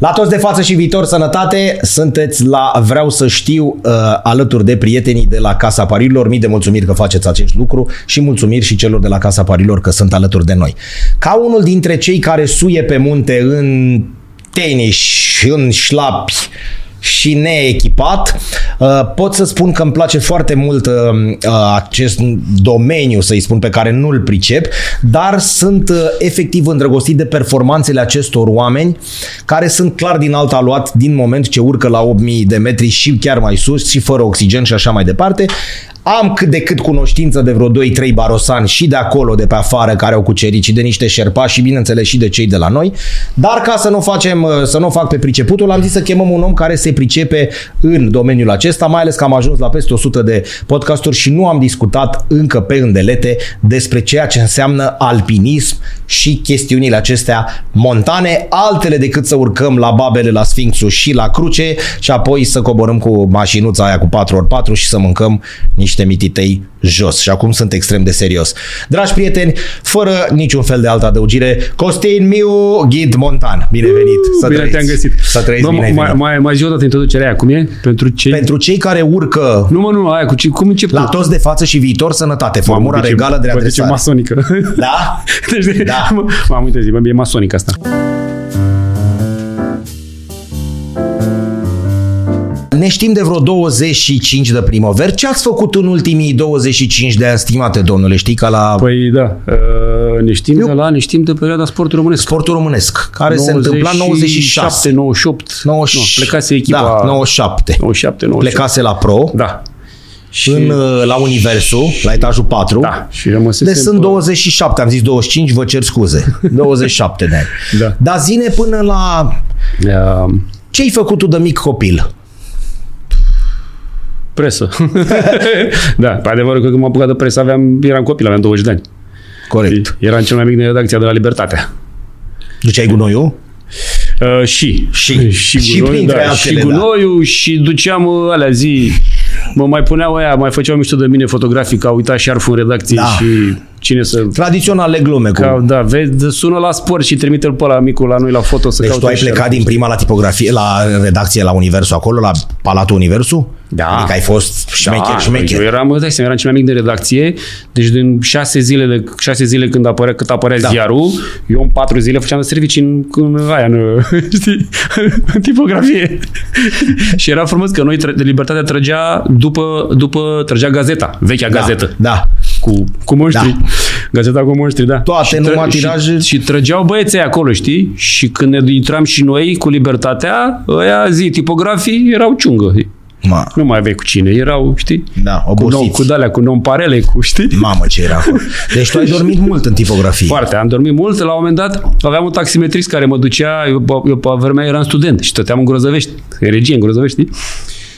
La toți de față și viitor sănătate, sunteți la Vreau să știu uh, alături de prietenii de la Casa Parilor. Mii de mulțumiri că faceți acest lucru și mulțumiri și celor de la Casa Parilor că sunt alături de noi. Ca unul dintre cei care suie pe munte în tenis, în șlapi, și neechipat. Uh, Pot să spun că îmi place foarte mult uh, acest domeniu, să-i spun, pe care nu-l pricep, dar sunt uh, efectiv îndrăgostit de performanțele acestor oameni care sunt clar din alta luat din moment ce urcă la 8000 de metri și chiar mai sus și fără oxigen și așa mai departe. Am cât de cât cunoștință de vreo 2-3 barosani și de acolo, de pe afară, care au cucerit și de niște șerpași și bineînțeles și de cei de la noi. Dar ca să nu facem, uh, să nu fac pe priceputul, am zis să chemăm un om care se pricepe în domeniul acesta, mai ales că am ajuns la peste 100 de podcasturi și nu am discutat încă pe îndelete despre ceea ce înseamnă alpinism și chestiunile acestea montane, altele decât să urcăm la babele, la Sfinxul și la cruce și apoi să coborâm cu mașinuța aia cu 4x4 și să mâncăm niște niște mititei jos și acum sunt extrem de serios. Dragi prieteni, fără niciun fel de altă adăugire, Costin Miu, ghid montan. Bine venit! Să bine trăiți. te-am găsit. Să trăiți Bă, bine ai mai, venit. mai, mai zi o dată introducerea aia, cum e? Pentru cei... Pentru cei care urcă Nu mă, nu, aia, cu ce, cum încep la tu? toți de față și viitor sănătate, formula Mamă, regală de bă, ce adresare. masonică. Da? Deci, de, Da. da. M-am uitat, zic, bă, e masonică asta. Ne știm de vreo 25 de primoveri. Ce ați făcut în ultimii 25 de ani, stimate domnule? Știi, ca la Păi da, uh, ne știm Eu- de la, ne știm de perioada sportului românesc. sportul românesc, care se întâmpla în 96. 98. 97. Nu, plecase echipa... Da, 97. 97, 98. Plecase la pro. Da. Și, în, uh, la Universul, la etajul 4. da, și rămăsese... Deci sunt 27, am zis 25, vă cer scuze. 27 de ani. Da. Dar zine până la Uh, ce-ai făcut tu de mic copil? presă. da, pe adevărul că când m-am apucat de presă aveam, eram copil, aveam 20 de ani. Corect. Eram cel mai mic din redacția de la Libertatea. Duceai gunoiul? Uh, și. Și. și, Și gunoiul, printre da, altele, și gunoiul și duceam uh, alea zi. Mă mai puneau aia, mai făceau mișto de mine fotografic, au uitat șarful în redacție Da. și cine să... Tradiționale glume cu... Ca, da, vezi, sună la sport și trimite-l pe la micul la noi la foto să Deci caute tu ai șarful. plecat din prima la tipografie, la redacție la Universul acolo, la Palatul Universul? Da. Adică ai fost șmecher, Da, șmecher. Eu eram, îți dai seama, eram cel mai mic din redacție, deci din șase zile, de, șase zile când apărea, cât apărea da. ziarul, eu în patru zile făceam servicii în, în aia, în, știi, în tipografie. și era frumos că noi, tra- Libertatea trăgea după, după trăgea gazeta, vechea da. da, gazetă. Da. Cu, cu monștri. Da. Da. Gazeta cu monștri, da. Toate, Și numai tiraje. Și, și trăgeau băieții aia acolo, știi? Și când ne intram și noi cu libertatea, ăia zi, tipografii erau ciungă. Ma, Nu mai aveai cu cine, erau, știi? da, Cu, nou, obosiți. cu dalea, cu non-parele, cu știi? Mamă ce era acolo. Deci tu ai dormit mult în tipografie. Foarte, am dormit mult, la un moment dat aveam un taximetrist care mă ducea, eu, pe- eu pe vremea eram student și stăteam în Grozăvești, în regie în Grozăvești, știi?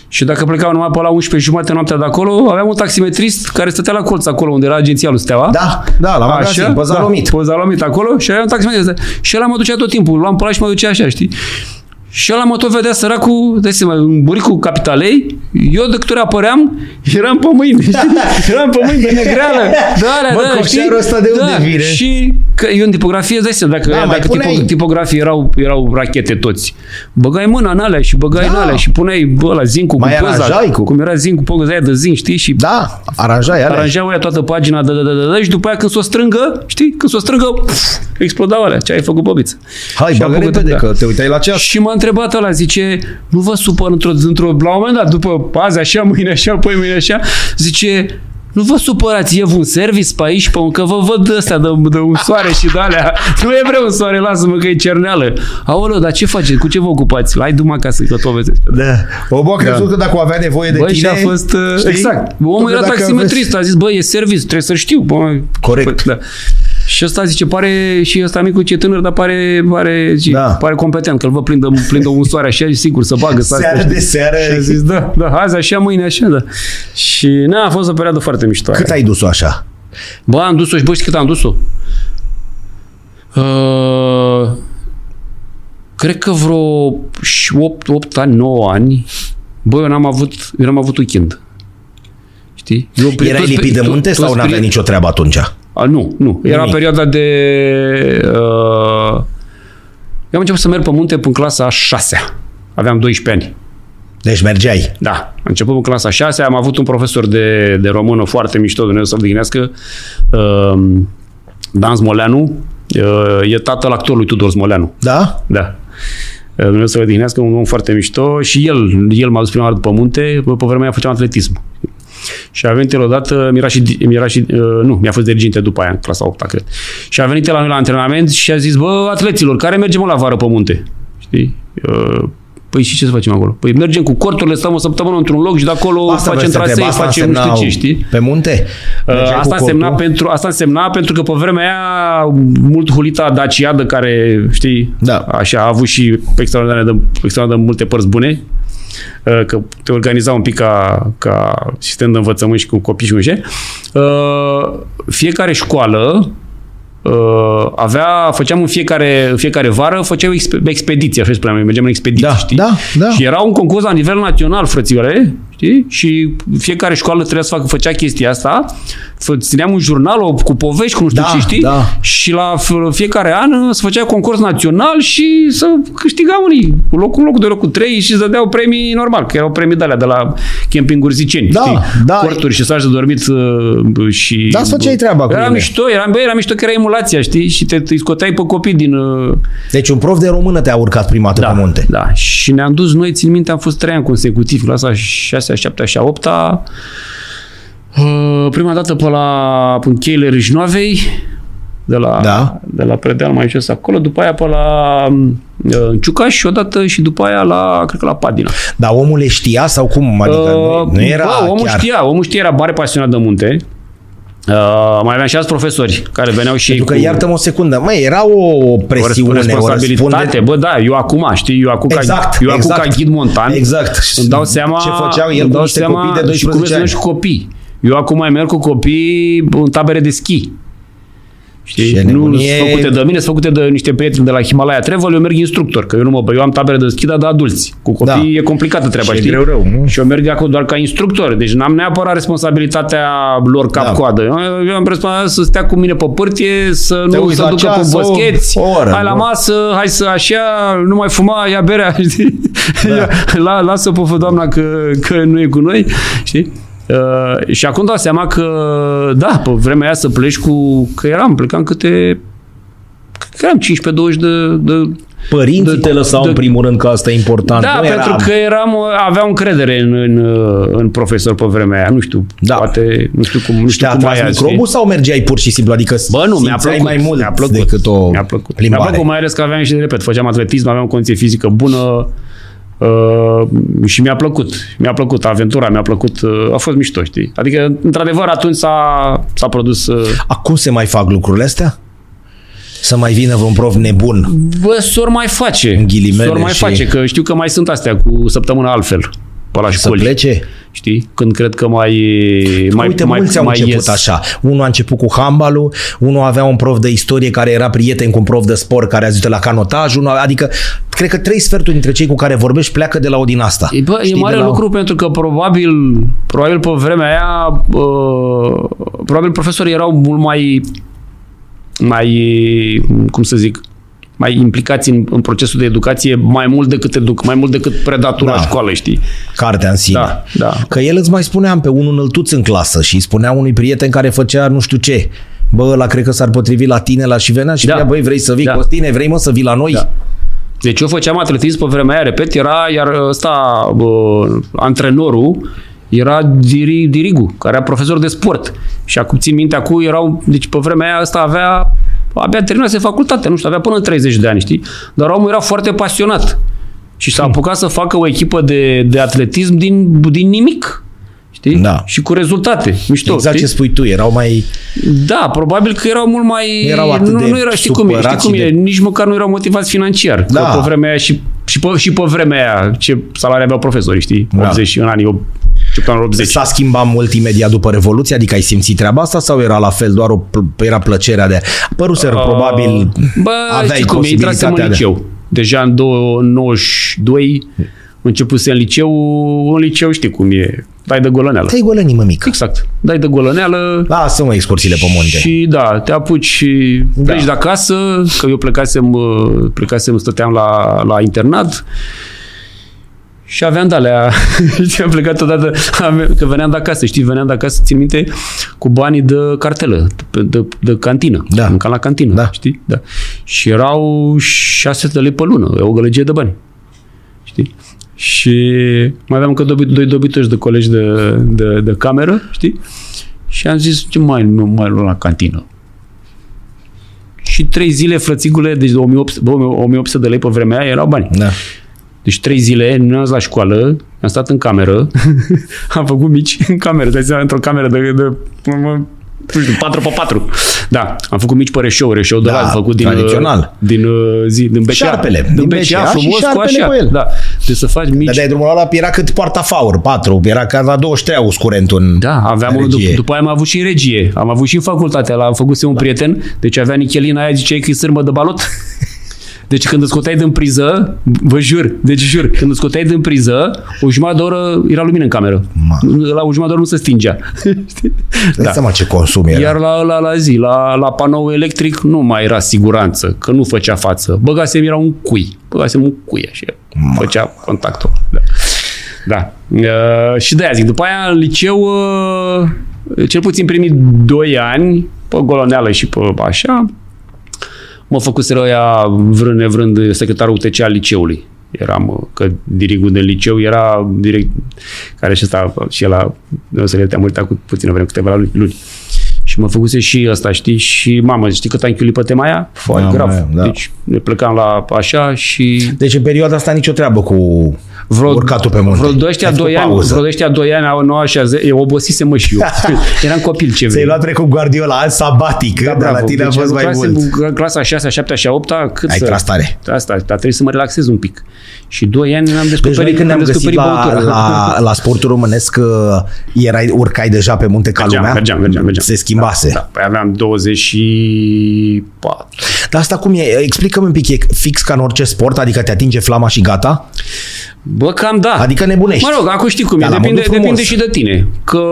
Și dacă plecam numai pe la 11 jumate noaptea de acolo, aveam un taximetrist care stătea la colț acolo unde era agenția lui Steaua. Da, da, la magazin, păzalomit. Da, păzalomit acolo și aveam un taximetrist. Și ăla mă ducea tot timpul, luam pe ăla și mă ducea așa, știi? Și ăla mă tot vedea săracul, dai seama, în buricul capitalei, eu de câte ori apăream, eram pe mâini, știi? eram pe mâini de negreală. Da, alea, Bă, da, alea, știi? coșarul ăsta de unde da, vine? Și că eu în tipografie, îți dai seama, dacă, Da, da, mai dacă puneai. tipo, tipografii erau, erau rachete toți, băgai mâna în alea și băgai Da. da. în alea și puneai, bă, la zincul Mai cu aranjai poza, cu- cum era zincul, poza aia de zinc, știi? Și Da, aranjai alea. aranjau aia toată pagina da, da, da, da, da, și după aia când s-o strângă, știi, când s-o strângă, pf, explodau alea, ce ai făcut, băbiță. Hai, Și bagă am făcut- repede, da. că te uitai la ceas. Și m-a întrebat ăla, zice, nu vă supăr într-o, într-o, la un moment dat, după azi așa, mâine așa, poi mâine așa, zice, nu vă supărați, e un service pe aici, pe un, că vă văd ăsta de, de un soare și de alea. Nu e vreun soare, lasă-mă că e cerneală. Aoleu, dar ce faceți? Cu ce vă ocupați? Hai du-mă acasă, că tot vezi. Da. Obo a crezut Da. că dacă o avea nevoie de Băi, și tine... a fost... uh, știi? Exact. Omul Că era dacă taximetrist, a zis, bă, e service, trebuie să știu. Bă, Corect. Bă, da. Și ăsta zice, pare, și ăsta micul ce tânăr, dar pare, pare, zice, Da. pare competent, că îl vă prindă, prindă un soare așa și sigur să bagă. să Seară astea, de știi? seară. Și a zis, da, da, azi așa, mâine așa, da. Și na, a fost o perioadă foarte mișto. Cât ai dus-o așa? Bă, am dus-o și bă, știi cât am dus-o? Uh, cred că vreo 8, 8 ani, 9 ani, bă, eu n-am avut, eu n-am avut weekend. Știi? Eu, pri- Erai toți lipit de pri- munte toți sau pri- n-aveai nicio treabă atunci? A, nu, nu. Era Nimic. perioada de... Uh, Eu am început să merg pe munte în clasa a șasea. Aveam 12 ani. Deci mergeai. Da, am început în clasa 6, am avut un profesor de, de română foarte mișto, Dumnezeu să-l dignească, uh, Dan Smoleanu, uh, e tatăl actorului Tudor Smoleanu. Da? Da. Uh, Dumnezeu să-l dignească, un om foarte mișto și el, el m-a dus prima oară pe munte, pe vremea aia făceam atletism. Și a venit el odată, mi-era și, mi-era și uh, nu, mi-a fost diriginte după aia, în clasa 8 cred. Și a venit el la noi la antrenament și a zis, bă, atleților, care mergem mă, la vară pe munte? Știi? Uh, Păi și ce să facem acolo? Păi mergem cu corturile, stăm o săptămână într-un loc și de acolo asta vreau facem să te trasee, întreb, asta facem nu știu însemnau ce, știi? Pe munte? Mergeai Uh, cu asta, cortul? însemna pentru, asta însemna pentru că pe vremea aia mult hulita daciadă care, știi, Da. așa, a avut și extraordinar de, extraordinar de multe părți bune, uh, că te organiza un pic ca, ca sistem de învățământ și cu copii și cu ce. Uh, Fiecare școală uh, avea, făceam în fiecare, în fiecare vară, făceam exp- expediție, așa spuneam, noi, mergeam în expediție, Da, știi? da, da. Și era un concurs la nivel național, frățioare, știi? Și fiecare școală trebuia să facă, făcea chestia asta. Fă- Țineam un jurnal o- cu povești, cu nu știu Da, ce, știi? da. Și la f- fiecare an se făcea concurs național și să câștigau unii locul, locul de locul 3 și îți dădeau premii normal, că erau premii de alea de la campinguri ziceni, Da, știi? da. Corturi și saci de dormit uh, și... Da, să făceai treaba cu Era ele. mișto, era, bă, era mișto că era emulația, știi? Și te, te scoteai pe copii din... uh, Deci un prof de română te-a urcat prima dată pe munte. da. Și ne-am dus noi, țin minte, am fost trei ani consecutiv, clasa 6, 7 și 8 Prima dată pe la pe în cheile Râșnoavei, de la, Da. de la Predeal mai jos acolo, după aia pe la uh, în Ciucaș și odată și după aia la, cred că la Padina. Uh, Dar omul le știa sau cum? Adică nu, nu era bă, omul chiar. știa, omul știa, era mare pasionat de munte. Uh, mai aveam și alți profesori care veneau și ei Pentru că, cu- iartă-mă o secundă, măi, era o presiune, o, responsabilitate. răspunde- Bă, da, eu acum, știi, eu acum, Exact, ca, eu exact. acum ca ghid montan, Exact. îmi dau seama Ce făceau el îmi cu dau niște seama copii de și cum 12 ani. și cu copii. Eu acum mai merg cu copii în tabere de schi. Știi? Ce nu sunt nebunie. făcute de mine, sunt făcute de niște prieteni de la Himalaya Travel, eu merg instructor, că eu nu mă, eu am tabere de schi, dar de adulți. Cu copii Da. e complicată treaba, Și e știi? greu, rău, nu? Și eu merg acolo doar ca instructor, deci n-am neapărat responsabilitatea lor Da. cap-coadă. Eu am responsabilitatea să stea cu mine pe pârtie, să Te nu uiți să la ducă ceas, pe o- boscheți, o oră, hai la nu? masă, hai să așa, nu mai fuma, ia berea, știi? Da. Ia, la, lasă pe fă, doamna că, că nu e cu noi, știi? Uh, și acum dau seama că, da, pe vremea aia să pleci cu, că eram, plecam câte, că eram 15-20 de, de Părinții de- te lăsau de- în primul rând că asta e important. da, nu era- pentru că eram, aveam încredere în, în, în profesor pe vremea aia. Nu știu, Da. da. poate, nu știu cum, nu Și știu te-a cum atras aia, microbul sau mergeai pur și simplu? Adică Bă, nu, mi-a simțeai plăcut. mai mult mi-a plăcut, decât o mi-a plăcut. plimbare. Mi-a plăcut, mai ales că aveam și, repet, făceam atletism, aveam o condiție fizică bună uh, și mi-a plăcut. Mi-a plăcut aventura, mi-a plăcut, uh, a fost mișto, știi? Adică, într-adevăr, atunci s-a, s-a produs... Uh, Acum se mai fac lucrurile astea? Să mai vină vreun prof nebun. Bă, s-or mai face. ghilimele S-or mai și- face, că știu că mai sunt astea cu săptămâna altfel pe la Să școli. plece? Știi? Când cred că mai... mai Uite, mai, mulți au mai început ies. așa. Unul a început cu handbalul, unul avea un prof de istorie care era prieten cu un prof de sport care a zis la canotaj, unul, adică cred că trei sferturi dintre cei cu care vorbești pleacă de la o din asta. E, bă, e de mare la o- lucru pentru că probabil, probabil pe vremea aia, uh, probabil profesorii erau mult mai, mai, cum să zic, mai implicați în, în procesul de educație mai mult decât educ, mai mult decât predatura Da. da. școală, știi? Cartea în sine. Da, da. Că el îți mai spuneam pe unul îl tuți în clasă și îi spunea unui prieten care făcea nu știu ce. Bă, la cred că s-ar potrivi la tine, la și venea și Da. da. băi, vrei să vii da. Da. Costine, vrei mă să vii la noi? Da. Deci eu făceam atletism pe vremea aia, repet, era iar ăsta, bă, antrenorul, era diri, Dirigu, care era profesor de sport. Și acum țin minte, acum erau, deci pe vremea aia ăsta avea, abia terminase facultatea, nu știu, avea până în 30 de ani, știi? Dar omul era foarte pasionat. Și Hmm. s-a apucat să facă o echipă de, de atletism din, din nimic. Știi? Da. Și cu rezultate. Mișto, Exact ce știi? spui tu, erau mai... Da, probabil că erau mult mai... Nu erau atât nu, de nu era, știi cum e, știi supărați cum e, de- nici măcar nu erau motivați financiar. Da. Că pe vremea aia și, și, pe, și pe vremea aia, ce salarii aveau profesorii, știi? Da. 80 în anii, o- ce până în 80. Deci S-a schimbat mult imediat după Revoluție? Adică ai simțit treaba asta sau era la fel, doar o, pl- era plăcerea de... Păruseră, Ah. uh, probabil Bă, aveai știi cum e, intrasem în posibilitatea de... liceu. Deja în 92 începuse în liceu, în liceu știi cum e. Dai de golăneală. Te-ai golănii, mămică. Exact. Dai de golăneală Lasă-mă excursiile pe munte. și da, te apuci și Da. pleci de acasă, că eu plecasem, uh, plecasem stăteam la, la internat și aveam de alea. și am plecat odată, am- că veneam de acasă, știi, veneam de acasă, țin minte, cu banii de cartelă, de, de, de cantină. Da. Mâncam la cantină, Da. știi? Da. Și erau 600 de lei pe lună, o gălăgie de bani. știi? Și mai aveam încă dobi, doi dobitoși de colegi de, de, de cameră, știi? Și am zis, ce mai, nu mai luăm la cantină? Și trei zile, frățigule, deci de 1800, bă, 1800 de lei pe vremea aia erau bani. Da. Deci trei zile, nu am zis la școală, am stat în cameră, am făcut mici în cameră, dai seama, într-o cameră de, de, nu știu, 4 pe 4. Da, am făcut mici pe reșou, reșou de Da, la, am făcut din, tradițional. din, uh, zi, din BCA. Șarpele, din din BCA, BCA și frumos cu șarpele așa. cu el. Da. Deci să faci mici. Dar de drumul ăla era cât portafaur, 4, era ca la 23 aus curentul în... Da, aveam în unul, regie. dup- după aia am avut și în regie, am avut și în facultate, l-am făcut un prieten, deci avea nichelina aia, ziceai că e sârmă de balot. Deci când îți scoteai din priză, vă jur, deci jur, când îți scoteai din priză, o jumătate de oră era lumină în cameră. Ma. Da. La o jumătate de oră nu se stingea. Știi? Dai seama ce consum era. Da. Iar la, la, la zi, la, la panou electric, nu mai era siguranță, că nu făcea față. Băgasem, era un cui. Băgasem un cui, așa. Făcea contactul. Da. da. Uh, și de-aia zic, după aia în liceu, uh, cel puțin primii 2 ani, pe goloneală și pe așa, mă făcuseră ăia vrând nevrând secretarul UTC al liceului. Eram, uh, că dirigul de liceu era direct, care și ăsta, și el a, o să le te-a murit acum puțină vreme, câteva luni. luni. Și mă făcuse și ăsta, știi? Și mamă, știi cât am chiulit pe tema aia? Foarte Da, grav. mai, da. Deci ne plecam la așa și Deci în perioada asta nicio treabă cu vreo, urcatul pe munte. Vreo de ăștia Ai făcut doi ani, pauză. vreo de ăștia doi ani, au 9 și 10, obosisem mă și eu. Eram copil ce Ți-ai vrei. luat precum Guardiola, an sabatic, da, dar la tine a fost mai clase, mult. deci în clasa 6, 7, 8, cât Ai să... tras tare. Asta, dar trebuie să mă relaxez un pic. Și doi ani am Deci descoperit, noi când Păi am ne-am găsit descoperit la, băutura. la, la sportul românesc, uh, erai, urcai deja pe munte ca Mergeam, lumea? mergeam, mergeam, mergeam. Se schimbase. Da, păi aveam 24. Dar asta cum e? Explică-mi un pic, e fix ca în orice sport, adică te atinge flama și gata? Bă, cam da. Adică nebunești. Mă rog, acum știi cum Dar e, la depinde, modul frumos. depinde și de tine. Că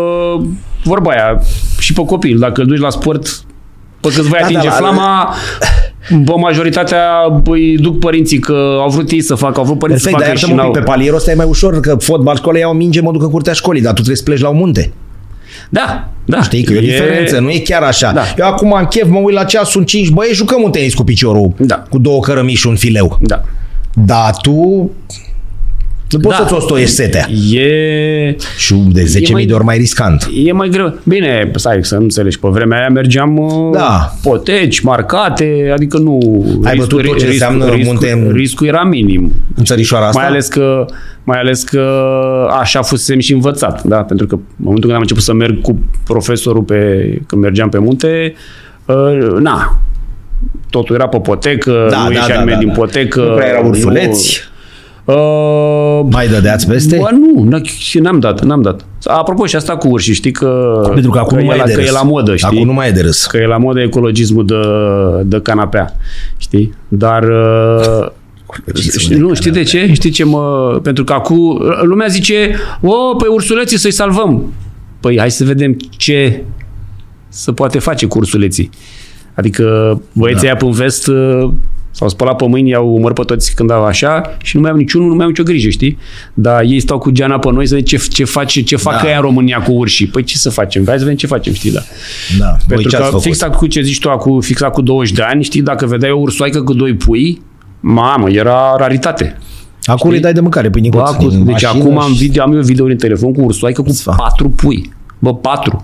vorba aia, și pe copil, dacă îl duci la sport, pe cât vei Da, atinge da, la- flama, bă, majoritatea îi duc părinții că au vrut ei să facă, au vrut părinții Perfect, dar să facă și iartă-mă un n-au. pic, pe palier ăsta e mai ușor, că fotbal, școală, iau minge, mă duc în curtea școlii, dar tu trebuie să pleci la un munte. Da, da. Știi că e o diferență, nu e chiar așa. Da. Eu acum am chef, mă uit la ceas, sunt 5 băie, jucăm un tenis cu piciorul, Da. cu două cărămiși și un fileu. Da. Da, tu nu poți Da. să-ți o stoiești setea. E... Și de 10.000 mai- de ori mai riscant. E mai greu. Bine, stai să înțelegi, pe vremea aia mergeam uh, Da. poteci, marcate, adică nu... riscul- bătut tot ce riscul- înseamnă riscul- munte în- Riscul era minim. În țărișoara asta? Mai ales, că, mai ales că așa fusem și învățat, da? Pentru că în momentul când am început să merg cu profesorul pe, când mergeam pe munte, uh, na, totul era pe potecă, Da, nu da, ieșea da, nimeni da, din da. potecă. Nu prea erau ursuleți. Nu, uh, Mai dădeați peste? Bă, nu, n- și n-am dat, n-am dat. Apropo, și asta cu urși, știi că, Pentru că acum că, nu mai e, e la, de că râs. e la modă, știi? Acum nu mai e de râs. Că e la modă ecologismul de, de canapea, știi? Dar... uh, Ecologismul știi- de nu, știi deci- de ce? Știi ce mă... Pentru că acum lumea zice, o, pe ursuleții să-i salvăm. Păi hai să vedem ce se poate face cu ursuleții. Adică băieții da. aia în vest uh, s-au spălat pe mâini, i-au omor pe toți când au așa și nu mai au niciunul, nu mai au nicio grijă, știi? Dar ei stau cu geana pe noi să vedem ce, ce, face, ce fac Da. da. aia în România cu urșii. Păi ce să facem? Hai să vedem ce facem, știi? Da. Da. Voi Pentru ce ați că făcut? fix cu ce zici tu, acum, fix cu 20 de ani, știi, dacă vedeai o ursoaică cu doi pui, mamă, era raritate. Acum le dai de mâncare, pâine cu Bă, cu, din deci mașină acum am, și- video, am eu videouri în telefon cu ursoaică cu Îți fac. patru pui. Bă, patru.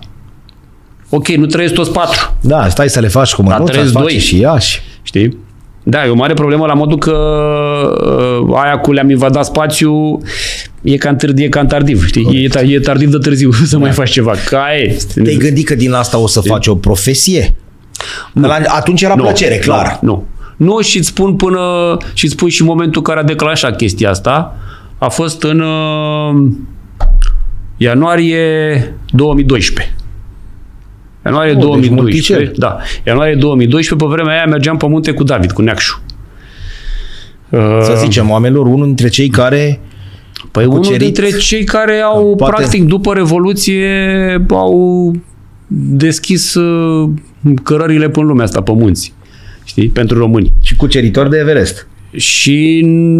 Ok, nu trăiesc toți patru. Da, stai să le faci cu mânuța, îți trăiesc face doi. Deci- și ea și... Știi? Da, e o mare problemă la modul că uh, aia cu le-am invadat spațiu e ca târziu, e ca tardiv, știi? E, ta- e tardiv de târziu să mai faci ceva. Ca e. Da. Te-ai gândit că din asta o să faci o profesie? La, atunci era plăcere, clar. Deci- Nu, nu. Nu și îți spun până și îți spun și momentul care a declanșat chestia asta. A fost în uh, ianuarie 2012. Ianuarie deci 2012. multicel. da. Ianuarie 2012, pe vremea aia mergeam pe munte cu David, cu Neacșu. Uh, Să zicem, oamenilor, unul dintre cei care Păi unul cucerit. dintre cei care au, Poate- practic, după Revoluție, au deschis uh, cărările până lumea asta, pe munți, știi, pentru români. Și cuceritor de Everest. Și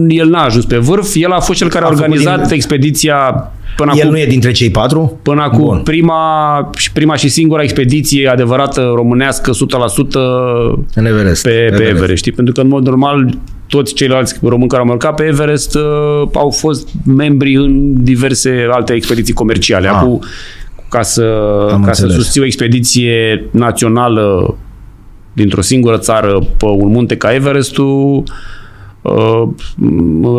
el n-a ajuns pe vârf, el a fost cel care a, A făcut organizat din- expediția până El acum nu e dintre cei patru? Până acum, Bun. prima, și prima și singura expediție adevărată românească, 100% În Everest. pe, pe Everest, știi? Pentru că, în mod normal, toți ceilalți români care au marcat pe Everest uh, au fost membri în diverse alte expediții comerciale. Ah. Acum, ca să, Am ca să înțeles. susții o expediție națională dintr-o singură țară pe un munte ca Everestul, uh,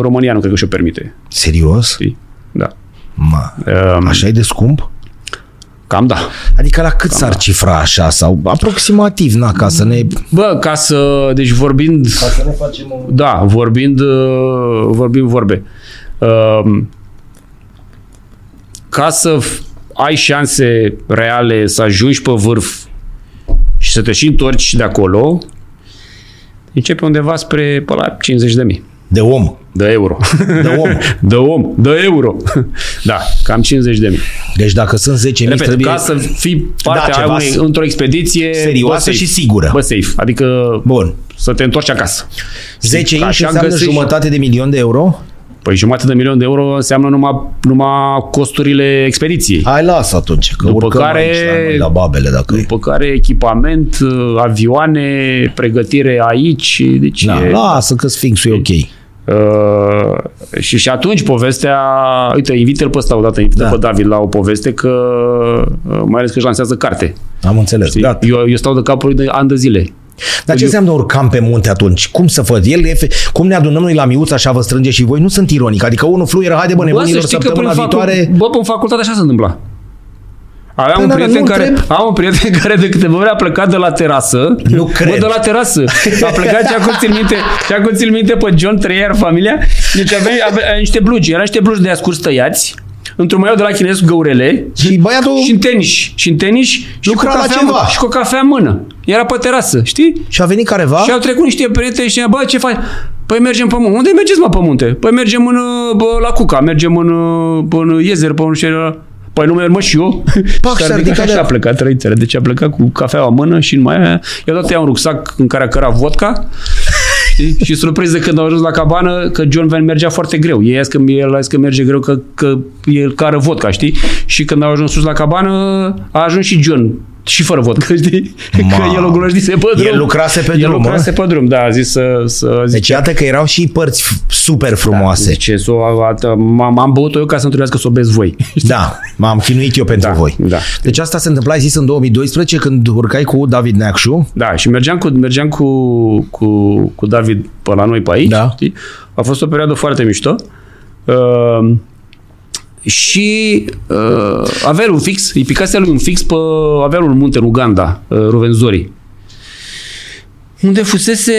România nu cred că și-o permite. Serios? Știi? Da. Ma, Um, așa e de scump? Cam da. Adică la cât s-ar cifra așa? Sau aproximativ, na, ca să ne... Bă, ca să, deci vorbind, Să ne facem o... da, vorbind, uh, vorbim vorbe. Um, Ca să f- ai șanse reale să ajungi pe vârf și să te și întorci de acolo, începe undeva spre pe la 50 de mii De om. de euro. De om. De om, de euro. Da, cam 50 de mii. Deci dacă sunt 10.000 Repet, trebuie... ca să fii Da, partea ceva a unei- s- într-o expediție serioasă bă, safe. și sigură. Bă, safe. Adică Bun. să te întorci acasă. 10 Așa inși înseamnă găsești- jumătate de milion de euro? Păi jumătate de milion de euro înseamnă numai, numai costurile expediției. Hai, lasă atunci, că După urcăm care- aici la, noi, la babele dacă e. După care echipament, uh, avioane, pregătire aici, deci Da, e, lasă că sfinxul e ok. Uh, și și atunci povestea, uite, invită-l pe ăsta odată, invită Da. da. pe David la o poveste că, uh, mai ales că își lansează carte. Am înțeles. Știi? Gata. Eu, eu stau de capul lui de ani de zile. Dar ce înseamnă urcam pe munte atunci? Cum să fac? El e fe- cum ne adunăm noi la miuț, așa vă strânge și voi? Nu sunt ironic. Adică unul fluieră, haide bă, Bă, să nebunilor, știi că săptămâna prin, facul, viitoare... bă, în facultate așa se întâmpla. Aveam Păi un, da, prieten nu care, întreb. am un prieten care de câteva ori a plecat de la terasă. Nu cred. Bă, de la terasă. A plecat și acum țin minte, și acum țin minte pe John Treier, familia. Deci avea, avea, avea niște blugi. Era niște blugi de ascurs tăiați. Într-un maior de la chinez cu găurele. Și băiatul... Și în tenis. Și în tenis. și, cu Lucra la cafea, în ceva. mână- și cu o cafea în mână. Era pe terasă, știi? Și a venit careva Și au trecut niște prieteni și bă, ce faci? Păi mergem pe munte. Unde mergeți, mă, pe munte? Păi mergem în, uh, bă, la Cuca, mergem în, uh, în Iezer, pe un șer... Păi nu merg, mă, și eu. Pac, S-a s-a ridicat ridicat și de- a plecat, răițele. Deci a plecat cu cafeaua în mână și în mai aia. I-a dat ea un rucsac în care a cărat vodka. Știi? și surpriză când au ajuns la cabană că John Van mergea foarte greu. Ei a zis că, el a zis că merge greu, că, că el cară vodka, știi? Și când au ajuns sus la cabană, a ajuns și John și fără vodka, știi? Că Mamă. el o golojdise pe El drum. lucrase pe el drum, lucrase pe drum, da, a zis să, să zic. Deci iată că erau și părți f- super frumoase. Zice, s-o, a- a- m-am am băut eu ca să-mi trebuiască să o bezi voi. Da, m-am chinuit eu pentru Da, voi. da. Deci asta se întâmpla, ai zis, în 2012, când urcai cu David Neacșu. Da, și mergeam cu, mergeam cu, cu, cu David pe la noi pe aici. Da. Știi? A fost o perioadă foarte mișto. Uh, și uh, avea un fix, îi picase lui un fix pe avea un munte în Uganda, uh, Ruvenzori. Unde fusese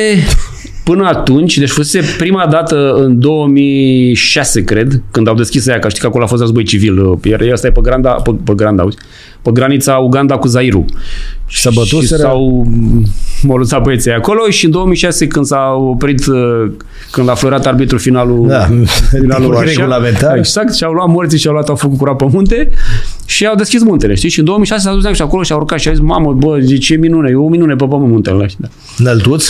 până atunci, deci fusese prima dată în 2006, cred, când au deschis aia, că știi că acolo a fost război civil, uh, iar ăsta e pe, granda, pe, pe, granda, auzi, pe granița Uganda cu Zairu. Și s-a bătuseră? Și s-au moluțat băieții aia acolo și în 2006 când s-a oprit, uh, când a florat arbitrul finalul, Da. finalul Tipul regulamentar. Exact, și-au luat morții și-au luat, au făcut curat pe munte și au deschis muntele, știi? Și în 2006 s-a dus neacu și acolo și a urcat și a zis, mamă, bă, zice, ce minune, e o minune pe pământ muntele ăla. Da. Năltuț?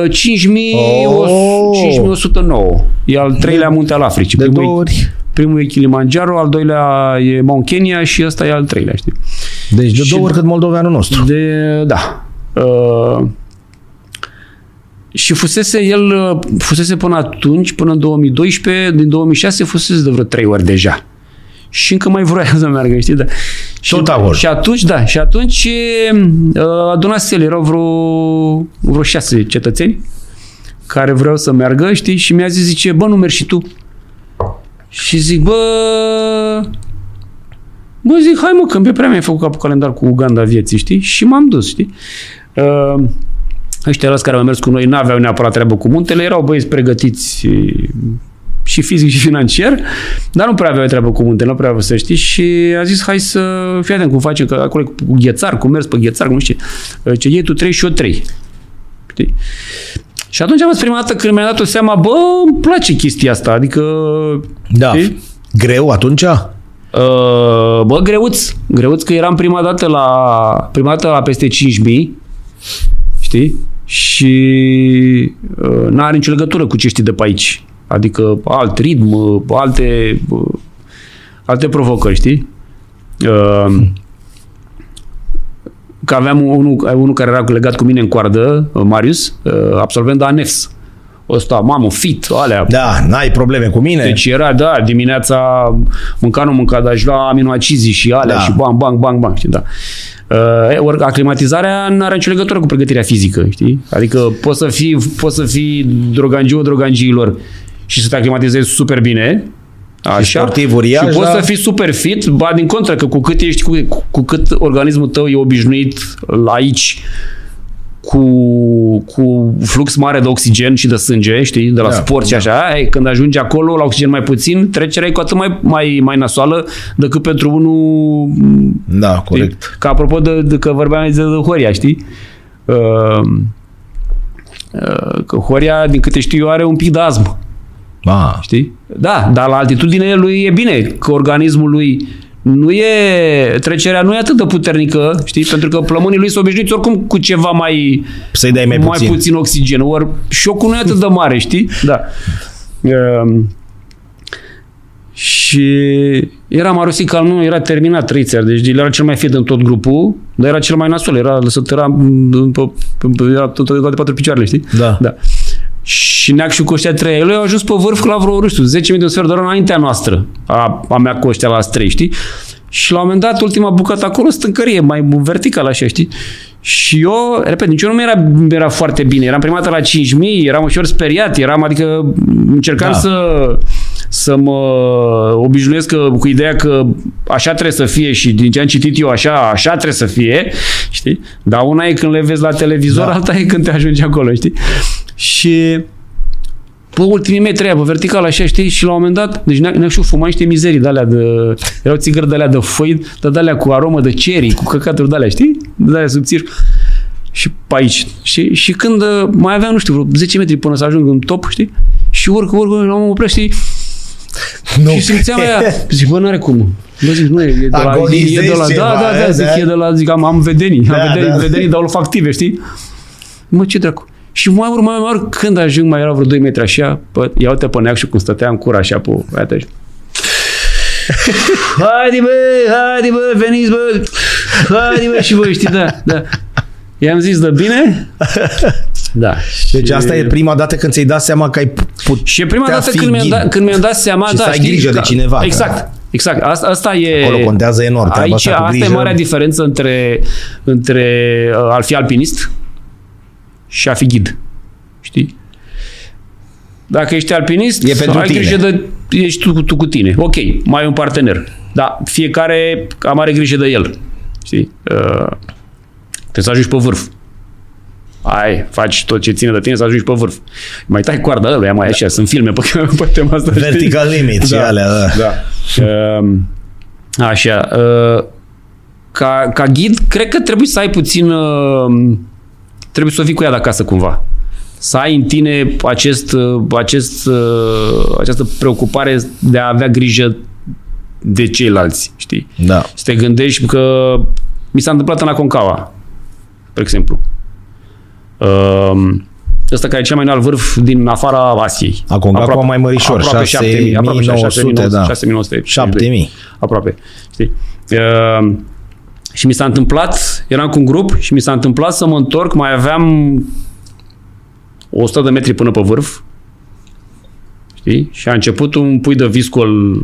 Uh, 5100 Oh! 5109. E al treilea munte al Africii. De Primul două e- ori. Primul e Kilimanjaro, al doilea e Mount Kenya și ăsta e al treilea, știi? Deci de Și- două ori cât moldoveanul nostru. De, da. Uh, și fusese el, uh, fusese până atunci, până în 2012, din 2006 fusese de vreo trei ori deja. Și încă mai vroia să meargă, știi, da. Și, Tot acolo. Și atunci, da, și atunci uh, adunase el, erau vreo, vreo șase cetățeni care vreau să meargă, știi, și mi-a zis, zice, bă, nu mergi și tu. Și zic, bă, bă, zic, hai mă, că pe prea mi-ai făcut capul calendar cu Uganda vieții, știi? Și m-am dus, știi? Uh, ăștia ăla care au mers cu noi n-aveau neapărat treabă cu muntele, erau băieți pregătiți e, și fizic și financiar, dar nu prea aveau treabă cu muntele, nu prea aveau să știi și a zis hai să fii atent cum facem, că acolo e cu ghețar, cu mers pe ghețar, cum nu știu ce. Zice, iei tu 3 și eu 3. Știi? Și atunci am fost prima dată când mi-am dat o seama, bă, îmi place chestia asta, adică... Da. știi? Greu atunci? Uh, bă, greuț. Greuț că eram prima dată la, prima dată la peste 5.000, știi? Și uh, n-are nicio legătură cu ce știi de pe aici. Adică alt ritm, uh, alte, uh, alte provocări, știi? Uh, că aveam unul, unul care era legat cu mine în coardă, uh, Marius, uh, absolvent de ANEFS. Ăsta, mamă, fit, alea, Da, n-ai probleme cu mine. deci era, da, dimineața mânca, nu mânca, dar își lua aminoacizii și alea Da. da. și bang, bang, bang, bang, știi, da. Uh, e, ori aclimatizarea nu are nicio legătură cu pregătirea fizică, știi? Adică poți să fii, poți să fii drogangiu drogangiilor și să te aclimatizezi super bine, Așa. sportiv uriaș, și poți da. să fii super fit, ba din contră, că cu cât ești, cu, cu, cu cât organismul tău e obișnuit la aici cu, cu flux mare de oxigen și de sânge, știi, de la Da, da, sport și așa, e, când ajungi acolo la oxigen mai puțin, trecerea e cu atât mai, mai, mai nasoală decât pentru unul... Da, corect. știi? Că apropo de, de că vorbeam aici de, de Horia, știi? Uh, uh, că Horia, din câte știu eu, are un pic de azm. Ah, Știi? Da, dar la altitudine lui e bine, că organismul lui nu e, trecerea nu e atât de puternică, știi? Pentru că plămânii lui sunt obișnuiți oricum cu ceva mai, să-i dai mai, mai puțin. puțin. oxigen. Ori șocul nu e atât de mare, știi? Da. Um, și era Marosi al nu era terminat Rițer, deci el era cel mai fit din tot grupul, dar era cel mai nasol, era lăsat, era, m, pe- pe- era tot de patru picioarele, știi? Da. da. Și Neac și Coștea 3, el au ajuns pe vârf la vreo, nu știu, 10 minute, un sfert de oră înaintea noastră, a, a mea Coștea la 3, știi? Și la un moment dat, ultima bucată acolo, stâncărie, mai vertical așa, știi? Și eu, repet, nici eu nu mi-era era foarte bine. Eram prima dată la 5.000, eram ușor speriat, eram, adică încercam Da. da. să, să mă obișnuiesc că, cu ideea că așa trebuie să fie și din ce am citit eu așa, așa trebuie să fie, știi? Dar una e când le vezi la televizor, Da. da. alta e când te ajungi acolo, știi? Și pe ultimii metri aia, pe vertical, așa, știi? Și la un moment dat, deci ne- ne-au și fuma niște mizerii de alea de... Erau țigări de alea de făi, dar de alea cu aromă de ceri, cu căcaturi de alea, știi? De alea subțiri. Și pe aici. Și, și când uh, mai aveam, nu știu, vreo 10 metri până să ajung în top, știi? Și urc, urc, urc, la un moment opresc, știi? Nu. Și simțeam aia, zic, bă, n-are cum. Bă, zic, nu, e de la, e de la, Agonizezi da, ceva, da, da, zic, da. e de la, zic, am, am vedenii, da, Da, am vedenii, da. da. vedenii, dar o fac active, știi? Mă, ce dracu. Și mai urmă, mai urmă, când ajung, mai erau vreo 2 metri așa, pă, ia uite pe neac și cum stăteam cura așa pe aia așa. Haide bă, haide bă, veniți bă, haide bă și voi, știi, da, da. I-am zis, de bine? Da. Deci asta e prima dată când ți-ai dat seama că ai putut Și e prima putea dată fi când mi-am, ghid. dat, când mi-am dat seama, Și da, să ai știi, grijă de că- cineva, că- Exact, exact. Asta, asta e... Acolo contează enorm treaba Aici, asta cu asta e grijă. marea diferență între, între uh, a fi alpinist și a fi ghid. Știi? Dacă ești alpinist, E pentru ai tine. grijă de... Ești tu, tu cu tine. Ok, mai ai un partener. Dar fiecare cam are grijă de el. Știi? Uh, trebuie să ajungi pe vârf. Ai, faci tot ce ține de tine să ajungi pe vârf. Mai tai coarda ăla, mai așa, sunt filme pe, pe tema asta. știi? Da. vertical limit și Da. alea. Da. Da. Um, așa. Uh, ca, ca ghid, cred că trebuie să ai puțin... Uh, trebuie să o fii cu ea de acasă cumva. Să ai în tine acest, uh, acest, uh, această preocupare de a avea grijă de ceilalți, știi? da. Să te gândești că mi s-a întâmplat în Aconcagua, de exemplu. Um, Ăsta care e cel mai înalt vârf din afara Asiei. Aconcagua mai mărișor, aproape 6.900, 7.000, aproape 6.900, da. 6.900. 7000. Aproape, știi? Um, și mi s-a întâmplat, eram cu un grup și mi s-a întâmplat să mă întorc, mai aveam 100 de metri până pe vârf, Știi? Și a început un pui de viscol. uh,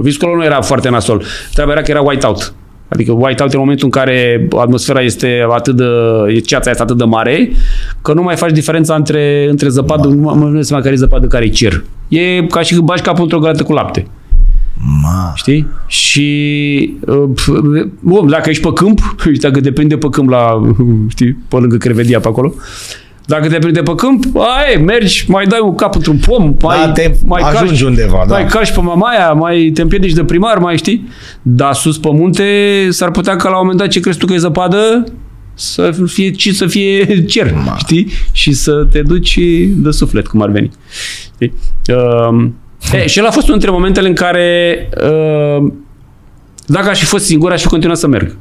Viscolul nu era foarte nasol. Treaba era că era whiteout. Adică whiteout e în momentul în care atmosfera este atât de, e- ceața este atât de mare, că nu mai faci diferența între, între zăpadă, nu mai nu seama care e zăpadă, care e cer. E ca și când bași capul într-o găleată cu lapte. Ma. Știi? Și uh, p- bun, dacă ești pe câmp, și dacă depinde pe câmp la, știi, pe lângă crevedia pe acolo, dacă te prinde pe câmp, ai, mergi, mai dai un cap într-un pom, mai, Da, te mai ajungi undeva, da. mai calci pe mamaia, mai te împiedici de primar, mai știi. Dar sus pe munte s-ar putea ca la un moment dat ce crezi tu că e zăpadă, să fie, ci să fie cer, Ma. știi? Și să te duci de suflet, cum ar veni. Știi? Uh, e, și el a fost unul dintre momentele în care uh, dacă aș fi fost singur, aș fi continuat să merg.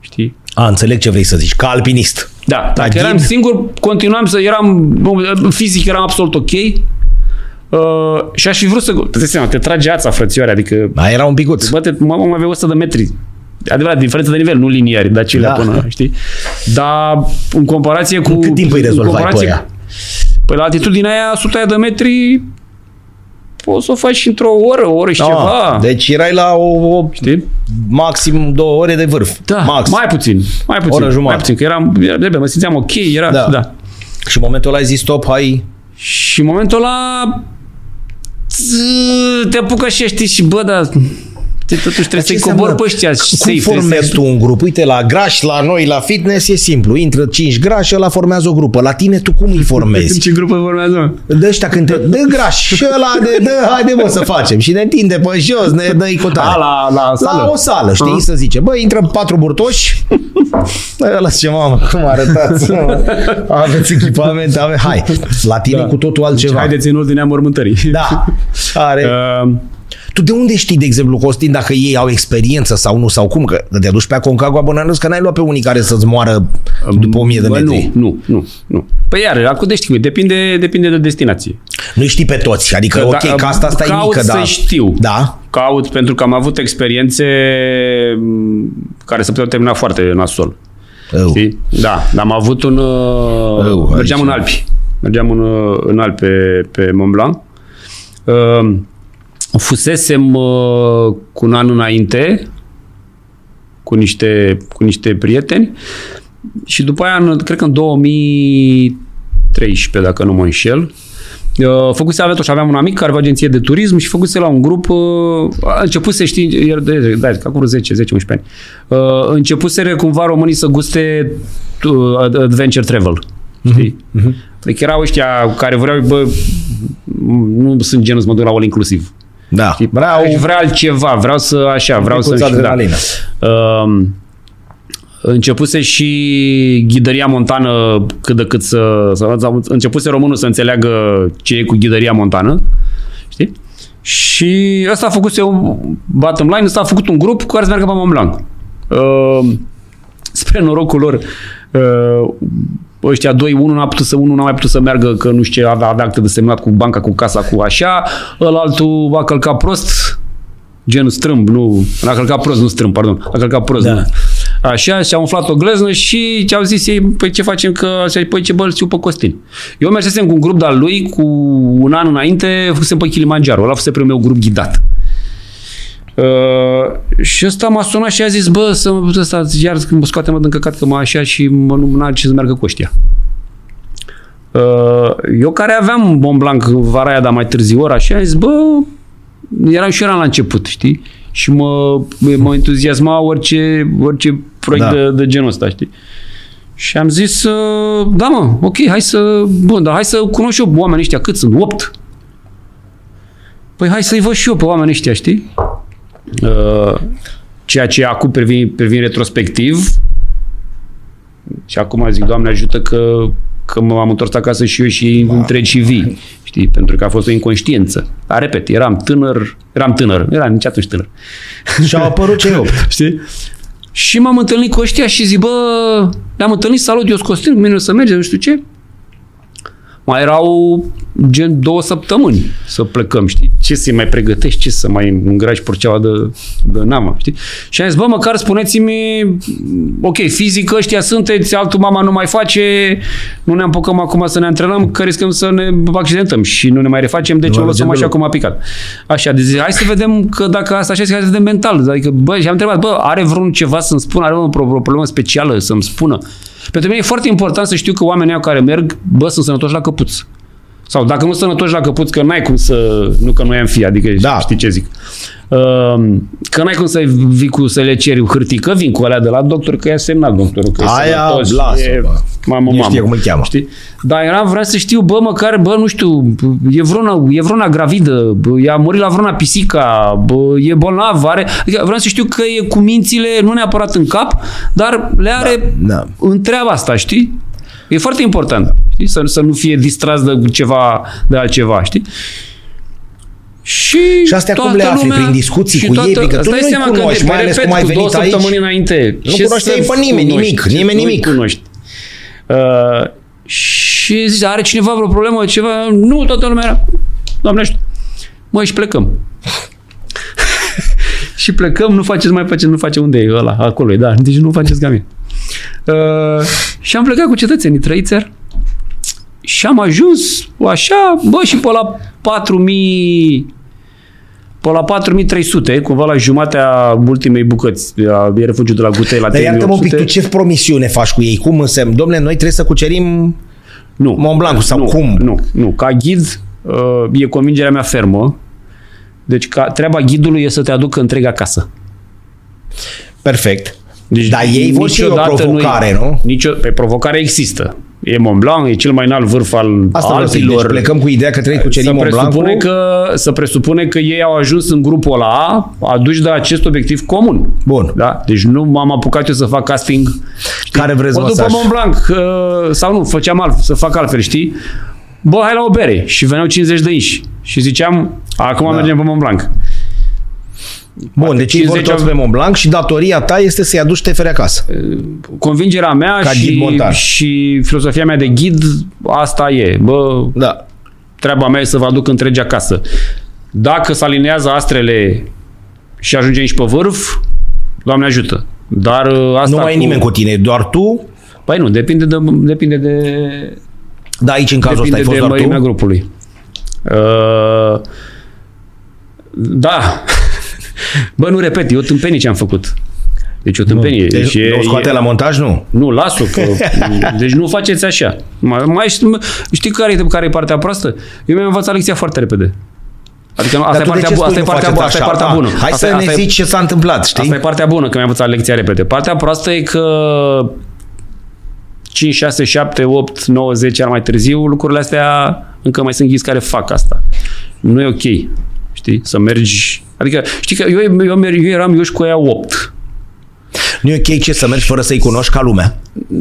Știi? A, înțeleg ce vrei să zici, ca alpinist. Da, dacă ghid? eram singur, continuam să eram, bă, fizic eram absolut ok. Uh, și aș fi vrut să... Te seama, te trage ața, frățioare, adică... Da, era un picuț. Bă, te, mă, mă avea 100 de metri. Adevărat, diferență de nivel, nu liniari, dar cele Da. da. până, știi? Dar în comparație cu... Cât timp îi în rezolvai pe comparație- aia? Păi la altitudinea aia, 100 aia de metri, poți să o faci și într-o oră, o oră și ceva. deci erai la o, o Știi? maxim două ore de vârf. Da, Max. mai puțin, mai puțin, Oră jumătate. mai puțin, că eram, era, de, mă simțeam ok, era, Da. da. da. Și în momentul ăla ai zis stop, hai. Și în momentul ăla ț- te apucă și știi și bă, dar te, totuși trebuie să-i cobor pe ăștia și Cum safe, trebuie formezi să tu un grup? Uite, la graș, la noi, la fitness e simplu. Intră 5 grași, ăla formează o grupă. La tine tu cum îi în formezi? ce grupă vorbează? mă? De ăștia când te... De graș și ăla de... Dă, haide mă să facem. Și ne întinde pe jos, ne dă-i cu tare. A, Da, la, la sală? La o sală, știi, Ah. să zice. Bă, intră patru burtoși. Ăla zice, mamă, cum arătați? mă? Aveți echipament, ave... Hai, la tine da. cu totul altceva. Haideți în ordinea mormântării. Da, are. Uh, Tu de unde știi, de exemplu, Costin, dacă ei au experiență sau nu, sau cum? Că te duci pe Aconcagua, Bănănus, că n-ai luat pe unii care să-ți moară după 1000 de bă, metri. nu, Nu. nu, nu, nu. Păi iar, acum deci, cum e, depinde, depinde de destinație. nu știi pe toți, adică, Că ok, da- ca asta stai caut mică, să da. știu. Da, Caut pentru că am avut experiențe m, care se puteau termina foarte nasol. Eu. Știi? Da, dar am avut un... uh, Eu, mergeam aici. în Alpi. Mergeam în, uh, în Alpi pe, pe Mont Blanc. Uh, Fusesem uh, cu un an înainte cu niște, cu niște prieteni și după aia, în, cred că în 2013, dacă nu mă înșel, uh, făcuse Avetos, aveam un amic care avea agenție de turism și făcuse la un grup, uh, a început să știi, iar de, de, de, acum vreo 10, 10, 11 ani, uh, începuseră cumva românii să guste uh, adventure travel. Știi? Adică erau ăștia care vreau, bă, nu sunt genul să mă duc la all inclusiv. da. Bravo. Aș vrea altceva, vreau să așa, vreau să... Picuț știu, da. adrenalină. Um, începuse și ghidăria montană cât de cât să, să sau începuse românul să înțeleagă ce e cu ghidăria montană, știi? Și ăsta a făcut un bottom line, ăsta a făcut un grup cu care să meargă pe Mont Blanc. Uh, spre norocul lor, uh, ăștia doi, unul n-a putut să, unul n-a mai putut să meargă, că nu știu ce, avea, avea acte de semnat cu banca, cu casa, cu așa, ăla altul a călcat prost, genul strâmb, nu, a călcat prost, nu strâmb, pardon, a călcat prost, da. nu. Așa, și-a umflat o gleznă și ce-au zis ei, păi ce facem că, așa, păi ce bă, îl știu pe Costin. Eu mergesem cu un grup de-al lui, cu un an înainte, fusem pe Kilimanjaro, ăla fusese primul meu grup ghidat. Uh, și ăsta m-a sunat și a zis, bă, să ăsta, iar când mă scoate mă dă încăcat că mă așa și mă nu n-are ce să meargă cu ăștia. Uh, eu care aveam Mont Blanc vara aia, dar mai târziu ora, și am zis, bă, eram și eu eram la început, știi? Și mă, mă entuziasma orice, orice proiect Da. da. de, de genul ăsta, știi? Și am zis, uh, da mă, ok, hai să, bun, dar hai să cunosc și eu oamenii ăștia, cât sunt, 8? Păi hai să-i văd și eu pe oamenii ăștia, știi? Uh, ceea ce acum privin, privin retrospectiv și acum zic, Doamne ajută că, că m-am întors acasă și eu și ba. întregi și vii, știi, pentru că a fost o inconștiență. Dar, repet, eram tânăr, eram tânăr, eram nici atunci tânăr, Și-au apărut cei 8. știi? Și m-am întâlnit cu ăștia și zic, bă, ne-am întâlnit, salut, eu sunt Costin, cu mine o să merge, nu știu ce. Mai erau gen două săptămâni să plecăm, știi? Ce să-i mai pregătești, ce să mai îngrași porceaua de, de nama, știi? Și am zis, bă, măcar spuneți-mi, ok, fizic ăștia sunteți, altul mama nu mai face, nu ne apucăm acum să ne antrenăm, că riscăm să ne accidentăm și nu ne mai refacem, deci Nu o mai mergem lăsăm așa deloc. cum a picat. Așa, deci zic, hai să vedem că dacă asta așa este, hai să vedem mental. Adică, bă, și am întrebat, bă, are vreun ceva să-mi spună, are vreun pro- o problemă specială să-mi spună? Pentru mine e foarte important să știu că oamenii ăia care merg, bă, sunt sănătoși la căpuț Sau dacă nu sănătoși la căpuț, că n-ai cum să... Nu că noi am fi, adică Da. da. știi ce zic. Uh, Că n-ai cum să vii cu, să le ceri hârtii, că vin cu alea de la doctor, că i-a semnat doctorul, că e Aia, sănătos. lasă, e, bă. mamă, Nu mamă. știe cum îl cheamă. Știi? Dar eram, vreau să știu, bă, măcar, bă, nu știu, e vreuna, e vreuna gravidă, bă, i-a murit la vreuna pisica, bă, e bolnav, are... Adică vreau să știu că e cu mințile, nu neapărat în cap, dar le are Da, da. în treaba asta, știi? E foarte important, știi? Să, să nu fie distras de ceva, de altceva, știi? Și, Și astea cum toată le afli? lumea- Prin discuții și cu ei? Adică îți tu dai nu-i seama că, cunoști, mai repet, ales cum ai cu două venit aici. săptămâni înainte. Nu Ce cunoșteai să pe nimeni, cunoști? nimic, Ce nimeni nu-i nimic. cunoști? Uh, și zice, are cineva vreo problemă, ceva? Nu, toată lumea era, doamne știu. Măi, și plecăm. și plecăm, nu faceți, mai faceți, nu face unde e ăla, acolo e, da, deci nu faceți ca mine. Uh, și am plecat cu cetățenii trăițer și am ajuns așa, bă, și pe la 4000 pe la 4300, cumva la jumatea ultimei bucăți, a- e refugiu de la Gutei la Dar iartă-mă un pic, tu 3800. ce promisiune faci cu ei? Cum însemn? Domnule, noi trebuie să cucerim... Nu. Mont Blanc sau nu, cum? Nu, nu. Ca ghid uh, e convingerea mea fermă. Deci ca, treaba ghidului e să te aducă întreg acasă. Perfect. Deci Dar ei vor și o niciodată provocare, nu? Nicio, pe provocare există. E Mont Blanc, e cel mai înalt vârf al Asta vreau să zic. Deci alpilor. plecăm cu ideea că trebuie să să cucerim Mont presupune, Blancul. că, să presupune că ei au ajuns în grupul ăla A, aduși de acest obiectiv comun. Bun. Da? Deci nu m-am apucat eu să fac casting. Știi? Care vreți Mă duc pe masaj? Mont Blanc uh, sau nu, făceam alt, să fac altfel, știi? Bă, hai la o bere. Și veneau 50 de inși. Și ziceam, acum da. mergem pe Mont Blanc. Bun, deci ei vor 50 toți pe Mont Blanc și datoria ta este să-i aduci tefere acasă. Convingerea mea Ca ghid și, montar. și filozofia mea de ghid, asta e. Bă, Da. treaba mea e să vă aduc întregi acasă. Dacă se alinează astrele și ajungem și pe vârf, Doamne ajută. Dar ă, asta Nu mai e nimeni cu tine, doar tu. Păi nu, depinde de, depinde de, Da, aici în cazul ăsta depinde ai fost de doar mărimea tu. grupului. Uh, da. Bă, nu repet, eu tâmpenie ce am făcut. Deci o tâmpenie. Deci e- o scoate la montaj, nu? nu, las-o. Că, deci nu faceți așa. Mai, mai știi, știi care e, care e partea proastă? Eu mi-am învățat lecția foarte repede. Adică nu, asta, e Dar tu de partea, ce bu- spui asta, e nu partea, faceți bu- asta e așa? partea Ah, bună. Hai asta, să asta ne e- zici ce s-a întâmplat, Asta e știi? partea bună, că mi-am învățat lecția repede. Partea proastă e că 5, 6, 7, 8, 9, 10 ani mai târziu, lucrurile astea încă mai sunt ghizi care fac asta. Nu e ok, știi, să mergi... Adică, știi că eu, eu, mer- eu eram eu și cu aia 8. Nu e ok ce să mergi fără să-i cunoști ca lumea.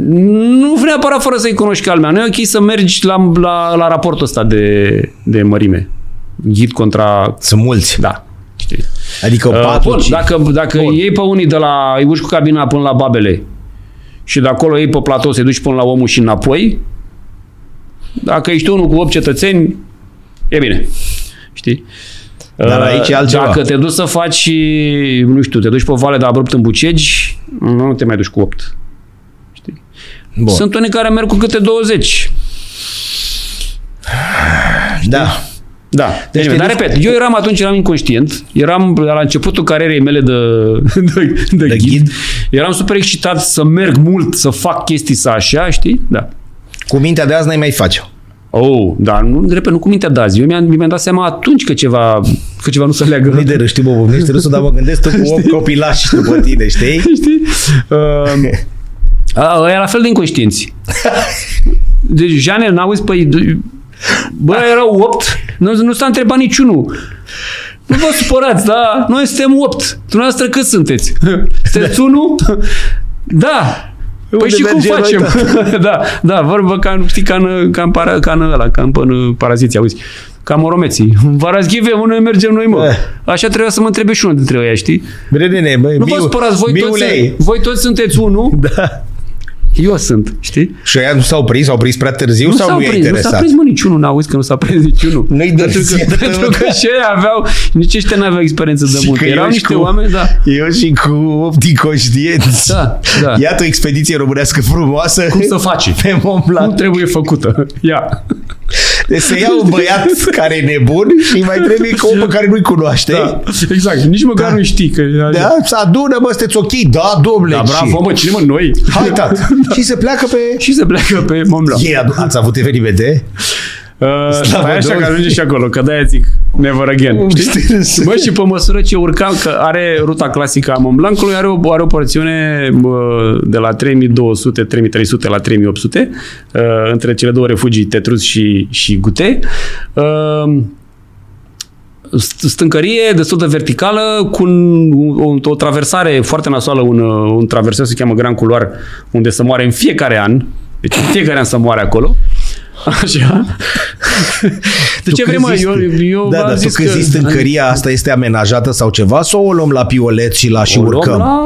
Nu vreau neapărat fără să-i cunoști calmea. Nu e ok să mergi la, la, la raportul ăsta de, de mărime. Ghid contra... Sunt mulți. Da, știi. Adică Uh, patru, Bun, cinci. dacă, dacă Bun. iei pe unii de la, îi urci cu cabina până la Babele și de acolo iei pe platou, se duci până la omul și înapoi, dacă ești unul cu 8 cetățeni, e bine. Știi? Dar Uh, aici e altceva. Dacă te duci să faci, nu știu, te duci pe vale de abrupt în Bucegi, nu te mai duci cu 8. Bun. Sunt unii care merg cu câte 20. Da. Da, deci te anyway, dar duci- repet, eu eram atunci, eram inconștient, eram la începutul carierei mele de, de, de, De de ghid. ghid. ghid, eram super excitat să merg mult, să fac chestii să așa, știi? Da. Cu mintea de azi n-ai mai face. Oh, dar nu, repet, nu cu mintea de azi. Eu mi-am, mi-am dat seama atunci că ceva, că ceva nu se leagă. Nu-i de râs, știi, bă, băbnești râsul, dar mă gândesc tu cu 8 copilași după tine, știi? știi? Uh, a, ăia la fel de inconștienți. Deci, Jane, n-auzi, păi, d- bă, Da. erau opt, nu, nu s-a întrebat niciunul. Nu vă supărați, da? Noi suntem opt. Dumneavoastră cât sunteți? Sunteți unul? Da. Păi Unde și cum mergem noi, facem? da, da, vorbă ca, în- știi, ca în, ca în, para, ca în ăla, ca în, în paraziții, auzi? Ca moromeții. Vă razghive, unde mergem noi, mă? Eh. Așa trebuia să mă întrebe și unul dintre ei, știi? Bine, nene, băi, Nu vă supărați, voi toți, voi toți sunteți unul, Da. eu sunt, știi? Și ăia nu s-au prins, s-au prins prea târziu Nu sau s-au nu i-a prins, nu s-a interesat? prins mă niciunul, n-auzi că nu s-a prins niciunul. Nu-i de pentru râs, că, pentru că și ei aveau, nici ăștia n-aveau experiență de Și muncă. că eu Erau și niște cu- oameni, da. Eu și cu opt inconștienți. Da, da. Iată o expediție românească frumoasă. Cum să faci? Pe Mont Cum Blanc. trebuie făcută. Ia. Deci să iau un băiat care e nebun și îi mai trebuie cu om pe care nu-i cunoaște. Da. Exact. Nici măcar nu știi că... Da, să adună, mă, sunteți ok. Da, domnule. Da, și- bravo, mă, cine mă, noi? Da. Hai, tat. și se pleacă pe... Și se da. pleacă pe Mont Blanc. Ei, adu- ați avut evenimente? Uh, Slavă stai așa că Domnului. ajunge și acolo, că de-aia zic never again. Știi? Bă, și pe măsură ce urcam, că are ruta clasică a Mont Blancului, are o, are o porțiune bă, de la 3200, 3300 la 3800, uh, între cele două refugii, Tetrus și, și Gute. Uh, st- stâncărie destul de verticală cu un, o, o traversare foarte nasoală, un, uh, un traverseu se cheamă Gran Culoar, unde se moare în fiecare an. Deci în fiecare an se moare acolo. Așa. De ce vrei, mă? Eu, eu da, v-am da, zis tu când că... zici stâncăria asta este amenajată sau ceva sau o luăm la piolet și la și O luăm urcăm? La...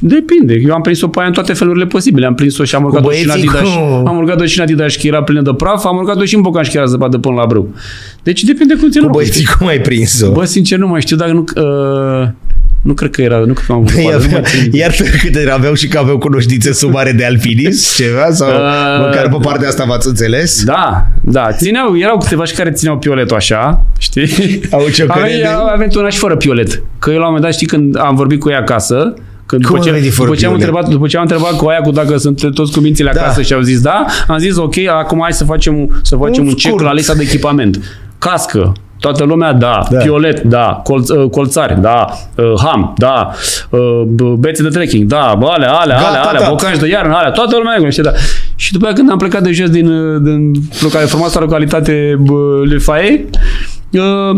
Depinde. Eu am prins-o pe aia în toate felurile posibile. Am prins-o și am urcat-o și la băieții, Didaș. cu- Am urcat-o și la Didaș, că era plină de praf. Am urcat-o și în Bocanș, că era zăpadă până la brâu. Deci depinde cum ți Cu băieții cum ai prins-o? Bă, sincer, nu mai știu, dacă nu... Uh, nu cred că era, nu cred că am avut Ei coadă, nu aveau, mai țin. iar cât de aveau și că aveau cunoștințe subare de alpinism, ceva? Sau Uh, măcar pe partea asta v-ați înțeles? Da, da, țineau, erau câteva și care țineau pioletul așa, știi? Au ciocănele. Avem- Avem tu una și fără piolet. Că eu la un moment dat, știi, când am vorbit cu ea acasă, când Cum după, ai ce, venit fără după, ce am piolet? întrebat, după ce am întrebat cu aia cu dacă sunt toți cu mințile Da. acasă și au zis da, am zis ok, acum hai să facem, să facem Un un, un check scurt. la lista de echipament. Cască, toată lumea, da. Da. da. Piolet, da. Colț, uh, colțari, da. Uh, ham, da. Uh, b- bețe de trekking, da. Bă, alea, alea, Gata, alea, alea, da. bocanj de iarnă, alea, toată lumea cunoaște, da. Și după aia când am plecat de jos din, uh, din locale, frumoasa localitate bă, Le Fae, uh,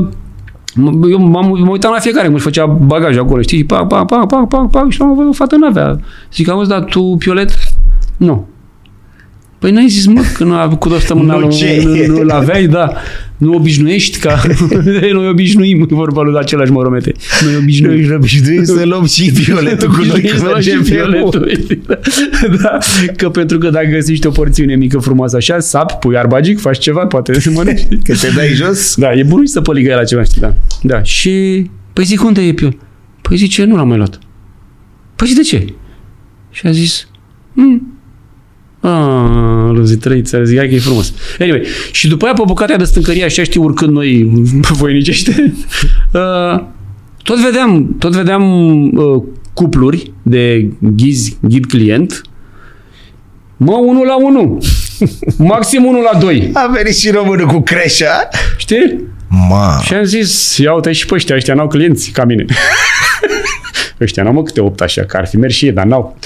m- eu m-am, mă uitam la fiecare cum își făcea bagajul acolo, știi? Și pac, pac, pac, pac, pac, pac, și am avut o fată n-avea. Zic, auzi, dar tu, Piolet? Nu. Păi n-ai zis, mă, că nu, cu toată mâna Nu, nu, ce? nu, nu, aveai, da. Nu obișnuiești ca... Noi obișnuim, e vorba lui același măromete. Noi Noi obișnuim. își obișnuim să luăm și violetul cu noi Obișnuiești când să lași mergem pe munte. violetul. da, că pentru că dacă găsești o porțiune mică frumoasă așa, sap, pui arbagic, faci ceva, poate să mănânci. Că te dai jos? Da, e bun și să păligă la ceva, știi, da. Da, și... Păi zic, unde e pion? Păi zice, nu l-am mai luat. Păi și de ce? Și a zis, hmm. Ah, lui zi, trei, ți-a zis, hai că e frumos. Anyway, și după aia pe bucata de stâncărie, așa știi, urcând noi voinicește, uh, tot vedeam, tot vedeam uh, cupluri de ghizi, ghid client, mă, unul la unul, maxim unul la doi, A venit și românul cu creșa. știi? Ma, Și am zis, ia uite și pe ăștia, ăștia n-au clienți ca mine. ăștia n-au mă câte opt așa, că ar fi mers și ei, dar n-au.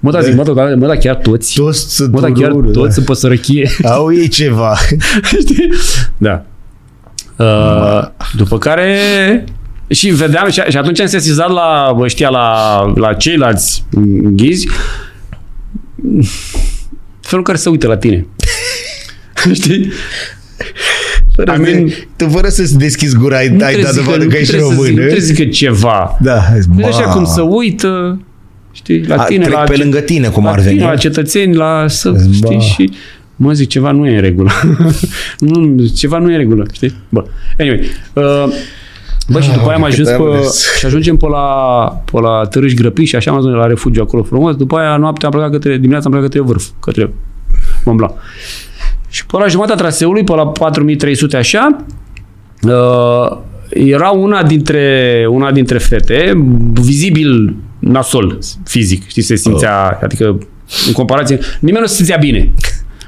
Mă, da, zic, mă, da, mă, da, chiar toți. toți sunt Mă, da, chiar urât, toți sunt pe sărăchie. da. Au ei ceva. Știi? Da. Uh, după care și vedeam și, și atunci am sesizat la bă, știa la, la ceilalți m, ghizi felul în care se uită la tine. Știi? Fără I mean- să- Tu fără să-ți deschizi gura, ai, ai dat nu dovadă că ești trebuie să român. zic, nu eh? trebuie să zică ceva. Da, Vezi așa ma. cum să uită, știi, la A, tine, trec la, pe ce- lângă tine, cum la, ar tine, veni. la cetățeni, la să, știi, și mă zic, ceva nu e în regulă. nu, ceva nu e în regulă, știi? Bă, anyway. Uh, Bă, și după aia am Ah, ajuns cât am pe, râs. și ajungem pe la, pe la Târâș Grăpiș și așa am ajuns la refugiu acolo frumos. După aia noaptea am plecat către, dimineața am plecat către vârf, către Mont Blanc. Și pe la jumătatea traseului, pe la 4300 așa, Uh, era una dintre, una dintre fete, vizibil nasol fizic, știi, se simțea, oh. adică în comparație, nimeni nu se simțea bine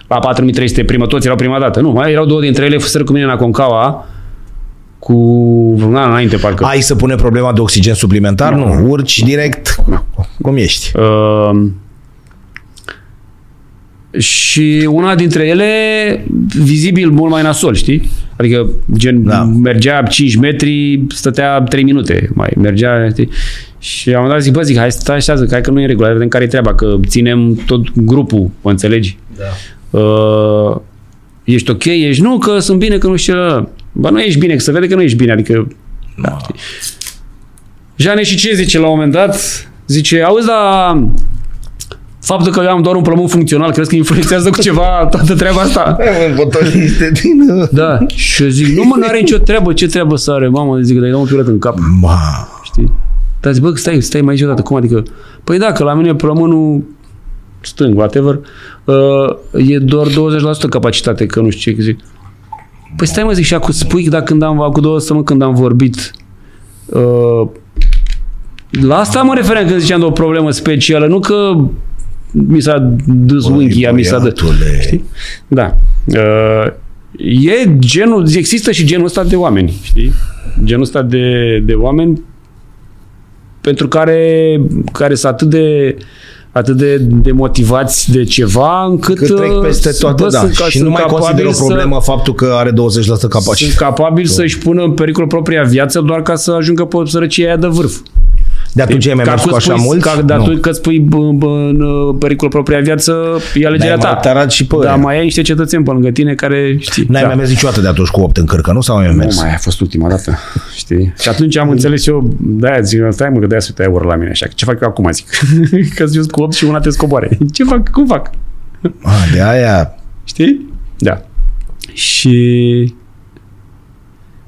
la 4300 primă, toți erau prima dată, nu, mai erau două dintre ele, fuseră cu mine în Aconcaua, cu vreun an înainte, parcă. Ai să pune problema de oxigen suplimentar? Nu. Urci direct? Cum ești? Um, și una dintre ele vizibil mult mai nasol, știi? Adică gen Da. da. mergea 5 metri, stătea 3 minute, mai mergea, știi? Și am dat zic, bă, zic, hai stai așa, zic, hai că nu e în regulă, hai vedem care e treaba, că ținem tot grupul, mă înțelegi? Da. Uh, ești ok, ești nu, că sunt bine, că nu știu ce. Bă, nu ești bine, că se vede că nu ești bine, adică Jane și ce zice la un moment dat? Zice, auzi, dar faptul că eu am doar un plămân funcțional, crezi că influențează cu ceva toată treaba asta? Da. Și eu zic, nu mă, n-are nicio treabă, ce treabă să are? Mamă, zic, dai dau un piolet în cap, Ma, știi? Dar zic, bă, stai, stai mai aici odată, cum adică? Păi da, că la mine plămânul stâng, whatever, uh, e doar 20% capacitate, că nu știu ce zic. Păi stai mă, zic, și acum spui că dacă când am, cu două săptămâni când am vorbit, uh, la asta mă refeream când ziceam de o problemă specială, nu că mi s-a dus unghia, mi s-a dus. băiatule. Da. Uh, E genul, există și genul ăsta de oameni, știi? Genul ăsta de, de oameni pentru care, care sunt atât de atât de, de motivați de ceva încât Că trec peste uh, toată, bă, da. sunt ca- și nu sunt mai consider capabili o să- problemă faptul că are 20% sunt capacitate. capabili să-și pună în pericol propria viață doar ca să ajungă pe sărăcia aia de vârf. De atunci ai mai Ca mers tu cu așa spui- mult? Ca, dar tu că spui bă, bă, în uh, pericol propria viață, e alegerea N-ai mai ta. tarat și pe Dar ăia. mai ai niște cetățeni pe lângă tine care știi. da. N-ai mai mers niciodată de atunci cu 8 în cârcă, nu? Sau ai mai Nu mers? mai a fost ultima dată, știi? Și atunci am înțeles eu, da, zic, stai mă, că de-aia se uită ori la mine, așa, că ce fac eu acum, zic? că sunt cu 8 și una te scoboare. Ce fac, cum fac? Ah, de aia... Știi? Da. Și...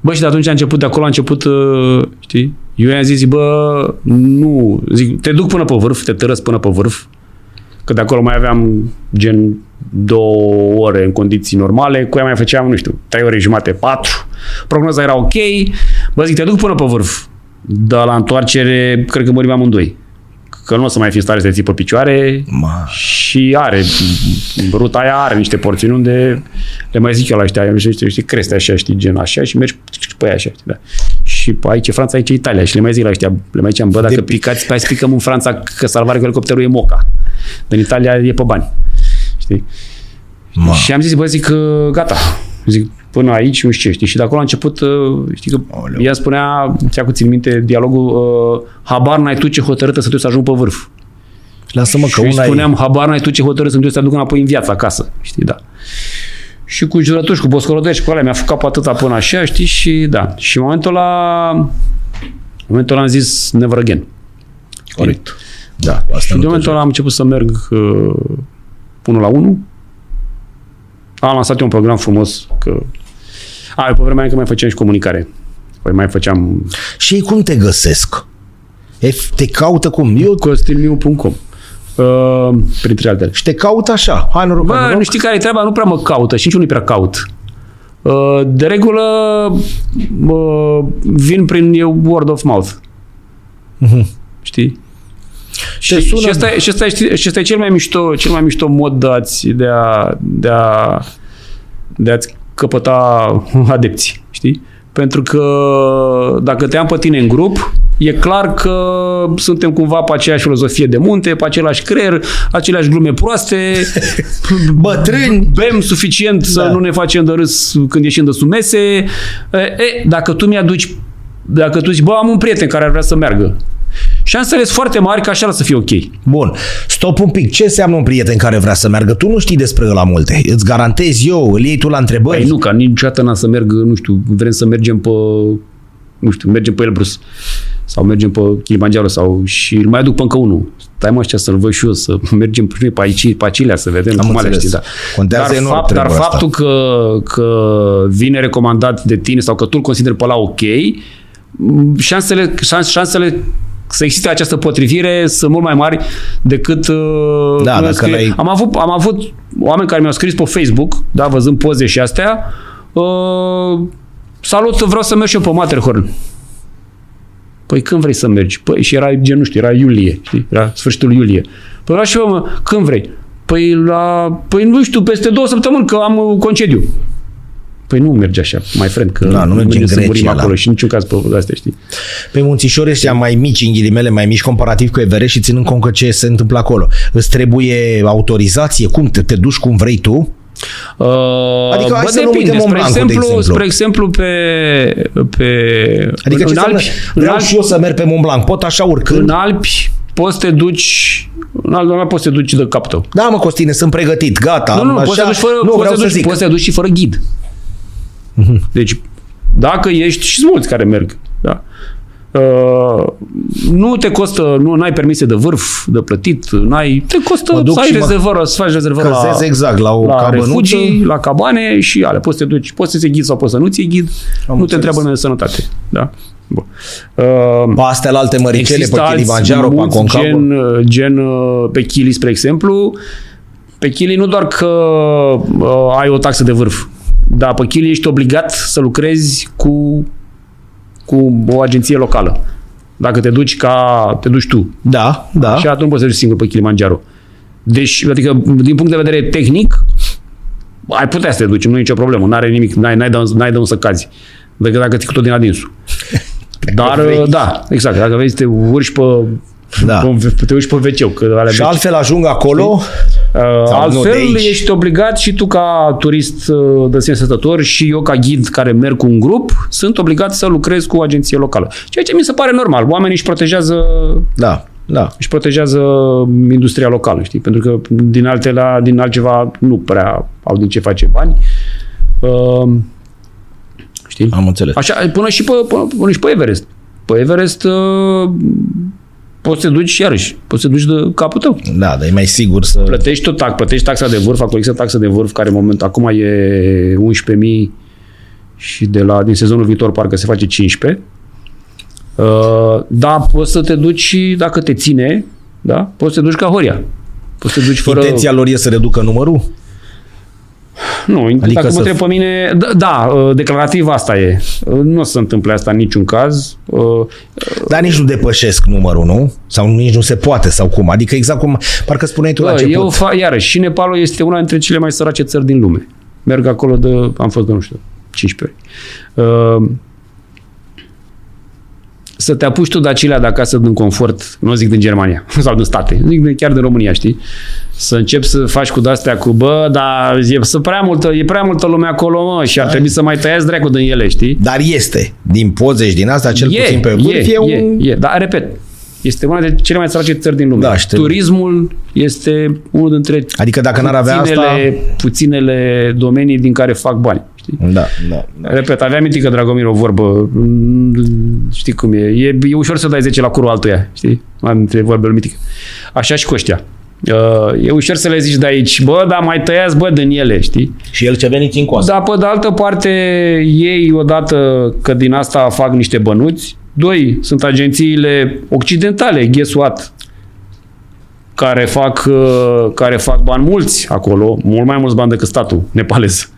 Bă, și de atunci a început, de acolo a început, uh, știi? Eu i-am zis, zic, bă, nu, zic, te duc până pe vârf, te tărăsc până pe vârf, că de acolo mai aveam gen două ore în condiții normale, cu ea mai făceam, nu știu, trei ore jumate, patru, prognoza era ok, bă, zic, te duc până pe vârf, dar la întoarcere, cred că mărim amândoi, că nu o să mai fi în stare să te ții pe picioare, Ma. și are, ruta aia are niște porțiuni unde le mai zic eu la ăștia, niște, niște, niște creste așa, știi, gen așa și mergi pe aia așa, știi, da. Și pe aici e Franța, aici e Italia și le mai zic la ăștia, le mai ziceam, bă, dacă De- picați, hai să picăm în Franța că salvarea cu elicopterul e moca. În Italia e pe bani, știi? Ma. Și am zis, bă, zic, că gata. Zic, până aici, nu știu ce, știi? Și de acolo a început, uh, știi că Aoleu. ea spunea, ți-a cu țin minte dialogul, uh, habar n-ai tu ce hotărâtă să te duci să ajung pe vârf. Lasă-mă că Și îi una spuneam, e... habar n-ai tu ce hotărâi să-mi duc să te aduc înapoi în viață acasă, știi, da. Și cu jurături și cu boscorodări și cu alea mi-a făcut capul atâta până așa, știi, și da. Și în momentul ăla, în momentul ăla am zis never again. Corect. Da, cu asta Și nu de te momentul ăla am început să merg uh, unul la unul. Am lansat eu un program frumos că... A, eu pe vremea aia că mai făceam și comunicare. Păi mai făceam joci. Și ei cum te găsesc? Ei te caută cum? Eu... costinmiu.com uh, printre altele. Și te caut așa. Hai noroc, hai Bă, noroc. nu știi care e treaba, nu prea mă caută și nici nu prea caut. Uh, De regulă uh, vin prin eu word of mouth. Știi? Și, sună- și, asta, e- și, asta, e- știi- și asta e cel mai mișto, cel mai mișto mod de a-ți, de a, de a, de a-ți căpăta adepți, știi? Pentru că dacă te am pe tine în grup, e clar că suntem cumva pe aceeași filozofie de munte, pe același creier, aceleași glume proaste, Bătrâni! bem suficient să Da. nu ne facem de râs când ieșim de sub mese. E, e, dacă tu mi-aduci, dacă tu zici, bă, am un prieten care ar vrea să meargă. Șansele sunt foarte mari că așa să fie ok. Bun, stop un pic. Ce înseamnă un prieten care vrea să meargă? Tu nu știi despre la multe. Îți garantez eu, îl iei tu la întrebări. Păi nu, ca niciodată n-am să merg, nu știu, vrem să mergem pe, nu știu, mergem pe Elbrus sau mergem pe Kilimanjaro sau și îl mai aduc pe încă unul. Stai mă așa să-l văd și eu, să mergem pe noi pe aici, pe acilea, să vedem Am cum alea înțeles. știi, da. Contează dar enorm fapt, dar treaba asta. faptul că, că vine recomandat de tine sau că tu îl consideri pe la ok, m, șansele, șans, șansele să existe această potrivire sunt mult mai mari decât uh, Da, cum dacă să scrie- l-ai- am avut, am avut oameni care mi-au scris pe Facebook, da, văzând poze și astea, uh, salut, vreau să merg și eu pe Matterhorn. Păi când vrei să mergi? Păi și era gen, nu știu, era iulie, știi? Da. Era sfârșitul iulie. Păi vreau și eu, mă, când vrei? Păi la, păi nu știu, peste două săptămâni că am uh, concediu. Păi nu merge așa, mai friend, că Da, nu merge în să Grecia, murim la- acolo și în niciun caz pe astea, știi? Pe munțișori ăștia mai mici, în ghilimele, mai mici comparativ cu Everest și ținând cont că ce se întâmplă acolo. Îți trebuie autorizație? Cum? Te, te duci cum vrei tu? Uh, Adică hai să nu uităm spre Mont Blancul, de exemplu, exemplu. spre exemplu pe, pe Adică în, ce Alpi, înseamnă? în, Vreau Alpi, și eu să merg pe Mont Blanc. Pot așa urcând? în Alpi poți să te duci în Alpi nu poți să te duci de cap tău. Da, mă, Costine, sunt pregătit. Gata. Nu, nu, așa... poți să te duci fără, nu poți vreau să te să duci, zic. Mhm. poți să te duci și fără ghid. Deci, dacă ești, și sunt mulți care merg, da. Uh, nu te costă, nu ai permise de vârf, de plătit, n-ai, te Mă costă duc să ai și mă rezervor, să faci rezervor la, Căzez exact la o la cabănuță. refugii, la cabane și ale. Poți să te duci, poți să ți ghid sau poți să nu ți ghid. nu înțeles. te întreabă nimeni de sănătate. Da? Bun. Uh, Pe astea la alte măricele, pe Există alți Kilimanjaro, pe mulți Aconcagua. gen, gen uh, pe Chili, spre exemplu. Pe Chili nu doar că uh, ai o taxă de vârf, dar pe Chili ești obligat să lucrezi cu, cu o agenție locală. Dacă te duci ca te duci tu, Da, da. și atunci poți să duci singur pe Kilimanjaro. Deci, adică, din punct de vedere tehnic, ai putea să te duci, nu e nicio problemă, n-are nimic, n-ai, n-ai, de, n-ai de unde să cazi, decât dacă ți tot din adinsul. Dar, vrei. da, exact, dacă vezi, te urci pe Da. pe- Te urci pe wc că alea Și altfel ajung acolo. Uh, Sau nu, de altfel, aici. ești obligat și tu ca turist uh, de sine stătător și eu ca ghid care merg cu un grup, sunt obligat să lucrez cu o agenție locală. Ceea ce mi se pare normal. Oamenii își protejează Da, da. își protejează industria locală, știi? Pentru că din alte la, din altceva nu prea au din ce face bani. Uh, știi? Am înțeles. Așa, până și pe, până, până și pe Everest. Pe Everest uh, poți să te duci iarăși, poți să te duci de capul tău. Da, dar e mai sigur să... Plătești tot tax, plătești taxa de vârf, acolo există taxa de vârf care în moment, acum e 11.000 și de la, din sezonul viitor parcă se face 15. Uh, da, poți să te duci și dacă te ține, da? Poți să te duci ca Horia. Poți să te duci fără... Intenția lor e să reducă numărul? Nu, adică dacă să- mă întreb pe mine, da, da, uh, declarativ asta e. Uh, Nu o să se întâmple asta în niciun caz. Uh, Dar nici nu depășesc numărul, nu? Sau nici nu se poate, sau cum? Adică exact cum, parcă spuneai tu la Bă, început. eu fa- iarăși, și Nepalul este una dintre cele mai sărace țări din lume. Merg acolo de, am fost de, nu știu, 15 ori. Uh, să te apuci tu de acelea de acasă din confort, nu zic din Germania sau din state, zic de, chiar de România, știi? Să începi să faci cu de-astea cu, bă, dar e, să prea multă, e prea multă lume acolo, mă, Da. și ar trebui să mai tăiați dracu din ele, știi? Dar este, din poze și din asta, cel e, puțin pe vârf, e, e, un... e, e, dar repet, este una dintre cele mai sărace țări din lume. Da, știu. Turismul este unul dintre Adică dacă n-ar avea puținele, asta... puținele domenii din care fac bani. Știi? Da, da, da. Repet, aveam mintit că Dragomir o vorbă. mm, Știi cum e. E, e ușor să dai 10 la curul altuia. Știi? Am dintre vorbele mitice. Așa și cu ăștia. Uh, e ușor să le zici de aici, bă, dar mai tăiați, bă, din ele, știi? Și el ce a venit în coastă. Dar pe de altă parte, ei odată că din asta fac niște bănuți, doi, sunt agențiile occidentale, guess what, care fac, uh, care fac bani mulți acolo, mult mai mulți bani decât statul nepalez.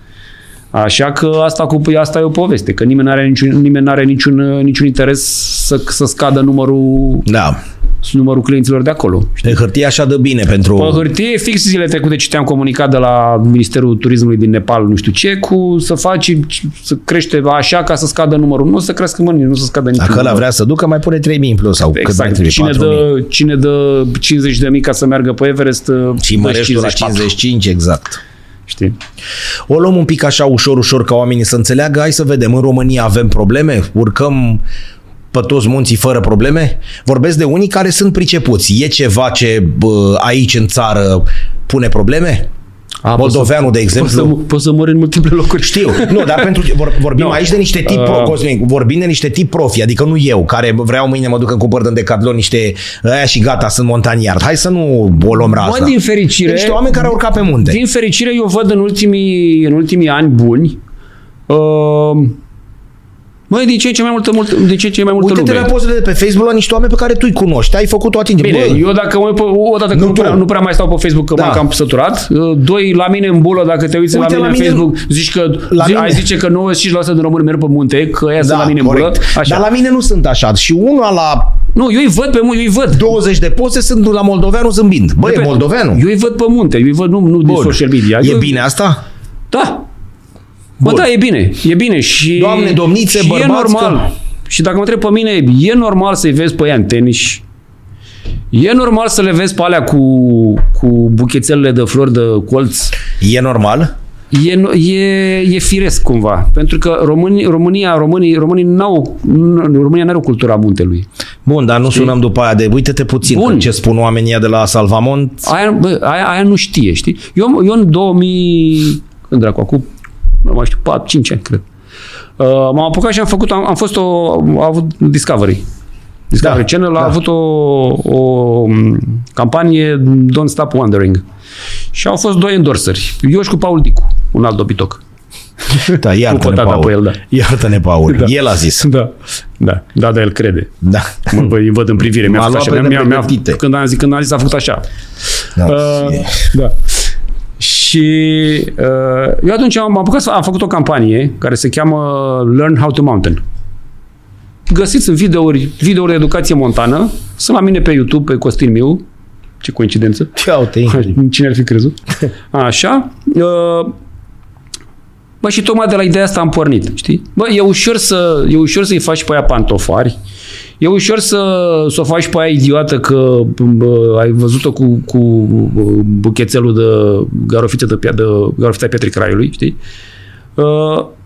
Așa că asta, cu, asta e o poveste, că nimeni nu are niciun, nimeni n-are niciun, uh, niciun interes să, să scadă numărul, Da. numărul clienților de acolo. Pe hârtie așa dă bine pentru... Pe hârtie, fix zilele trecute citeam comunicat de la Ministerul Turismului din Nepal, nu știu ce, cu să faci, să crește așa ca să scadă numărul. Nu o să crească mă, nu o să scadă niciun Dacă ăla număr. vrea să ducă, mai pune 3.000 în plus sau cât mai Exact. trebuie, Cine 4.000. dă, cine dă 50 de mii ca să meargă pe Everest, Și dă mărești tu la 54, 55, exact. Știi? O luăm un pic așa ușor, ușor ca oamenii să înțeleagă. Hai să vedem, în România avem probleme? Urcăm pe toți munții fără probleme? Vorbesc de unii care sunt pricepuți. E ceva ce bă, aici în țară pune probleme? A, Moldoveanu, de Poți să, exemplu. poți să mori în multiple locuri. Știu, nu, dar pentru vor, vorbim Nu. aici de niște tip pro, Uh. Cosmin, vorbim de niște tip profi, adică nu eu, care vreau mâine mă duc în cumpăr de decathlon niște aia și gata, sunt montaniar. Hai să nu o luăm Mă, raza. din fericire, Niște oameni care au urcat pe munte. Din fericire, eu văd în ultimii, în ultimii ani buni, uh, măi, din ce în ce mai multă, multă, din ce în ce mai multă Uite-te lume. la pozele de pe Facebook la niște oameni pe care tu-i cunoști. Ai făcut o atingere. Bine, Bă, eu dacă mă uit pe, odată că Nu nu, tu. prea, nu prea mai stau pe Facebook că Da. da. m-am cam săturat, uh, doi, la mine în bulă, dacă te uiți Uite, la, mine la mine- în Facebook, zici că, La zi, mine- ai zice că 95% din români merg pe munte, că ea sunt la mine în bulă. Așa. da, Dar la mine nu sunt așa. Și una la Nu, eu îi văd pe munte, eu îi văd. 20 de poze sunt la moldoveanu zâmbind. Bă, e Repet, moldoveanu. Eu îi văd pe munte, eu îi văd nu, nu din Bun. social media. E eu, bine asta? Da. Bă, da, e bine. E bine și... Doamne, domnițe, și e bărbați, normal. că- Și dacă mă întreb pe mine, e normal să-i vezi pe ea în tenis? E normal să le vezi pe alea cu, cu buchețelele de flori de colț? E normal? E, no- e, e firesc cumva, pentru că români, România, românii, românii n-au, n- România n-are o cultură a muntelui. Bun, dar nu sunăm după aia de uite-te puțin Bun. că ce spun oamenii ăia de la Salvamont. Aia, bă, aia, aia nu știe, știi? Eu, eu în 2000, când dracu, acum, nu mai știu, 4, 5 ani, cred. Uh, m-am apucat și am făcut, am, am fost o, am avut Discovery. Discovery Da, da, Channel da. a avut o, o m, campanie Don't Stop Wondering. Și au fost doi endorsări. Eu și cu Paul Dicu, un alt dobitoc. Da, Cu iartă-ne, potata Paul. pe el, da. Iartă-ne, Paul. Da. El a zis. Da, da, da, dar el crede. Da. Mă, bă, îi văd în privire. Mi-a M-a făcut luat pe așa. Mi-a, mi-a, nepregătite. când, am zis, când am zis, a făcut așa. da. Uh, e- da. Și uh, eu atunci am apucat să am făcut o campanie care se cheamă Learn How to Mountain. Găsiți în videouri, videouri de educație montană. Sunt la mine pe YouTube, pe Costin Miu. Ce coincidență. Ia uite, incredibil. Cine ar fi crezut? Așa. Uh, Bă, și tocmai de la ideea asta am pornit, știi? Bă, e ușor, să, e ușor să-i faci pe aia pantofari, e ușor să, să o faci pe aia idiotă că bă, ai văzut-o cu, cu bă, buchețelul de garofiță de, pia- de garofița Pietrei Craiului, știi? Uh,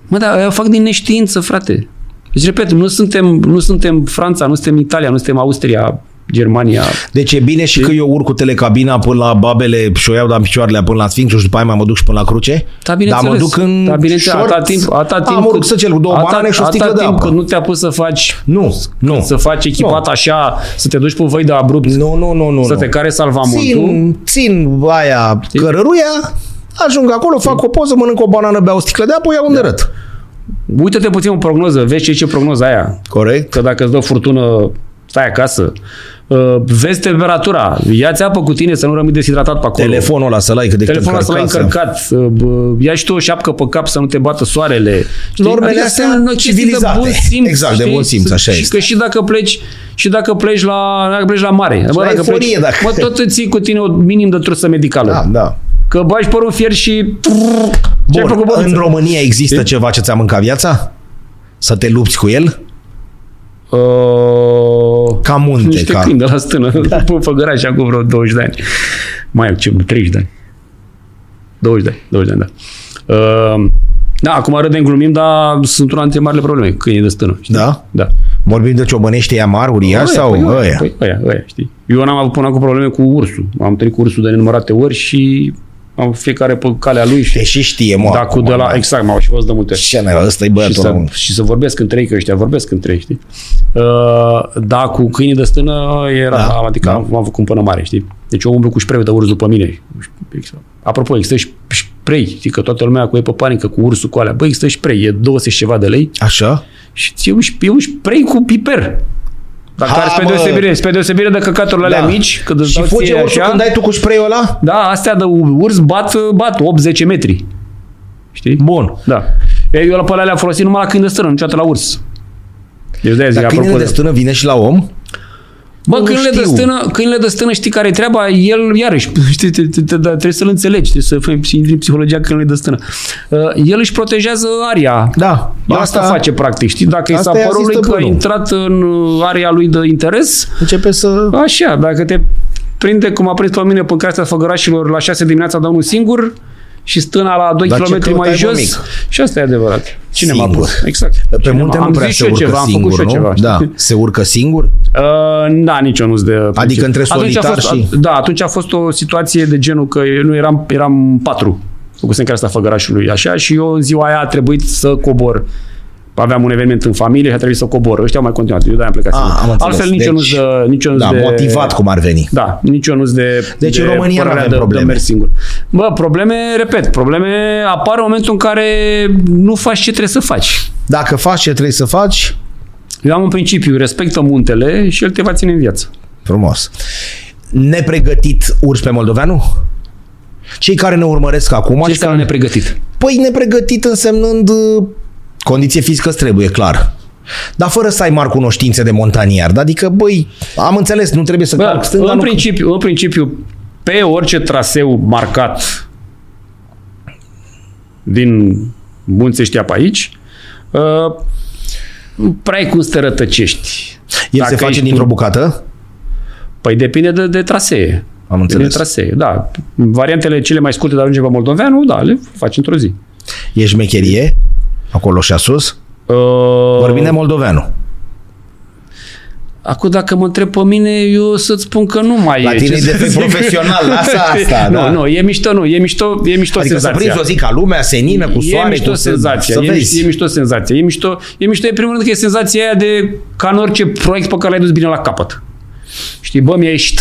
mă, dar aia o fac din neștiință, frate. Deci, repet, nu suntem, nu suntem Franța, nu suntem Italia, nu suntem Austria, Germania. Deci e bine și că eu urc cu telecabina până la babele și o iau de picioarele până la sfinx și după aia mai mă duc și până la cruce. Da, Dar mă bineîțeles. duc în da, bineînțeles, shorts, atâta timp, atâta timp am urc să cel cu două banane și o sticlă atâta de timp apă. cât nu te-a pus să faci Nu, nu. să faci echipat Nu. așa, să te duci pe voi de abrupt, Nu, nu, nu, nu. să nu. te care salvamontul. țin, țin aia cărăruia, ajung acolo, fac o poză, mănânc o banană, beau o sticlă de apă, iau unde da. răt. Uite-te puțin în prognoză, vezi ce ce prognoza aia. Corect? Că dacă îți dă furtună, stai acasă. Uh, Vezi temperatura, ia-ți apă cu tine să nu rămâi deshidratat pe acolo. Telefonul ăla să-l ai cât de cât Telefonul ăsta l-ai încărcat, să- încărcat, uh, bă, ia și tu o șapcă pe cap să nu te bată soarele. Știi? Normele astea sunt o chestie civilizate. De bun simț, Exact, de știi? bun simț, așa și este. Că și dacă pleci și dacă pleci la, dacă pleci la mare, la eforie, dacă- mă, tot îți ții cu tine o minim de trusă medicală. Da, da. Că bagi părul în fier și... Ce-ai Bun, făcut, bă? în România există ceva ce ți-a mâncat viața? Să te lupți cu el? Uh, Ca munte, niște Deci ca- câini de la stână. Da. Pun făgăra și acum vreo 20 de ani. Mai ce, 30 de ani. 20 de ani, 20 de ani, da. Uh, da, acum râdem, glumim, dar sunt una dintre marile probleme, câinii de stână. Știi? Da? Da. Vorbim de ciobănește, e amar, uriaș sau păi, ăia? Păi, ăia, ăia, știi. Eu n-am avut până acum probleme cu ursul. Am întâlnit cu ursul de nenumărate ori și am fiecare pe calea lui și Deși știe, mă. dacă de la, exact, m-au și văzut de multe ori. Deci, Ce ne ăsta e și băiatul să, român. și să vorbesc între ei, că ăștia vorbesc între ei, știi? Uh, da, cu câinii de stână era, Da, da, adică da. da. am am făcut un până mare, știi? Deci eu umblu cu spray de urs după mine. Apropo, există și spray, știi că toată lumea cu e pe panică, cu ursul, cu alea. Băi, există spray, e 200 și ceva de lei Așa? și e un, e un spray cu piper. Dacă Ha, ha, spre mă! deosebire, spre deosebire de căcaturile Da. alea mici, că îți Și dau fuge ție ursul așa, când dai tu cu spray ăla? da, astea de urs bat, bat 8-10 metri. Știi? Bun. Da. Ei, Eu la pe alea le-am folosit numai la câini de stână, niciodată la urs. Deci de-aia zic, Dar apropo câinele de de... stână vine și la om? Bă, Nu câinile de, știu. stână, câinile de stână știi care e treaba? El, iarăși, știi, te, te, te, da, trebuie să-l înțelegi, trebuie să fii- să intri în psihologia câinelui de stână. Uh, El își protejează aria. Da. Asta, asta face practic, știi? Dacă i s-a asta e părut lui că asistătorul. a intrat în uh, area lui de interes, Începe să... Așa, dacă te prinde cum a prins pe mine pe cartea făgărașilor la 6 dimineața de unul singur și stâna la 2 Dar ce km mai căutai, mă, jos. mic? Și asta e adevărat. Cine m-a Singur. pus? Exact. Pe Cine munte m-a- nu am prea zis se și eu urcă ceva, am făcut singur, și eu nu? ceva. da. știi? Se urcă singur? Uh, da, nici eu nu-s de... Adică între atunci a solitar fost, și- Da, atunci a fost o situație de genul că eu nu eram, eram patru. Făcusem care asta făgărașului, așa, și eu în ziua aia a trebuit să cobor. Aveam un eveniment în familie și a trebuit să cobor. Ăștia au mai continuat. Eu de-aia am plecat. Ah, singur. am înțeles. Altfel nici eu nu-s Deci, de... Nici eu nu-s Da, de... motivat cum ar veni. Da, nici eu nu-s de Deci de în România părerea n-avem de, probleme. De mers singur. Bă, probleme, repet, probleme apar în momentul în care nu faci ce trebuie să faci. Dacă faci ce trebuie să faci, Eu am un principiu, respectă muntele și el te va ține în viață. frumos. Nepregătit urci pe moldoveanu? Cei care ne urmăresc acum, Ești adică, care nepregătit. păi nepregătit însemnând uh, condiție fizică îți trebuie, clar. Dar fără să ai mari cunoștințe de montaniar. Dar Adică, băi, am înțeles, nu trebuie să calc Bă, Da, stânga, în, nu... principiu, în principiu, pe orice traseu marcat din munții ăștia pe aici, uh, nu prea ai cum să te rătăcești. El Dacă se face ești dintr-o un- bucată? Păi depinde de, de trasee. Am Înțeles. înțeles. trasee, da. Variantele cele mai scurte de a ajunge pe Moldoveanu, da, le faci într-o zi. E șmecherie, acolo și-a sus. Uh, Vorbim de moldoveanu. Acum, dacă mă întreb pe mine, eu o să-ți spun că nu mai La e. tine ce e de să pe zic. profesional, lasă asta, nu, da. nu, e mișto, nu, e mișto, e mișto Adică să senzația. prinzi o zi ca lumea, senină, cu soare, e mișto cu senzația, Să e, mișto, vezi. e mișto senzația, e mișto, e mișto, e în primul rând că e senzația aia de ca în orice proiect pe care l-ai dus bine la capăt. Știi, bă, mi-a ieșit.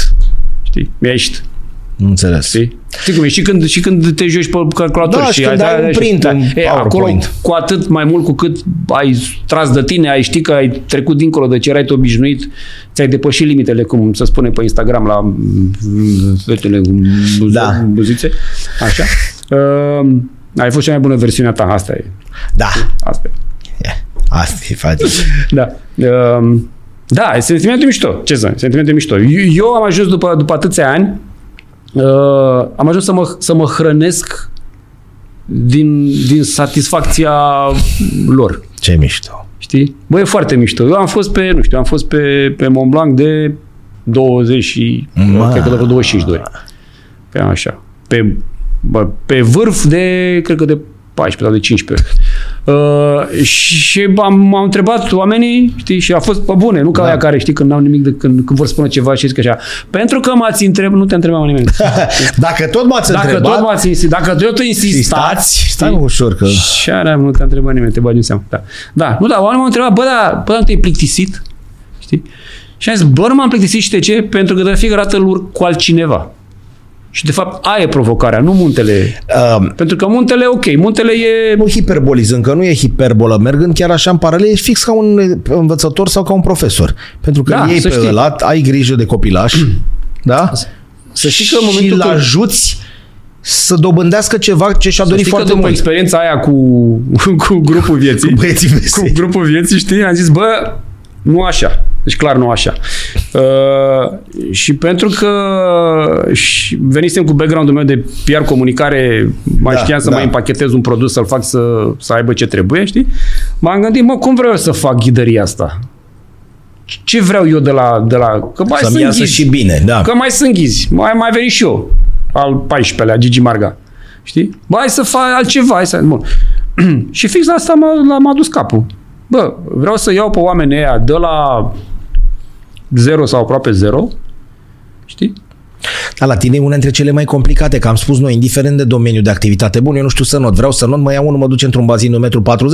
Știi, mi-a ieșit. Nu înțeles. Știi? Știi cum e? Și când, și când te joci pe calculator Da, și când ai- dai un print, un e, acolo, PowerPoint. cu atât mai mult cu cât ai tras de tine, ai ști că ai trecut dincolo de ce erai tu obișnuit, ți-ai depășit limitele, cum se spune pe Instagram la mm, fetele cu buzu- Da. buzițe. Așa. Uh, ai fost cea mai bună versiunea ta, asta e. Da. Asta e. Asta e faci. Da. Um, da, e sentimentul mișto. Ce să, sentimentul mișto. Eu, eu am ajuns după, după atâția ani, uh, am ajuns să mă, să mă hrănesc din, din satisfacția lor. Ce mișto. Știi? Bă, e foarte mișto. Eu am fost pe, nu știu, am fost pe, pe Mont Blanc de 20 și, Ma. cred că de vreo 25 de ori. Pe așa. Pe, bă, pe vârf de, cred că de 14 sau de 15. Uh, și am, am întrebat oamenii, știi, și a fost pe bune, nu ca da. aia care, știi, când n-au nimic, de, când, când vor spune ceva și zic așa. Pentru că m-ați întrebat, nu te întrebam nimeni. Dacă tot m-ați Dacă întrebat, tot m-ați insistat, dacă tot insistați, stați, stai mă ușor că... și are, nu te-a întrebat nimeni, te bagi în seamă. Da. da. Nu, da, oamenii m-au întrebat, bă, da, bă, da, nu te-ai plictisit? Știi? Și am zis, bă, nu m-am plictisit și de ce? Pentru că de fiecare dată îl urc cu altcineva. Și de fapt, aia e provocarea, nu muntele. Um, Pentru că muntele, ok, muntele e... nu hiperbolizând, că nu e hiperbolă, mergând chiar așa în paralel, e fix ca un învățător sau ca un profesor. Pentru că Da, da, ei să pe știi. ăla, ai grijă de copilaș, da? Să știi că în și momentul îl când- ajuți să dobândească ceva ce și-a dorit Știi că foarte după mult. experiența aia cu, cu grupul vieții, Băieții cu veseli. grupul vieții, știi, am zis, bă, nu așa. Deci clar nu așa. Uh, și pentru că și venisem cu background-ul meu de PR comunicare, mai Da, știam să da. mai împachetez un produs, să-l fac să, să aibă ce trebuie, știi? M-am gândit, mă, cum vreau eu să fac ghidăria asta? Ce vreau eu de la... De la că mai Să-mi sunt iasă ghizi. și bine, da. Că mai sunt ghizi. Mai, mai venit și eu. Al 14-lea, Gigi Marga. Știi? Bă, hai să fac altceva. Hai să... Bun. și fix la asta m-a, la- m-a dus capul. Bă, vreau să iau pe oamenii ăia de la 0 sau aproape 0. Știi? Da, la tine e una dintre cele mai complicate, că am spus noi, indiferent de domeniu de activitate. Bun, eu nu știu să not, vreau să not, mă iau unul, mă duce într-un bazin de 1,40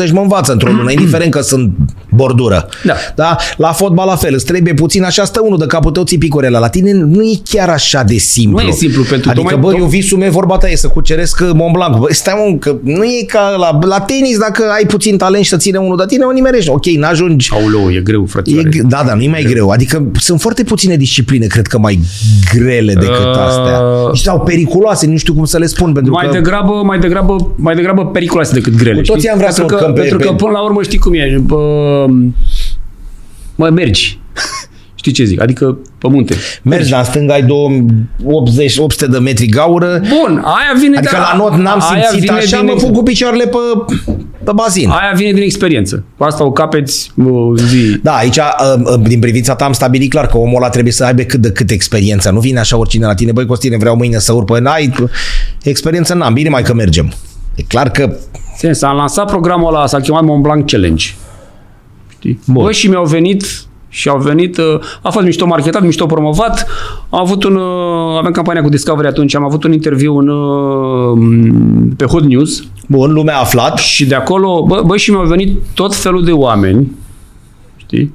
m, mă învață într-o lună, indiferent că sunt bordură. Da. da? La fotbal la fel, îți trebuie puțin, așa stă unul de capul tău, ții picorele. La tine nu e chiar așa de simplu. Nu e simplu, pentru Adică, tocmai- bă, eu visul meu, vorba ta e să cuceresc Mont Blanc. Bă, stai mă, că nu e ca la, la tenis, dacă ai puțin talent și să ține unul de tine, o nimerești. Ok, n-ajungi Auleu, e greu, E, frățioare. gr- da, da, nu e mai greu. Adică sunt foarte puține discipline, cred că mai grele decât Uh, astea. Și sau periculoase, nu știu cum să le spun, pentru mai că... degrabă, mai degrabă, mai degrabă periculoase decât grele. Cu toții știi? am vrea pentru să că, urcăm pe- pentru că pe- până la urmă știi cum e. Bă, mă, mergi. știi ce zic? Adică pe munte. Mergi la stânga, ai două- 80, 800 de metri gaură, Bun, aia vine adică de la not n-am Da. aia simțit vine așa, din, mă fug cu picioarele pe, pe bazin. Aia vine din experiență. Cu asta o capeți o zi. Da, aici, uh, uh, din privința ta, am stabilit clar că omul ăla trebuie să aibă cât de cât experiență. Nu vine așa oricine la tine, băi, Costine, vreau mâine să urc, Păi, n-ai experiență, n-am, bine mai că mergem. E clar că Sens, am lansat programul ăla, s-a chemat Mont Blanc Challenge. Știi? Bun. Bă, și mi-au venit și au venit, uh, a fost mișto marketat, mișto promovat. Am avut un, uh, aveam campania cu Discovery atunci, am avut un interviu în, uh, pe Hot News Bun, lumea a aflat. și de acolo, bă, bă și mi-au venit tot felul de oameni, știi,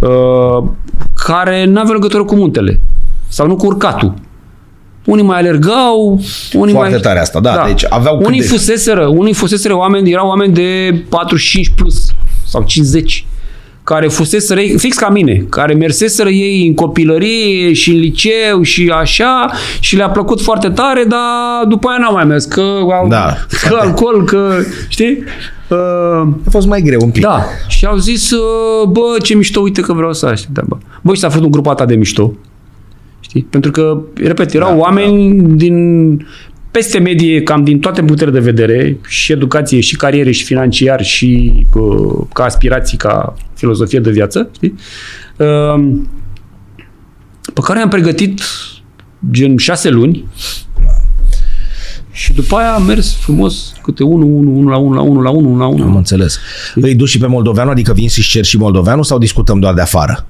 uh, care n-aveau legătură cu muntele sau nu cu urcatul. Unii mai alergau, unii Foarte mai... tare asta, da, deci aveau cât unii de- fuseseră, unii fuseseră oameni, erau oameni de 45 plus sau 50 care fuseseră, ei- fix ca mine, care merseseră ei în copilărie și în liceu și așa și le-a plăcut foarte tare, dar după aia n-au mai mers, că au, Da. că alcool, că, știi? Uh, A fost mai greu un pic. da. Și au zis, uh, bă, ce mișto, uite că vreau să aștept. Da, bă. bă, și s-a făcut un grup atât de mișto. Știi? Pentru că, repet, erau da, oameni da. din peste medie, cam din toate puterile de vedere, și educație, și cariere, și financiar, și uh, ca aspirații, ca filozofie de viață, știi? Uh, pe care am pregătit gen șase luni și după aia am mers frumos câte 1, 1, 1 la 1 la 1 la 1 la 1. Am înțeles. Îi duci și pe moldoveanul, adică vin și cer și moldoveanul sau discutăm doar de afară?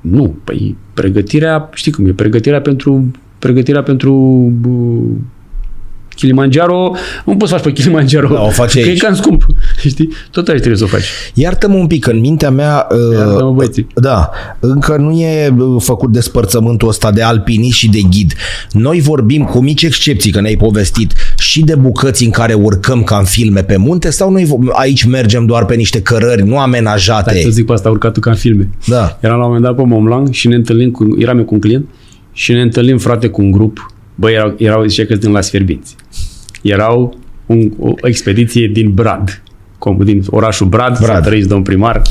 Nu, păi pregătirea, știi cum e, pregătirea pentru, pregătirea pentru uh, Kilimanjaro, nu poți să faci pe Kilimanjaro. Da, o faci că aici. e cam scump, știi? Tot aici trebuie să o faci. Iartă-mă un pic, în mintea mea... uh, Iartă-mă, băieții. Da, încă nu e uh, făcut despărțământul ăsta de alpinist și de ghid. Noi vorbim, cu mici excepții, că ne-ai povestit, și de bucăți în care urcăm ca în filme pe munte sau noi vo- aici mergem doar pe niște cărări nu Hai amenajate? să zic pe asta, urcatul ca în filme. Da. Eram la un moment dat pe Mont Blanc și ne întâlnim cu, eram eu cu un client și ne întâlnim, frate, cu un grup. Bă, erau, erau zicea că din Las Fierbinți. Erau un, o expediție din Brad, com- din orașul Brad, Brad. să Brad. trăiți domn primar.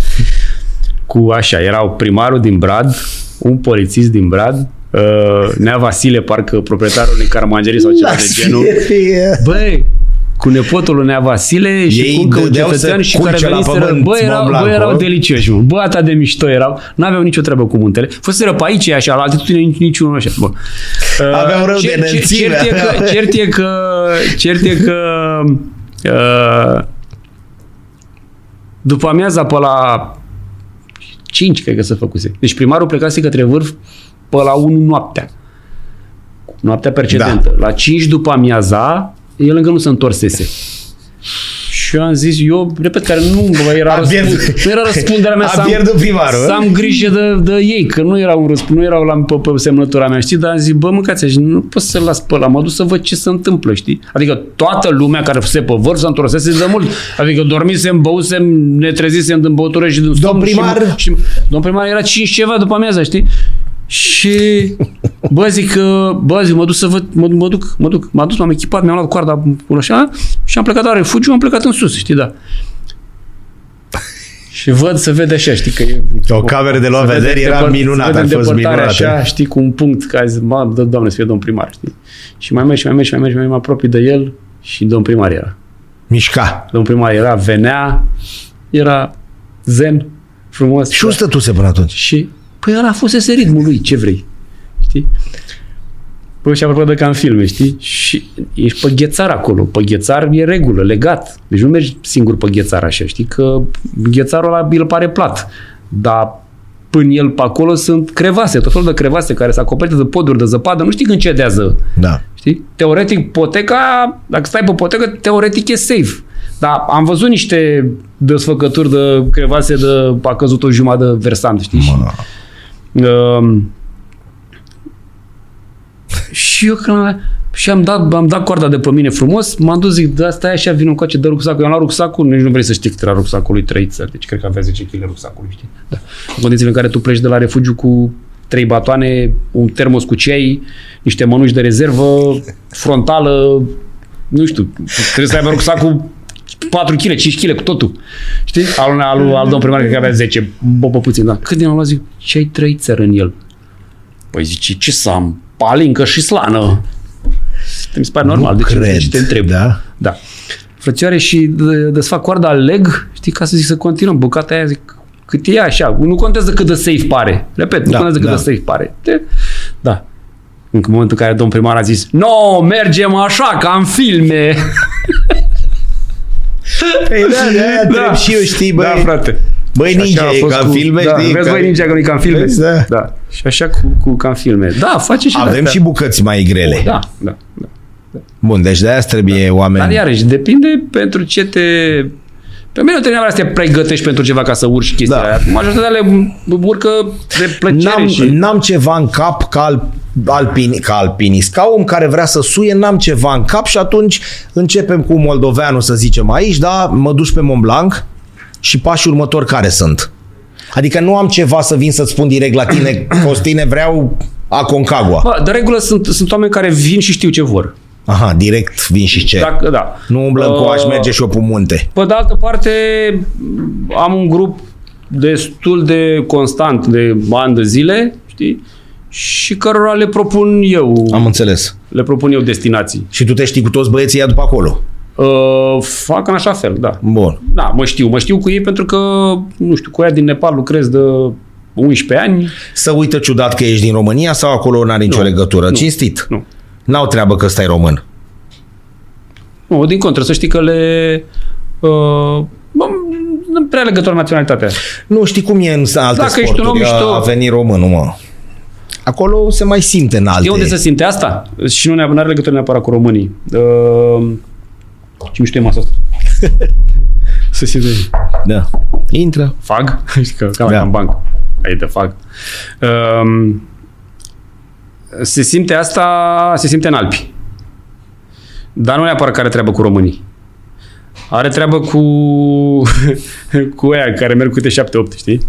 Cu așa, erau primarul din Brad, un polițist din Brad, uh, Nea Vasile, parcă proprietarul unei carmangerii sau ceva de genul. Băi, cu nepotul lui Nea Vasile și Ei cu încă un dădeau să cetățean și care culce la veniseră. pământ, Bă, mă, erau, Blanco. bă, erau delicioși, mă. Bă, atât de mișto erau. N-aveau nicio treabă cu muntele. Fuseră pe aici, așa, la altitudine, nici- niciunul așa. Bă. Uh, Aveau rău de cer- cer- înălțime. Cert e că... Cert e că... Cert e că uh, după amiaza pe la 5, cred că se făcuse. Deci primarul plecase către vârf pe la 1 noaptea. Noaptea precedentă. Da. La 5 după amiaza, el încă nu se întorsese. Și eu am zis, eu, repet, care nu bă, era, A răspund, pierdut- nu era răspunderea mea A să am, pierdut primarul, să eh? am grijă de, de, ei, că nu erau un răspund, nu erau la, pe, pe semnătura mea, știi, dar am zis, bă, mâncați și nu pot să-l las pe ăla, mă duc să văd ce se întâmplă, știi? Adică toată lumea care fusese pe vârf s-a întorsese de mult, adică dormisem, băusem, ne trezisem din băutură și din somn primar? Și, și, domn primar era 5 ceva după amiaza, știi? Și bă zic, că- bă zic, mă duc să văd, mă, mă duc, mă duc, m-am dus, m-am echipat, mi-am luat coarda până așa și am plecat la refugiu, am plecat în sus, știi, da. Și văd să vede așa, știi că e... ă? O cameră de luat se vede vederi era îndepăr- se minunată, a vede fost eh. îndepărtarea minunată. Așa, știi, cu un punct, că a zis, mă, dă, doamne, să fie domn primar, știi? Și mai merg și mai merg și mai merg și mai merg, mă apropii de el și domn primar era. Mișca. Domn primar era, venea, era zen, frumos. Și unde stătuse până atunci? Și, păi ăla fusese ritmul lui, ce vrei, știi? Păi și apropo de ca în filme, știi? Și ești pe ghețar acolo. Pe ghețar e regulă, legat. Deci nu mergi singur pe ghețar așa, știi? Că ghețarul ăla îl pare plat. Dar până el pe acolo sunt crevase, tot felul de crevase care se acoperite de poduri de zăpadă. Nu știi când cedează Da. Știi? Teoretic, poteca, dacă stai pe potecă, teoretic e safe. Dar am văzut niște desfăcături de crevase de a căzut o jumătate de versant, știi? Și, Mă, um, și eu când am- și am dat, am dat coarda de pe mine frumos, m-am dus, zic, da, stai așa, vin încoace, dă rucsacul. Eu am luat rucsacul, nici nu vrei să știi cât era rucsacul lui trei țări, deci cred că avea 10 kg rucsacul, știi? Da. În condițiile în care tu pleci de la refugiu cu trei batoane, un termos cu ceai, niște mănuși de rezervă, frontală, nu știu, trebuie să aibă rucsacul 4 kg, 5 kg, cu totul. Știi? Al, al, al domnului primar cred că avea 10, bă, bă, puțin, da. Cât din am luat, zic, ce ai trei țări în el? Păi zice, ce să am? Palincă și slană. Mi se pare normal, de ce nu știi Cred. ce te întreb? Da? Da. Frățioare și de- desfac coarda, leg, știi, ca să zic să continuăm. Bucata aia, zic, cât e așa. Nu contează cât de safe pare. Repet, nu Da, contează cât da. de safe pare. Te... Da. În momentul în care domn primar a zis, no, mergem așa, ca în filme. Păi da, de aia întreb și eu, știi, băi. Da, frate. Băi, Și așa ninja a e fost ca în filme, da, știi? Vezi, ca- băi, ninja că nu e ca în filme. Vezi, da. da. Și așa cu, cu ca în filme. Da, face și Avem de-astea. și bucăți mai grele. Da, da, da. Bun, deci de aia trebuie oameni. Dar iarăși, depinde pentru ce te... Pe mine nu trebuie neapărat să te pregătești pentru ceva ca să urci chestia Da. da. aia. Majoritatea le urcă de plăcere N-am, și... n-am ceva în cap ca al, alpini, ca alpinist, ca om care vrea să suie, n-am ceva în cap și atunci începem cu moldoveanul să zicem aici, da, mă duci pe Mont Blanc și pașii următori care sunt? Adică nu am ceva să vin să-ți spun direct la tine, Costine, vreau Aconcagua. Bă, de regulă sunt, sunt oameni care vin și știu ce vor. Aha, direct vin și cer. Dacă, da. Nu umblăm cu Uh, aș merge și eu pe munte. Pe de altă parte, am un grup destul de constant de ani de zile, știi? Și cărora le propun eu, Am înțeles. le propun eu destinații. Și tu te știi cu toți băieții ăia după acolo. Uh, fac în așa fel, da. Bun. Da, mă știu. Mă știu cu ei pentru că, nu știu, cu ea din Nepal lucrez de 11 ani. Să uită ciudat că ești din România sau acolo n-are nicio Nu, legătură. nu, Cinstit. Nu. N-au treabă că stai român. Nu, din contră, să știi că le... Uh, bă, nu prea legătură naționalitatea. Nu, știi cum e în alte Dacă ești un om sporturi, mișto- a, a venit românul, mă. Acolo se mai simte în alte. De unde se simte asta? Și nu ne are legătură neapărat cu românii. Uh, ce mișto e masa asta. să simte. Da. Intră. Fag? Că, ca Da. la în banc. Ai de fag. Uh, se simte asta, se simte în Alpi. Dar nu neapărat care treabă cu românii. Are treabă cu, cu aia care merg cu câte șapte, opt, știi?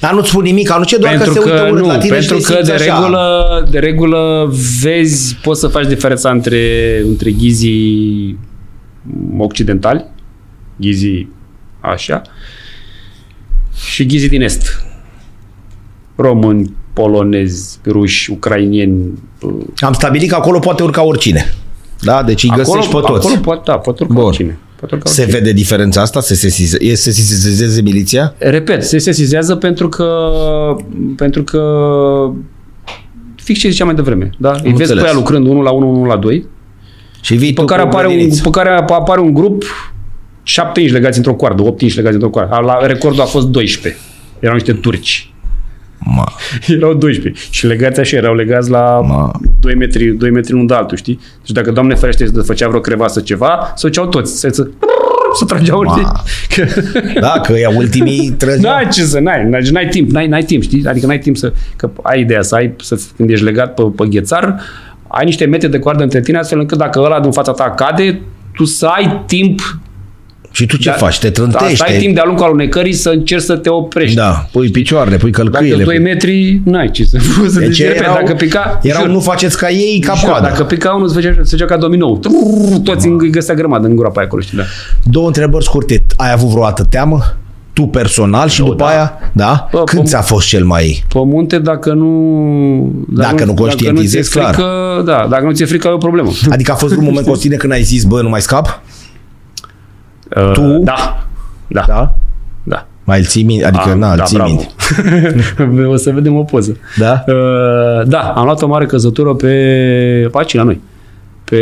Dar nu-ți spun nimic, nu ce doar că se uită urât la tine pentru și te că de simți așa. regulă, de regulă vezi, poți să faci diferența între, între ghizii occidentali, ghizii așa, și ghizii din est. Români, polonezi, ruși, ucrainieni, Am stabilit că acolo poate urca oricine. Da? Deci îi Acolo- găsești pe toți. Acolo poate, da, poate urca Bun. oricine. Poate urca Se oricine. vede diferența asta? Se sesizeze, se sesizeze miliția? Repet, se sesizează pentru că, pentru că fix ce ziceam mai devreme, da? Îi vezi înțeles. pe aia lucrând unul la unul, unul la doi, Și vii pe tu care, cu apare un, grădiniță. pe care ap- apare un grup 7 inși legați într-o coardă, 8 inși legați într-o coardă. La recordul a fost 12. Erau niște turci. Ma, Erau 12. Și legați așa, erau legați la Ma. 2 metri, 2 metri unul de altul, știi? Deci dacă, Doamne ferește, se făcea vreo crevasă ceva, se duceau toți, se, se, se trăgeau, Ma. știi? Că... da, că ea ultimii trăgeau. Da, ce să, n-ai, n-ai, n-ai timp, n-ai, n-ai timp, știi? Adică n-ai timp să, că ai ideea să ai, să, când ești legat pe, pe ghețar, ai niște metri de coardă între tine, astfel încât dacă ăla din fața ta cade, tu să ai timp Și tu ce Da, faci? Te trântești? Asta ai te- timp de-a lungul alunecării să încerci să te oprești. Da, pui picioarele, pui Dacă călcâiele. 2 Pui... metri, n-ai ce să poți să deci repede. Dacă pica, erau jur, nu faceți ca ei, cap jur, coadă. dacă pica unul, se făcea, se făcea ca dominou. Trrr, Toți îi găsea grămadă în groapa aia acolo, știi, da. Două întrebări scurte. Ai avut vreodată teamă? Tu personal și după da. aia? Da? Bă, Când pom- ți-a fost cel mai... Pe munte, dacă nu... Dacă nu conștientizezi, dacă nu ți-e frică, Da, dacă nu ți-e frică, e o problemă. Adică a fost un moment cu tine când ai zis, bă, nu mai scap? Tu? Da. Da. Da. Da? da. Mai îl ții minte? Adică, Ah, na, îl ții bravo. minte. o să vedem o poză. Da? Uh, da, am luat o mare căzătură pe, pe aici, la noi, pe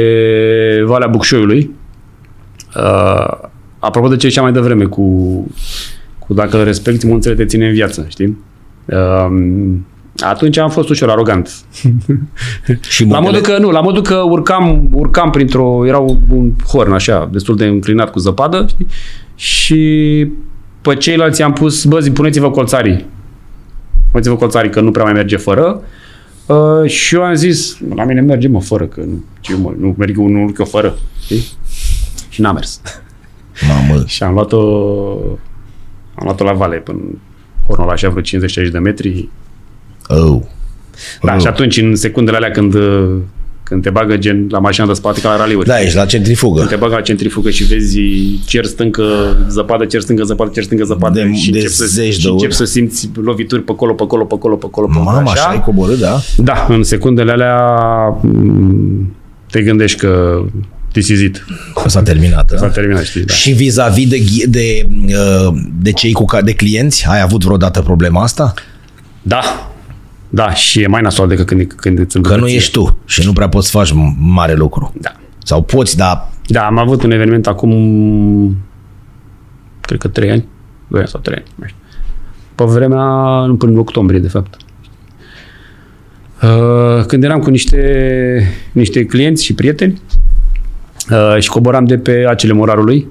Valea Bucșoiului. Uh, apropo de ce ziceam mai devreme, cu, cu dacă îl respecti, munțele te ține în viață, știi? Uh, atunci am fost ușor arogant. Și muntele- La modul că, nu, la modul că urcam, urcam printr-o, era un- un horn așa, destul de înclinat cu zăpadă, știi? Și pe ceilalți i-am pus, bă, zi, puneți-vă colțarii. Puneți-vă colțarii, că nu prea mai merge fără. Uh, și eu am zis, la mine merge, mă, fără, că nu, ce, mă, nu merg eu, nu urc eu fără, știi? Și n-a mers. Mamă, Și am luat-o, am luat-o la vale, până hornul ăla, așa vreo 50-60 de metri, oh. da, și atunci, în secundele alea când, uh, când te bagă gen la mașina de spate ca la raliuri. Da, ești la Când centrifugă. te bagă la centrifugă și vezi cer stâncă, zăpadă, cer stâncă, zăpadă, cer stâncă, zăpadă De- și, de încep să, zeci de și încep ori. să simți lovituri pe colo, pe colo, pe colo, pe colo, pe Mama, așa ai coborât, da? Da, în secundele alea m, te gândești că this is it. S-a terminat, da? S-a terminat, știi, da. Și vis-a-vis de, ghi- de, uh, de cei cu ca, de clienți, ai avut vreodată problema asta? Da, da, și e mai nasol decât când, când îți Că întâmplă nu ție. ești tu și nu prea poți să faci m- mare lucru. Da. Sau poți, dar Da, am avut un eveniment acum, cred că 3 ani, 2 ani sau 3 ani, nu știu. Pe vremea, nu, până în octombrie, de fapt. Uh, Când eram cu niște, niște clienți și prieteni uh, și coboram de pe acele morarului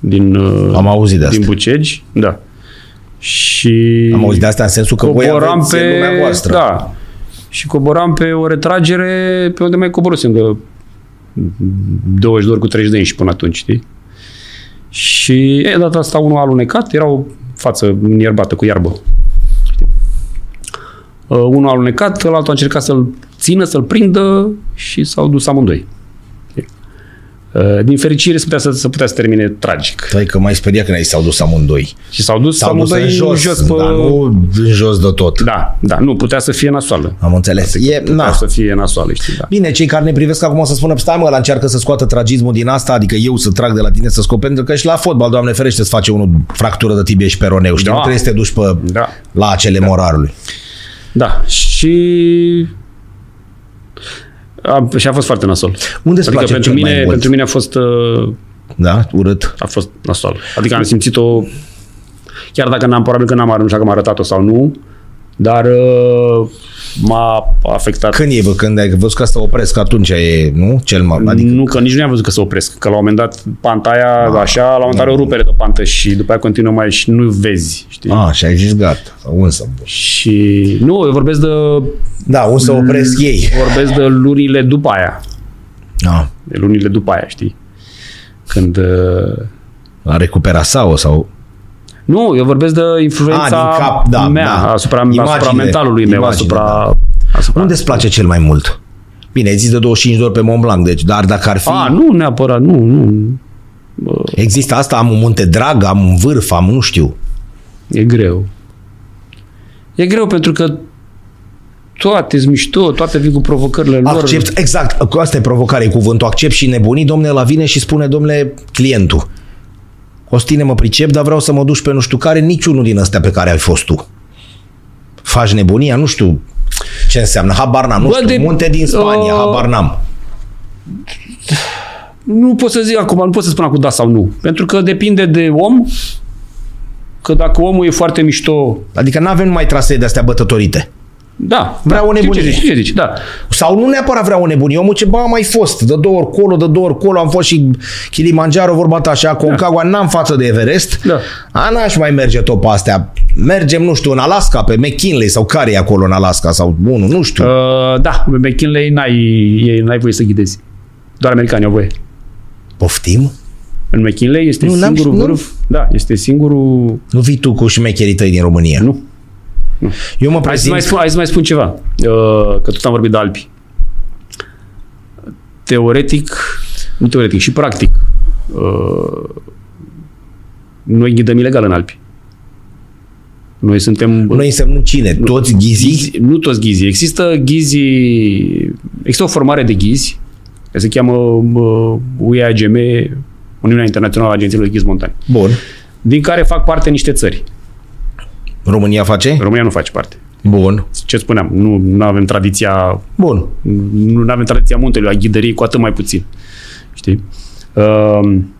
din, uh, am auzit de din asta. Bucegi, da. Și Am auzit de asta în sensul că voi coboram aveți pe... lumea voastră. Da. Și coboram pe o retragere pe unde mai coborusem de 20 de ori cu 30 de inși până atunci, știi? Și e, data asta unul a alunecat, era o față ierbată cu iarbă. știi? Uh, unul a alunecat, ăla a încercat să-l țină, să-l prindă și s-au dus amândoi. Știi? Uh, Din fericire se putea să, se putea să termine tragic. Tăi Păi că mai speria când ai s-au dus amândoi. Și s-au dus S-au dus amândoi în jos, jos pe... dar nu în jos de tot. Da, da, nu, putea să fie nasoală. Am înțeles. E, Da. na. să fie nasoală, știi, da. Bine, cei care ne privesc acum o să spună, stai mă, la încearcă să scoată tragismul din asta, adică eu să trag de la tine să scop, pentru că și la fotbal, doamne ferește, îți face unul fractură de tibie și peroneu, știi? Da. Nu trebuie să te duci pe, Da. la acele morarului. Da, și... A, și a fost foarte nasol. Unde îți place Adică cel pentru mai mine, mult? pentru mine a fost, uh, Da? Urât. a fost nasol. Adică am simțit-o, chiar dacă n-am, probabil că n-am aruncat, că am arătat-o sau nu, dar uh, m-a afectat. Când e, bă? Când ai văzut că asta opresc, atunci e, nu? Cel mai... Adică, Ah, Adică... Nu, că nici nu am văzut că se opresc. Că la un moment dat panta aia, așa, la un moment dat da. are o rupere de pantă și după aia continuă mai și nu vezi, știi? a, și ai zis gata, unsă. bă. Și nu, eu vorbesc de Da, unsă opresc ei. vorbesc de lunile după aia, Da. de lunile după aia, știi? Când uh, La recupera sau sau... nu, eu vorbesc de influența A, din cap, da, mea da. asupra, asupra Imagine, mentalului meu, imagine, asupra, asupra Unde îți place cel mai mult? Bine, ai zis de 25 de ori pe Mont Blanc, deci, dar dacă ar fi... A, nu neapărat, nu, nu. Există asta, am un munte drag, am un vârf, am nu știu. E greu. E greu pentru că toate sunt mișto, toate vin cu provocările lor. Accept, exact, cu asta e provocare cuvântul, accept și nebunii, domnule, la vine și spune, domnule, clientul. Costine, mă pricep, dar vreau să mă duci pe nu știu care, niciunul din astea pe care ai fost tu. Faci nebunia, nu știu ce înseamnă, habar n-am, nu Bă, știu, de- munte din Spania, uh, habar n-am. Nu pot să zic acum, nu pot să spun acum da sau nu. Pentru că depinde de om, că dacă omul e foarte mișto, Adică nu avem numai trasee de-astea bătătorite. da. Vreau da, o știu nebunie. Ce zici, știu ce zici, da. Sau nu neapărat vreau o nebunie. Omul ce, ba, am mai fost. De două ori colo, de două ori colo. Am fost și Kilimanjaro, vorba ta așa, Concagua, n-am față de Everest. Da. A, n-aș mai merge tot pe astea. Mergem, nu știu, în Alaska, pe McKinley sau care e acolo în Alaska sau unul, nu știu. Uh. Uh, da, pe McKinley n-ai, ei, n-ai voie să ghidezi. Doar americanii au voie. Poftim? În McKinley este Nu, nu, n-am singurul știut. vârf. Da, este singurul... Nu vii tu cu șmecherii tăi din România. Nu. Eu mă Hai prezint. să, mai spun, hai să mai spun ceva, uh, că tot am vorbit de albi. Teoretic, nu teoretic, și practic, uh, noi ghidăm ilegal în albi. Noi suntem... Noi însemnăm cine? Toți ghizii? ghizi, nu toți ghizii. Există ghizii... Există o formare de ghizi, care se cheamă uh, UIAGM, Uniunea Internațională a Agențiilor de Ghizi Montani, Bun. din care fac parte niște țări. România face? România nu face parte. Bun. Ce spuneam, nu avem tradiția Bun. nu avem tradiția muntelui, a ghidării cu atât mai puțin. Știi? Um,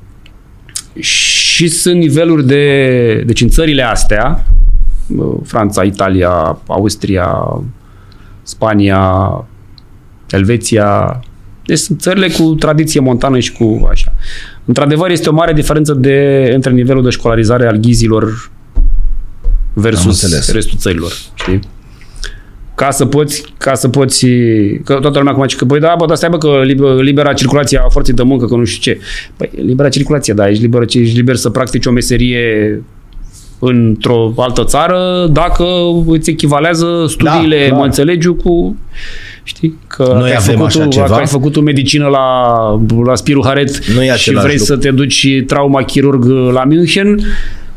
și sunt niveluri de... Deci în țările astea, uh, Franța, Italia, Austria, Spania, Elveția, deci sunt țările cu tradiție montană și cu așa. Într-adevăr, este o mare diferență de, între nivelul de școlarizare al ghizilor înțeles. versus restul țărilor. Știi? ca să poți, ca să poți, că toată lumea acum zice că, băi, da, bă, dar stai, bă, că liber, libera circulație a forței de muncă, că nu știu ce. Păi, libera circulație, da, ești liber, ești liber să practici o meserie într-o altă țară, dacă îți echivalează studiile, da, clar. mă înțelegiu, cu, știi, că Noi ai avem făcut, așa ceva? dacă ai făcut o medicină la, la Spiru Haret Nu e și același vrei lucru. să te duci trauma chirurg la München,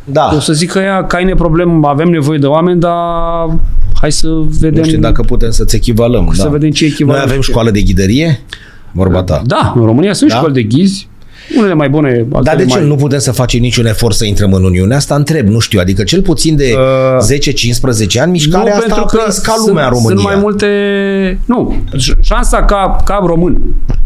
o Da. să zic că ea, ca ne problemă, avem nevoie de oameni, dar hai să vedem. Nu știu dacă putem să-ți echivalăm. Să da. vedem ce echivalent. Noi avem școală de ghidărie? Vorba ta. Da, în România sunt Da? da? școli de ghizi, unele mai bune, altele Dar de ce mai... nu putem să facem niciun efort să intrăm în Uniune? Asta întreb, nu știu. Adică cel puțin de Uh, 10-15 ani, mișcarea nu, asta a prins ca lumea în sunt, România. sunt mai multe... Nu, ș- șansa ca, ca român,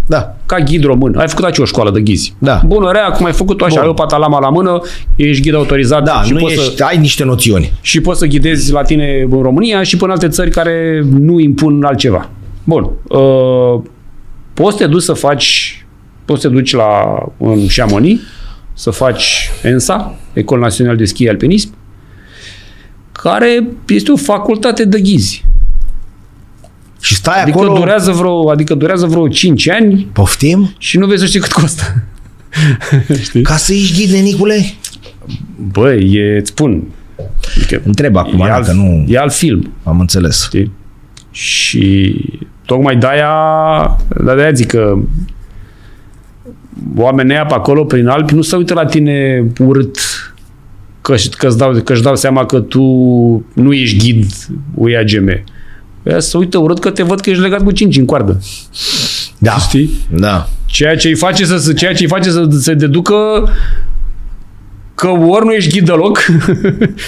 Da. ca ghid român, ai făcut aici o școală de ghizi. Da. Bună, rea, cum ai făcut-o așa, ai o patalama la mână, ești ghid autorizat Da, și, nu poți ești, să, ai niște noțiuni. și poți să ghidezi la tine în România și până în alte țări care nu impun altceva. Bun, uh, poți să te duci să faci, poți să te duci la în Chamonix, să faci ENSA, Ecol Național de Schi Alpinism, care este o facultate de ghizi. Și stai Adică acolo, durează vreo, adică durează vreo 5 ani poftim, și nu vezi să știi cât costă. Știi? ca să ești ghid, Nicule? Băi, e, îți spun, adică Întreb acum, e, dacă alt, nu e alt film. am înțeles. Știi? Și tocmai de-aia, de-aia zic că oamenii ăia pe acolo, prin Alpi, nu se uită la tine urât că că-ți dau, că-și dau seama că tu nu ești ghid UIAGM. Ea se uită urât că te văd că ești legat cu cinci în coardă. Da, Știi? da. Ceea ce îi face să, să- ceea ce îi face să se deducă că ori nu ești ghid deloc,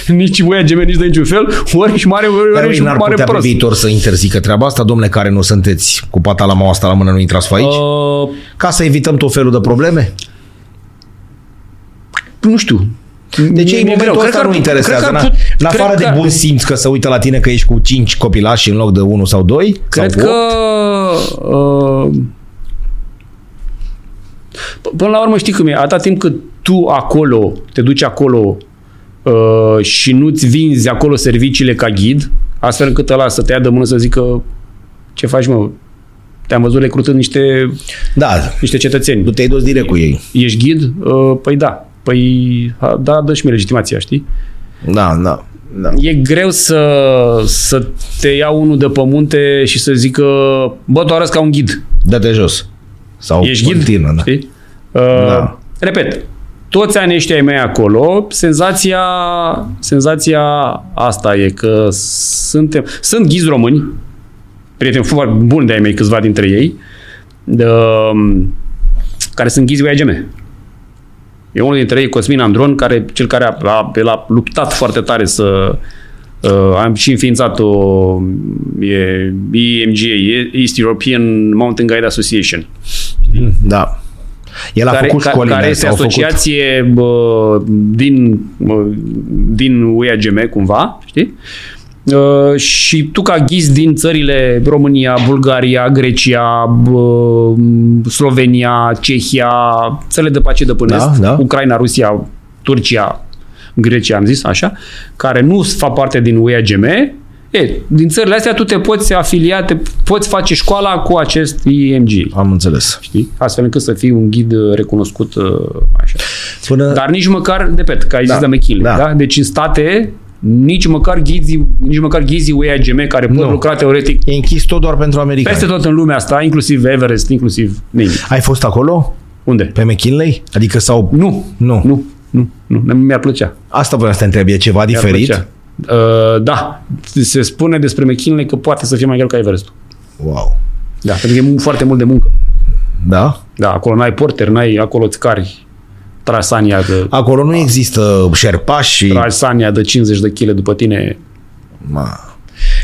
nici UIAGM, nici de niciun fel, ori ești mare, ori, Dar ori noi ești n-ar mare putea pe prost. viitor să interzică treaba asta, domnule, care nu sunteți cu pata la asta la mână, nu intrați pe aici? Uh, Ca să evităm tot felul de probleme? nu știu. Deci ei Mi-e în momentul ăsta greu. Cred că nu ar- interesează. cred că ar na? put- În cred afară că de ar- bun simț că se uită la tine că ești cu 5 copilași în loc de 1 sau 2 Cred sau că... opt. Uh, p- până la urmă știi cum e. Atâta timp cât tu acolo, te duci acolo uh, și nu-ți vinzi acolo serviciile ca ghid, astfel încât ăla să te ia de mână să zică ce faci mă, te-am văzut recrutând niște, Da, niște cetățeni. tu te-ai dus direct cu ei. Ești ghid? Uh, păi da. Păi ha- da, dă și mie legitimația, știi? Da, da. da. E greu să, să te ia unul de pe munte și să zică, bă, tu arăți ca un ghid. Dă-te jos. Sau Ești ghid, Continuă, da. știi? Da. Uh, repet, toți anii ăștia ai mei acolo, senzația, senzația asta e că suntem, sunt ghizi români, prieteni foarte buni de-ai mei, câțiva dintre ei, de, um, care sunt ghizi UAGM. E unul dintre ei, Cosmin Andron, care, cel care a, a, el a luptat foarte tare să... Uh, am și înființat o e, EMGA, East European Mountain Guide Association, Da. El a care, făcut ca- școlile, care este au făcut- asociație bă, din, bă, din UEAGM, cumva, știi? Uh, și tu ca ghiz din țările România, Bulgaria, Grecia, bă, Slovenia, Cehia, țările de pace de până Da, est, da. Ucraina, Rusia, Turcia, Grecia, am zis așa, care nu fac parte din UEAGM, e, din țările astea tu te poți afilia, te poți face școala cu acest IMG Am înțeles. știi? Astfel încât să fii un ghid uh, recunoscut uh, așa. Până... Dar nici măcar, repet, că ai Da, zis de mechile, da. da. da? Deci în state, nici măcar ghizii, nici măcar ghizii UEAGM care pot Nu. lucra teoretic E închis tot doar pentru americani. peste tot în lumea asta, inclusiv Everest, inclusiv nimic. Ai fost acolo? Unde? Pe McKinley? Adică sau... Nu. Nu. Nu. Nu. nu. Mi-ar plăcea. Asta vreau să te întreb, e ceva Mi-ar diferit? plăcea. Uh, da. Se spune despre McKinley că poate să fie mai greu ca Everestul. Wow. Da, pentru că e mu- foarte mult de muncă. Da? Da, acolo n-ai porter, n-ai acolo îți cari trasania de, Acolo nu există șerpași și... trasania de 50 de kg după tine Ma.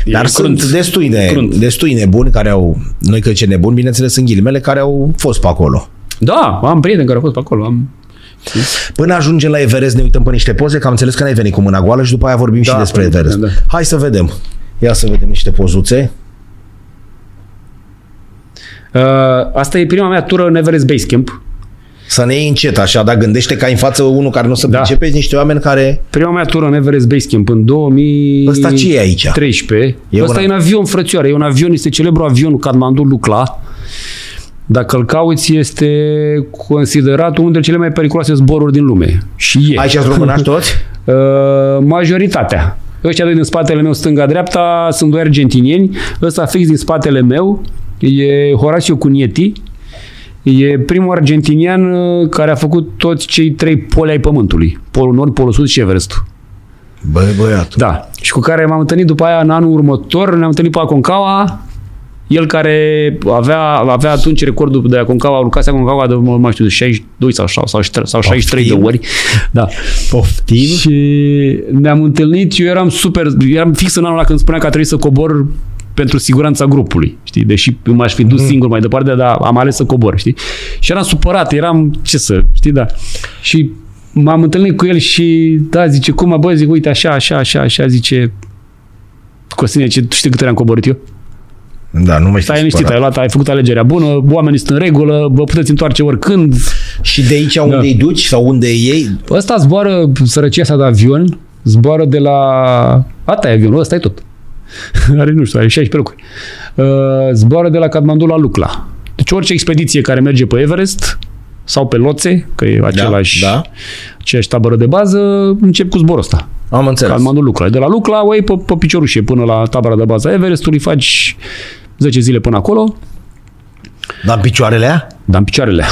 E Dar crunt. sunt destui E de, crunt. destui nebuni care au, noi că ce nebuni, bineînțeles sunt ghilimele, care au fost pe acolo. Da, am prieteni care au fost pe acolo. Am... Până ajungem la Everest ne uităm pe niște poze, că am înțeles că n-ai venit cu mâna goală și după aia vorbim da, și Da, despre până- Everest. Da. da. Hai să vedem. Ia să vedem niște pozuțe. Uh, asta e prima mea tură în Everest Base Camp. Să ne iei încet așa, dar gândește că ai în față unul care nu se Da. pricepe, niște oameni care... Prima mea tură în Everest Base Camp în 2000... Ăsta ce e aici? 13. E E Asta un- e un avion, frățioare. E un avion, este celebru avionul Kathmandu Lucla. Dacă îl cauți, este considerat unul dintre cele mai periculoase zboruri din lume. Și e. Aici sunt românași toți? Uh, majoritatea. Ăștia doi din spatele meu, stânga-dreapta, sunt doi argentinieni. Ăsta fix din spatele meu e Horacio Cunieti. E primul argentinian uh, care a făcut toți cei trei poli ai Pământului. Polul Nord, Polul Sud și Everestul. Băi, băiatul. Da. Și cu care m-am întâlnit după aia în anul următor, ne-am întâlnit pe Aconcagua, el care avea, avea atunci recordul de Aconcagua, urcase Aconcagua de, mă, mai știu, de 62 sau, sau, sau, sau 63 de Poftim. ori. Da. Poftim? Și ne-am întâlnit, eu eram super, eram fix în anul ăla când spunea că a trebuit să cobor pentru siguranța grupului, știi? Deși eu m-aș fi dus singur mai departe, dar am ales să cobor, știi? Și eram supărat, eram, ce să, știi, da. Și m-am întâlnit cu el și, da, zice, cum, mă, bă, zic, uite, așa, așa, așa, așa, zice, Costine, ce, tu știi câte ori am coborât eu? Da, nu mai Stai știu. liniștit, ai, luat, ai făcut alegerea bună, oamenii sunt în regulă, vă puteți întoarce oricând, Și de aici Da. unde îi duci sau unde ei? Păi Ăsta zboară, sărăcia sa de avion, zboară de la... Asta e avionul, ăsta e tot. Are, nu știu, are 16 locuri. Uh, Zboară de la Kathmandu la Lucla. Deci orice expediție care merge pe Everest sau pe Loțe, că e același, da. aceeași tabără de bază, încep cu zborul ăsta. Am înțeles. Kathmandu Lucla. De la Lucla o iei pe, pe piciorușe până la tabăra de bază a Everestului, faci 10 zile până acolo, Dar în picioarele aia? dar în picioarele.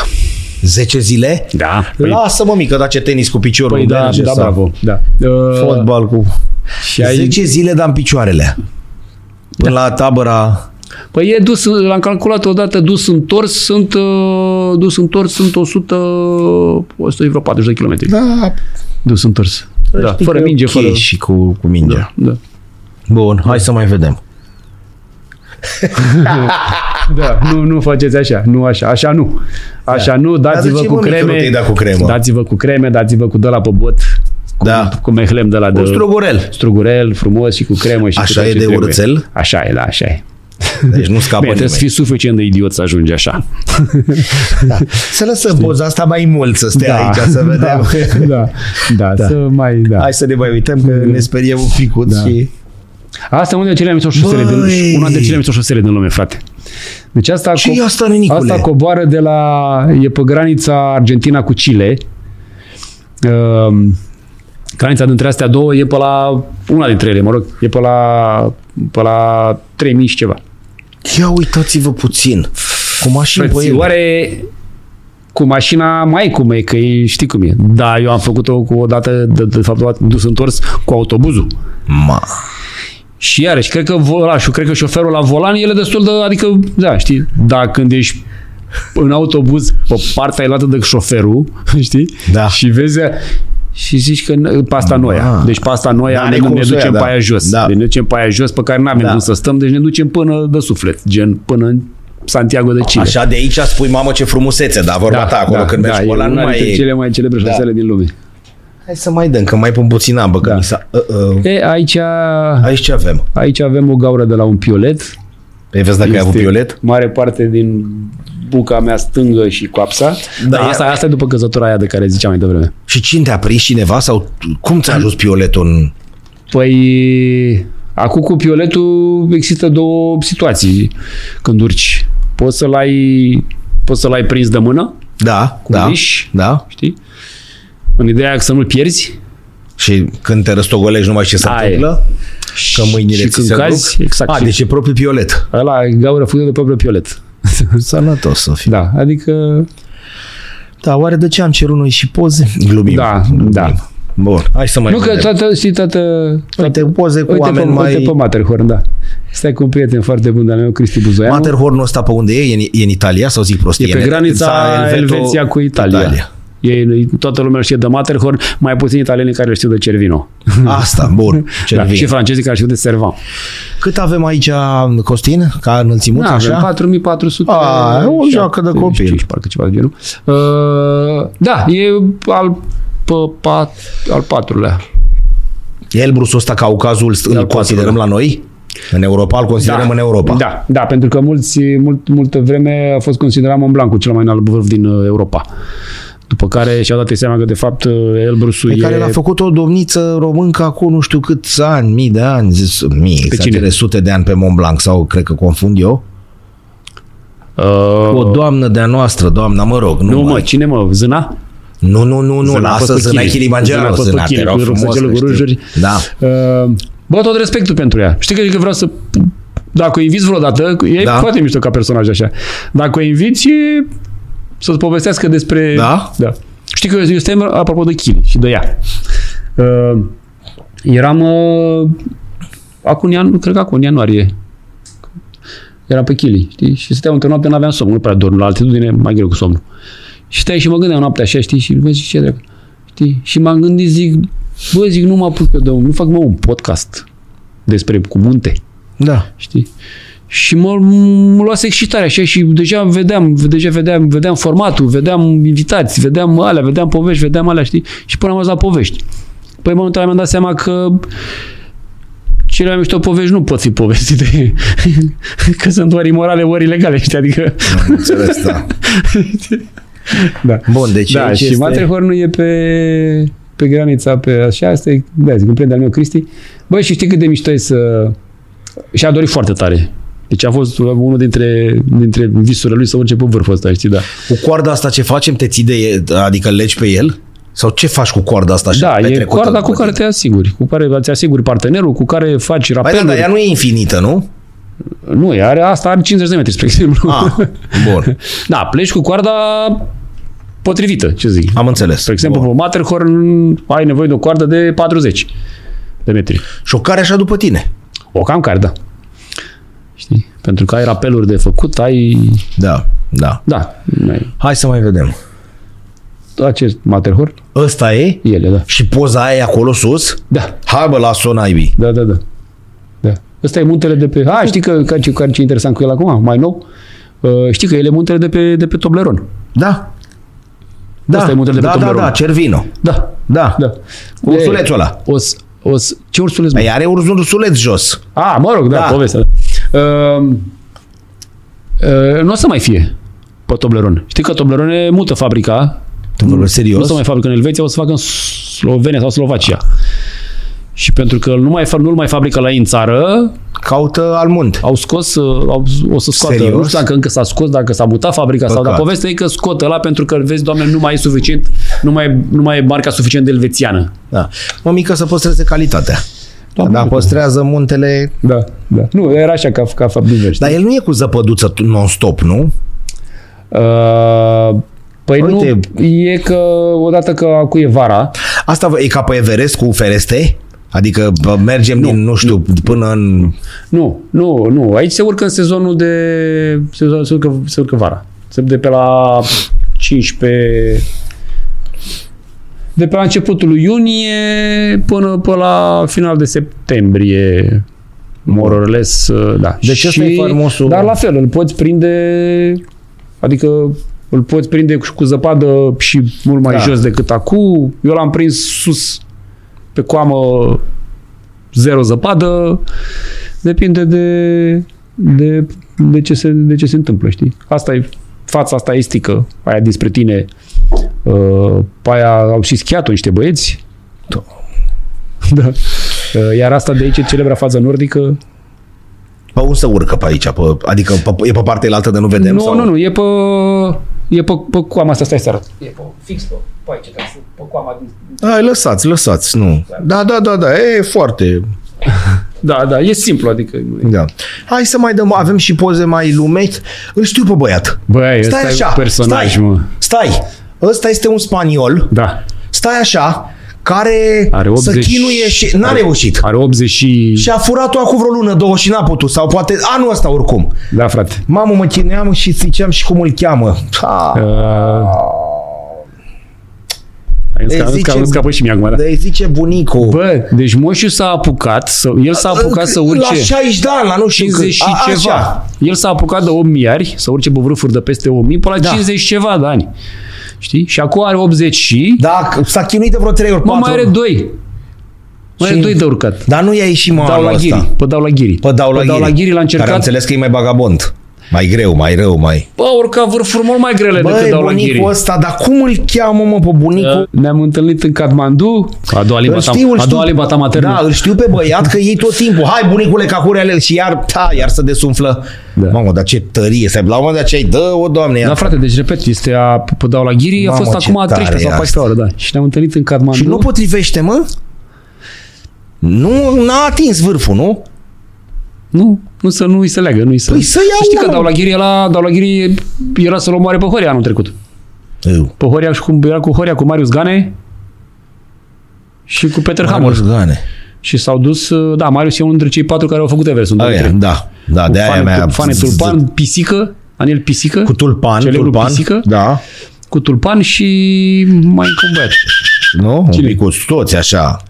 10 zile? Da. Păi, Lasă-mă mică, dacă tenis cu piciorul păi da, merge da, sau bravo. Da. Uh, Fotbal cu... și ai- Da. 10 zile, dar în picioarele aia. Până la tabăra... Păi e dus, l-am calculat odată, dus întors, sunt, uh, dus întors, sunt 100, 100 vreo 40 de kilometri. Da, Dus întors. Da, știi fără că e minge, ok fără... Și cu, cu mingea. Da, da. Bun, hai să mai vedem. da, nu, nu faceți așa, nu așa, așa nu. Așa da. nu, Dar dați-vă de ce, cu mă, Micule, creme, te-ai dat cu cremă? dați-vă cu creme, dați-vă cu de la pe bot, cu, Da. cu mehlem de la de Un strugurel. strugurel, frumos și cu cremă și cu Așa tot e ce de trebuie. urățel? Așa e, da, așa e. Deci nu scapă Bine, trebuie să nimeni. fii suficient de idiot să ajungi așa. Da. Să lăsăm poza asta mai mult să stea Da. aici, să vedem. da, da, da, să mai, da. Hai să ne mai uităm, că ne speriem un picut da. și... Asta e una dintre cele mai mișto șosele din, Băi! una dintre cele mai mișto șosele din lume, frate. Deci asta, Ce e asta, nenicule? asta coboară de la, e pe granița Argentina cu Chile. Um, granița dintre astea două e pe la, una dintre ele, mă rog, e pe la, pe la 3000 și ceva. Ia uitați-vă puțin. Cu mașini pe ele. Frățioare cu mașina mai cum e, că e, știi cum e. Da, eu am făcut-o cu o dată, de, de fapt, dus întors cu autobuzul. Ma. Și iarăși, cred că volașul, cred că șoferul la volan, el e destul de, adică, da, știi, da, când ești în autobuz pe partea elată de șoferul, știi? Da. Și vezi și zici că n- pe asta noia. Da. Deci pe asta Da, noia are ne, cum ne să o ia, ducem da. pe aia jos. Da. Deci ne ducem pe aia jos pe care n-avem Da. cum să stăm, deci ne ducem până de suflet, gen până în Santiago de Chile. Da, Așa de aici spui, mamă, ce frumusețe, dar vorba ta acolo când mergi pe ăla, e nu una mai dintre e... cele mai celebre Da. șosele din lume. Hai să mai dăm, că mai pun puțin ambă, că Da. mi s-a... Uh, uh. E, aici, Aici ce avem? aici avem o gaură de la un piolet. Păi vezi dacă ai avut Este violet? Mare parte din buca mea stângă și coapsa. Da, Da, e- asta, asta e după căzătura aia de care ziceam mai devreme. Și cine te-a prins cineva sau cum ți-a ajuns pioletul în... Păi, acum cu pioletul există două situații când urci. Poți să-l ai, poți să-l ai prins de mână, Da, Cu da, liș? da. știi? În ideea că să nu-l pierzi. Și când te răstogolești, nu mai știi ce se Aia e. întâmplă? Că mâinile și ți când se cazi, duc? exact. A, și- deci e propriu piolet. Ăla e gaură făcută de propriu piolet. Sănătos să fii. Da, adică... Da, oare de ce am cerut noi și poze? Glumim. Da, da. Bun, hai să mai Nu că vedem. toată, știi, toată... Uite, poze cu Uite, pe, oameni mai... uite pe Matterhorn, da. Stai cu un prieten foarte bun de-al meu, Cristi Buzoianu. Matterhornul ăsta pe unde e? E în, e în Italia sau zic prostie? E pe în- granița în Elveto- Elveția cu Italia. Italia. Ei, toată lumea știe de Matterhorn, mai puțin italienii care le știu de Cervino. Asta, bun. Ce Da, și da, francezii care știu de Servan. Cât avem aici, Costin, ca înălțimut, Da, avem așa? 4400. A, e o joacă de 75, copil. parcă ceva de genul. Uh, da, e al, pe, pat, al patrulea. Elbrusul ăsta, Caucazul, îl considerăm la noi? În Europa, îl considerăm în Europa. Da, da, pentru că mulți, mult, multă vreme a fost considerat Mont Blanc cu cel mai înalt vârf din uh, Europa. După care și-au dat ei seama că, de fapt, uh, Elbrusul Pe e... care l-a făcut o domniță româncă acum nu știu câți ani, mii de ani, zis, mii, exagere, cine? sute de ani pe Mont Blanc sau cred că confund eu. uh, O doamnă de-a noastră, doamna, mă rog, nu, nu, mă, mai- cine mă? Zâna? Nu, nu, nu, nu, Zâna lasă pe zâna Chile. Zâna Kilimanjaro, pe zâna, te Chile, rog cu frumos. răsăgețelul că cu știi. rujuri. Da. Uh, Bă, tot respectul pentru ea. Știi că, că vreau să... Dacă o inviți vreodată, e Da. da. foarte mișto ca personaj așa. Dacă o inviți, e să-ți povestească despre... Da? da. Știi că eu eu stăiam, apropo de Chili și de ea. Uh, eram... Uh, acum, în ian, cred că acum, în ianuarie. Eram pe Chili, știi? Și stăteam într-o noapte, n-aveam somn, nu prea dorm, la altitudine e mai greu cu somnul. Și stai și mă gândeam noaptea așa, știi, și vezi ce drept. Știi? Și m-am gândit, zic, bă, zic, nu mă apuc eu de un, nu fac mă un podcast despre cu munte, Da. știi? Și mă, mă luase excitarea așa și deja vedeam, deja vedeam, vedeam formatul, vedeam invitați, vedeam alea, vedeam povești, vedeam alea, știi? Și până am ajuns la povești. Păi în momentul ăla mi-am dat seama că cele mai mișto povești nu pot fi povestite, că sunt ori imorale, ori ilegale, știi? Adică, Am înțeles, da. da. Bun, deci da, aici și este... este... Matterhornul e pe, pe granița, pe așa, asta e, da, zic, un prieten al meu, Cristi. Băi, și știi cât de mișto e să... Și-a dorit foarte tare. Deci a fost unul dintre, dintre visurile lui să urce pe vârful ăsta, știi, da. Cu coarda asta ce facem? Te ții de e- adică legi pe el? Sau ce faci cu coarda asta așa da, e petrecută coarda după cu care tine? te asiguri, cu care îți asiguri partenerul, cu care faci Păi da, rapeluri. dar ea nu e infinită, nu? nu... e, are, asta are 50 de metri, spre exemplu. Ah, bun. Da, pleci cu coarda potrivită, ce zic. Am înțeles. Spre exemplu, Bun. pe Matterhorn ai nevoie de o coardă de 40 de metri. Și o care așa după tine. O cam care, da. Știi? Pentru că ai rapeluri de făcut, ai... Da, da. Da, ai Hai să mai vedem. acest Matterhorn, Ăsta e? ele, da. Și poza aia e acolo sus? Da, Hai bă, las-o naibii. da, da, da. da. Ăsta e muntele de pe... A, știi că, că, ce, care ce e interesant cu el acum, mai nou? Uh, știi că el e muntele de pe, de pe Toblerone. Da. Da, Ăsta e muntele de pe da, da, Toblerone. da, Cervino. Da, Da. da. Cu ursulețul ăla. Os, os, ce ursuleț? mă? Păi are un ursuleț jos. A, mă rog, da, Da. da. povestea. Uh, uh, nu o să mai fie pe Toblerone. Știi că Toblerone mută fabrica Tu vorbești Nu serios? se mai fabrică în Elveția, o să facă în Slovenia sau Slovacia. Și pentru că nu mai, fa- nu-l mai fabrică la ei în țară, Caută al munt. au scos, uh, au, o să scoată. Serios? Nu știu dacă încă s-a scos, dacă s-a mutat fabrica sau, Păcat. dar povestea e că scotă la pentru că, vezi, doamne, nu mai e suficient, nu mai, nu mai e marca suficient de elvețiană. Da. Mă mică să păstreze calitatea. Da, Dar păstrează muntele... Da, da. Nu, era așa ca, ca fapt divers. Dar el nu e cu zăpăduță tu- non-stop, nu? Uh, păi Da. Uite. nu, e că odată că acum e vara, Asta e ca pe Everest cu fereste? Adică bă, mergem nu, din, nu știu, nu, până în... Nu, nu, nu. Aici se urcă în sezonul de... Se, se, urcă, se urcă vara. Se de pe la 15... De pe la începutul lui iunie până pe la final de septembrie. More or less, da. Deci Și- ăsta e faimosul- Dar la fel, îl poți prinde... Adică îl poți prinde și cu zăpadă și mult mai Da. da. jos decât acum. Eu l-am prins sus pe coamă zero zăpadă, depinde de, de, de, ce, se, de ce se întâmplă, știi? Asta e fața asta estică, aia dinspre tine, uh, pe aia au și schiat niște băieți. Da. Uh, Iar asta de aici e celebra faza nordică. Pe unde se urcă pe aici? Pe, adică pe, e pe partea altă de nu vedem? nu, sau... nu, nu, e pe... E pe, pe coama asta, stai să arăt. E pe, fix pe, pe aici, ca să, pe coama din... Ai, Da, lăsați, lăsați, nu. Da, da, da, da, e foarte... Da, da, e simplu, adică... Da. Hai să mai dăm, avem și poze mai lumeți. Îl știu pe băiat. Băi, ăsta e un personaj, stai, mă. Stai, ăsta este un spaniol, Da. stai așa, care Are 80... să chinuie și n-a are- reușit. Are 80 și... Și a furat-o acum vreo lună, două și n-a putut, sau poate anul ăsta oricum. Da, frate. Mamă, mă chineam și ziceam și cum îl cheamă. Ha, Uh, Ei, Îmi zice- scapă, îmi scapă și mie acum, da. de zice bunicul. Bă, deci moșul s-a apucat, să, el s-a apucat să La urce 60 de ani, la nu știu 50 și cât. A, ceva. Așa. El s-a apucat de 8 iari, să urce pe vârfuri de peste 1000, până la Da. 50 și ceva de ani. Știi? Și acum are 80 și... Da, s-a chinuit de vreo 3 ori, Mă, 4 mai are 2. Mai are Și- 2 de urcat. Dar nu i-a ieșit mă Dau anul la ăsta. ghiri. Pă Păi dau la ghiri. Pă dau la ghiri. l-a Care am încercat. înțeles că e mai bagabond. Mai greu, mai rău, mai... Bă, urca vârfuri mult mai grele decât Băi, dau la ghiri. Da. bunicul ăsta, dar cum îl cheamă, mă, pe bunicul? Ne-am întâlnit în Kathmandu, a doua limba Îl ta, știu, îl a știu. doua limba ta maternă. Da, îl știu pe băiat că ei tot timpul. Hai, bunicule, ca curele și iar, ta, iar să desumflă. Da. Da. Mamă, dar ce tărie. Să la un moment dat ce ai, dă, o doamne. ia. Da, frate, deci repet, este a Pădau la Ghiri, Mamă, a fost ce acum a tare 13 e sau 14 ore, da. Și ne-am întâlnit în Kathmandu. și nu potrivește, mă? Nu, n-a atins vârful, nu? nu, nu să nu îi se leagă, nu îi se Păi să ia Știi că una, Dau mă. la Ghiri era, Dau la Ghiri era să-l omoare pe Horia anul trecut. Eu. Pe Horia și cu, era cu Horia, cu Marius Gane și cu Peter Hammer. Gane. Și s-au dus, da, Marius e unul dintre cei patru care au făcut Everest în Aia, 2003. da, da, de aia Fane- mea. Fane Tulpan, Pisică, Anel Pisică, Cu tulpan, Celebrul tulpan. pisică? Da. cu Tulpan și mai încă un băiat. Nu? Cine? Un pic cu toți așa.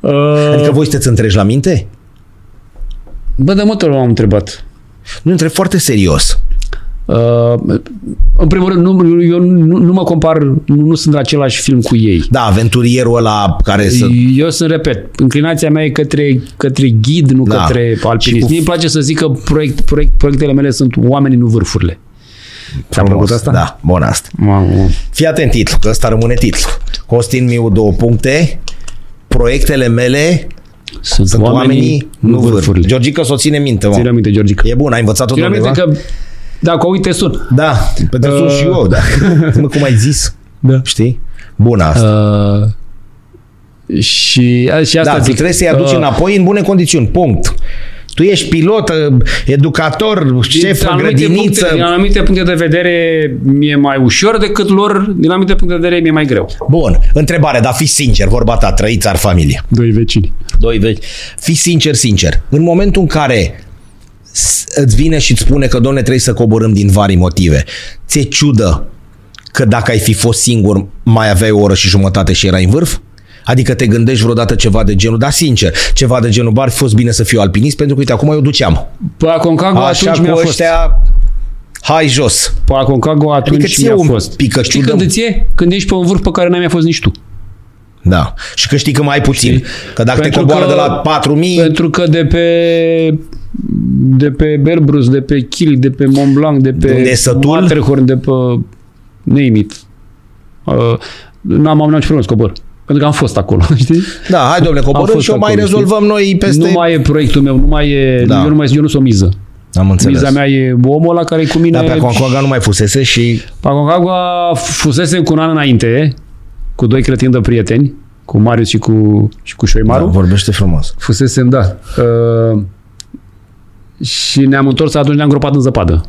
Uh, Adică voi sunteți întregi la minte? Bă, de multe ori m-am întrebat. Nu, întreb foarte serios. Uh, în primul rând, nu, eu nu, nu mă compar, nu, nu sunt la același film cu ei. Da, aventurierul ăla care să... Eu sunt, repet, inclinația mea e către, către ghid, nu Da. da. către Și alpinist. cu- Mie îmi place să zic că proiect, proiect, proiectele mele sunt oamenii, nu vârfurile. Ți-a plăcut asta? Da, bun asta. Mamă. Fii atent titlu, că ăsta rămâne titlu. Costin Miu, două puncte. Proiectele mele Sunt, sunt oamenii, oamenii nu vârfurile. vârfurile. Georgica să o ține minte, Ține mă. aminte, Georgica. E bun, ai învățat-o de Ține aminte undeva? că, dacă uite, sun. Da, pentru că sunt și eu, da. mă, cum ai zis, Da. știi? Bun asta. Uh, și, a, și asta Da, tu zic. trebuie să-i aduci Uh, înapoi în bune condițiuni, punct. Tu ești pilot, uh, educator, șef din în anumite grădiniță. Puncte, din anumite puncte de vedere mi-e mai ușor decât lor, din anumite puncte de vedere mi-e mai greu. Bun, întrebare, dar fi sincer, vorba ta, trăiți ar familie. Doi vecini. Doi vechi. Fii sincer, sincer. În momentul în care s- îți vine și îți spune că, domne, trebuie să coborâm din vari motive, ți-e ciudă că dacă ai fi fost singur, mai aveai o oră și jumătate și erai în vârf? Adică te gândești vreodată ceva de genul, dar sincer, ceva de genul, bar, fost bine să fiu alpinist, pentru că, uite, acum eu duceam. Pe Aconcagua Așa atunci mi-a cu fost. ăștia, hai jos. Pe Aconcagua atunci Adică ție mi-a un fost. pică Știi ciudă. când îți e? Când ești pe un vârf pe care n-ai mai fost nici tu. Da. Și că știi că mai ai puțin. Că dacă Pentru te coboară că- de la 4000, Pentru că de pe de pe Berbrus, de pe Kill, de pe Mont Blanc, de pe Unde e sătul? Matterhorn, de pe name it. Uh, n-am am n-am ce problemă să cobor. Pentru că am fost acolo, știi? da, hai domnule, Am coborâm fost și o mai acolo, rezolvăm noi peste... Nu mai e proiectul meu, nu mai e, Da. da. eu, nu mai, eu nu sunt o miză. Am înțeles. Miza mea e omul ăla care e cu mine. Dar pe Aconcagua nu mai fusese și Aconcagua fusese cu un an înainte, cu doi cretini de prieteni, cu Marius și cu, și cu Șoimaru. da, vorbește frumos. Fusesem, da. Uh, și ne-am întors, atunci ne-am gropat în zăpadă.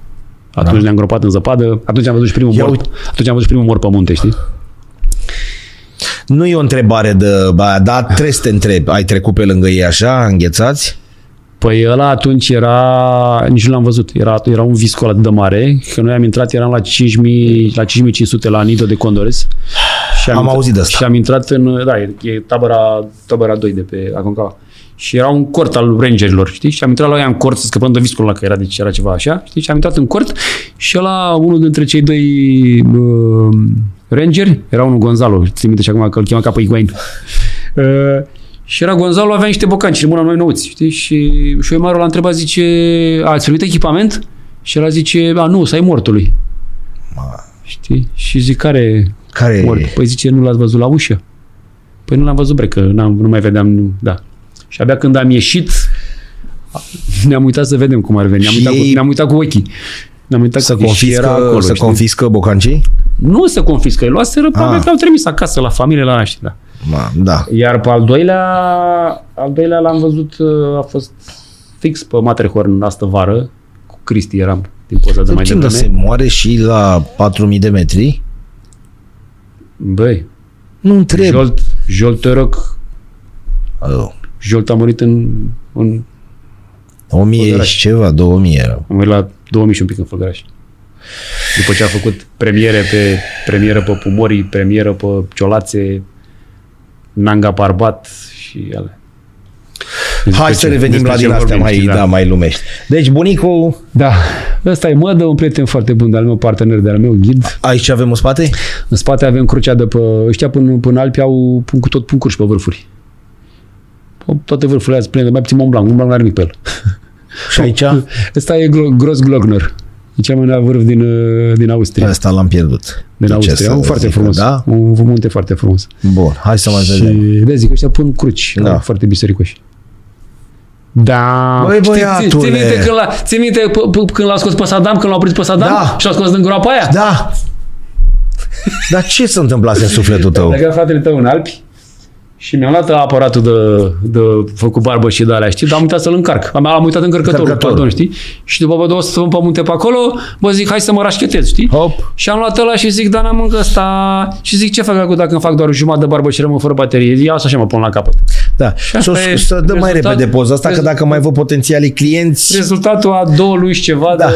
Atunci Da. ne-am gropat în zăpadă, atunci am văzut și primul Ia mor, uite. atunci am văzut și primul mor pe munte, știi? Nu e o întrebare de aia, dar trebuie să te întrebi. Ai trecut pe lângă ei așa, înghețați? Păi ăla atunci era, nici nu l-am văzut, era, era un viscol atât de mare, că noi am intrat, eram la 5000, la 5500 la Nido de Condores. Și Am intrat- auzit de asta. Și am intrat în, da, e, e tabăra, tabăra 2 de pe Aconcagua. Și era un cort al rangerilor, știi? Și am intrat la ea în cort să scăpăm de viscolul ăla, că era, deci era ceva așa, știi? Și am intrat în cort și ăla, unul dintre cei doi bă, rangeri, era unul Gonzalo, țin minte și acum că îl chema ca pe Iguain. Uh, și era Gonzalo, avea niște bocanci, rămâna noi nouți, știi? Și șoimarul l-a întrebat, zice, ați primit echipament? Și el zice, a, nu, să ai mortului. Știi? Și zic, care, Care mort. Păi zice, nu l-ați văzut la ușă? Păi nu l-am văzut, bre, că n-am, nu mai vedeam, nu, da. Și abia când am ieșit, ne-am uitat să vedem cum ar veni. Ne-am Și uitat, cu, ei- ne-am uitat cu ochii. Ne-am uitat Să cu ochii și confiscă, era acolo, să știi? confiscă bocancii? Nu se confiscă, îi luaseră, Ah. probabil că l-au trimis acasă, la familie, la naște, da. Ma, da. Iar pe al doilea, al doilea l-am văzut, uh, a fost fix pe Matterhorn astă vară, cu Cristi eram din poza de mai Puțin, dar se devreme. moare și la 4000 de metri? Băi, Nu întreb. Jolt, Jolt Tărăc, Oh, Jolt a murit în, în 1000 Făgăraș. și ceva, 2000 erau. Am murit la 2000 și un pic în Făgăraș. După ce a făcut premiere pe, premieră pe Pumorii, premieră pe Ciolațe, Nanga Parbat și ale. Hai să revenim la din astea mai, da, mai lumești. Deci bunicul, da. Ăsta e Mădă, un prieten foarte bun de-al meu, partener de-al meu, ghid. aici ce avem în spate? În spate avem crucea de pe... Ăștia până, până Alpi au pun cu tot puncuri și pe vârfuri. Po- Toate vârfurile alea sunt pline de mai puțin Mont Blanc. Mont Blanc n-are nimic pe el. Și aici? Ăsta e Glo- Gros Glockner. E cel mai înalt vârf din, uh, din Austria. Asta l-am pierdut. din Da, Ce Austria. să Un foarte zic, frumos. Da? Un un munte foarte frumos. Bun, hai să mai și vedem. de zic, ăștia pun cruci. Da. Da. Foarte bisericoși. Da. Băi, Știi, băiatule! ții minte când l-a, ții minte p- p- când l-a scos pe Saddam, când l-a prins pe Saddam Da. și l-a scos din groapa aia? Da! Dar ce se întâmplase în sufletul tău? Pleca fratele tău în Alpi și mi-am luat aparatul de, de făcut barbă și de alea, știi? Dar am uitat să-l încarc. Am, am uitat încărcătorul, Încărcătorul. pardon, știi? Și după două săptămâni pe munte pe acolo, bă, zic, hai să mă rașchetez, știi? Hop! Și am luat ăla și zic, da, n-am încă ăsta. Și zic, ce fac acum dacă îmi fac doar jumătate de barbă și rămân fără baterie? Ia asta și mă pun la capăt. Da. Să, asta e să dăm mai rezultat- repede poza asta, că dacă mai văd potențialii clienți, Rezultatul a două luni și ceva Deci, da,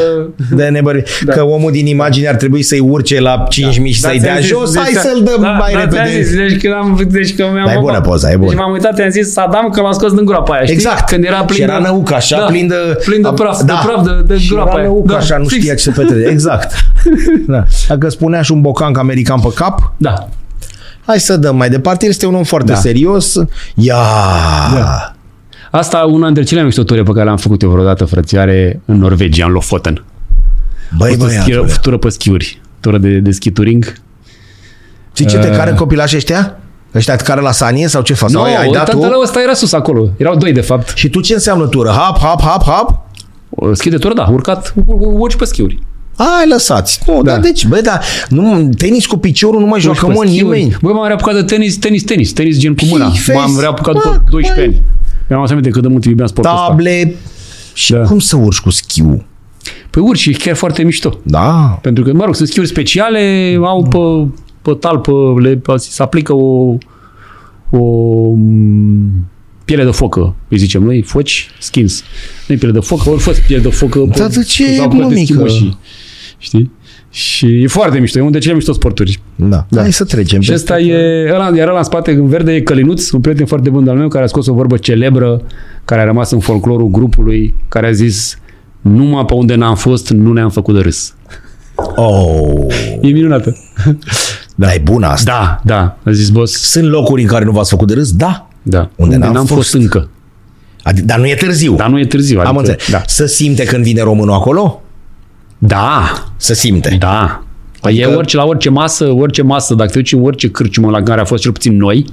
de... de nebări. Da. Că omul din imagine ar trebui să-i urce la 5.000 și să-i ți-am dea zis, jos, deci hai ți-am- să-l dăm da, mai da, ți-am Zis, repede. deci, când am, deci că mi-am Dar e bună ocupat. poza, e bună. Deci m-am uitat, i-am zis Saddam că l-a scos din groapa aia, știi? Exact. Când era plin Și era de, da, năuc așa, plin de- plin de a- praf, da. de praf, de, de Și groapa era aia. Da, lăuc așa, nu fix. știa ce să petrece. Exact. Da. Dacă spunea și un bocanc american pe cap, Da. hai să dăm mai departe. Este un om foarte Da. serios. Ia! Da. Asta una dintre cele mai mișto ture pe care le-am făcut eu vreodată, frății, are în Norvegia, în Păi, Lofoten. Băi, Fost o schi- băiatule. tură pe schiuri, tură de, de ski touring. Știi ce te Uh. care copilașii ăștia? Ăștia te care la sanie sau ce faci? Nu, Sau ai- ai dat tu? tatălău ăsta era sus acolo. Erau doi, de fapt. Și tu ce înseamnă tură? Hap, hap, hap, hap? Schi de tură, da, urcat, ur- ur- urci pe schiuri. Ai, lăsați. Nu, da. Da. dar deci, bă, da, nu, tenis cu piciorul nu mai Urci joacă, pe mă, schiuri. nimeni. Băi, m-am reapucat de tenis, tenis, tenis, tenis gen cu mâna. Pii, M-am face, reapucat bă, după 12 băi. ani. Mi-am aminte cât de mult iubeam sportul ăsta. Table. Și Da. cum să urci cu schiu? Păi urci, e chiar foarte mișto. Da. Pentru că, mă rog, sunt schiuri speciale, au pe, pe talpă, le, se aplică o, o m, piele de focă, îi zicem noi, foci, skins. Nu e piele de focă, ori fost piele de focă. Dar pe- de ce sau e pe toate mămică? schimoșii, Știi? Și e foarte mișto, e unul dintre cele mișto sporturi. Da. da. Hai să trecem. Și ăsta e, ăla, iar ăla în spate, în verde, e Călinuț, un prieten foarte bun al meu, care a scos o vorbă celebră, care a rămas în folclorul grupului, care a zis, numai pe unde n-am fost, nu ne-am făcut de râs. Oh, E minunată. da, e bună asta. Da, da, a zis boss. Sunt locuri în care nu v-ați făcut de râs? Da. Da. n-am n-am fost. fost. încă. Adi- dar nu e târziu. Dar nu e târziu. Am adică- înțeles. Da. Să simte când vine românul acolo? Da, Să simte. da. Adică... Adică- E orice, la orice masă, orice masă, dacă te duci în orice cârciumă la care a fost cel puțin noi,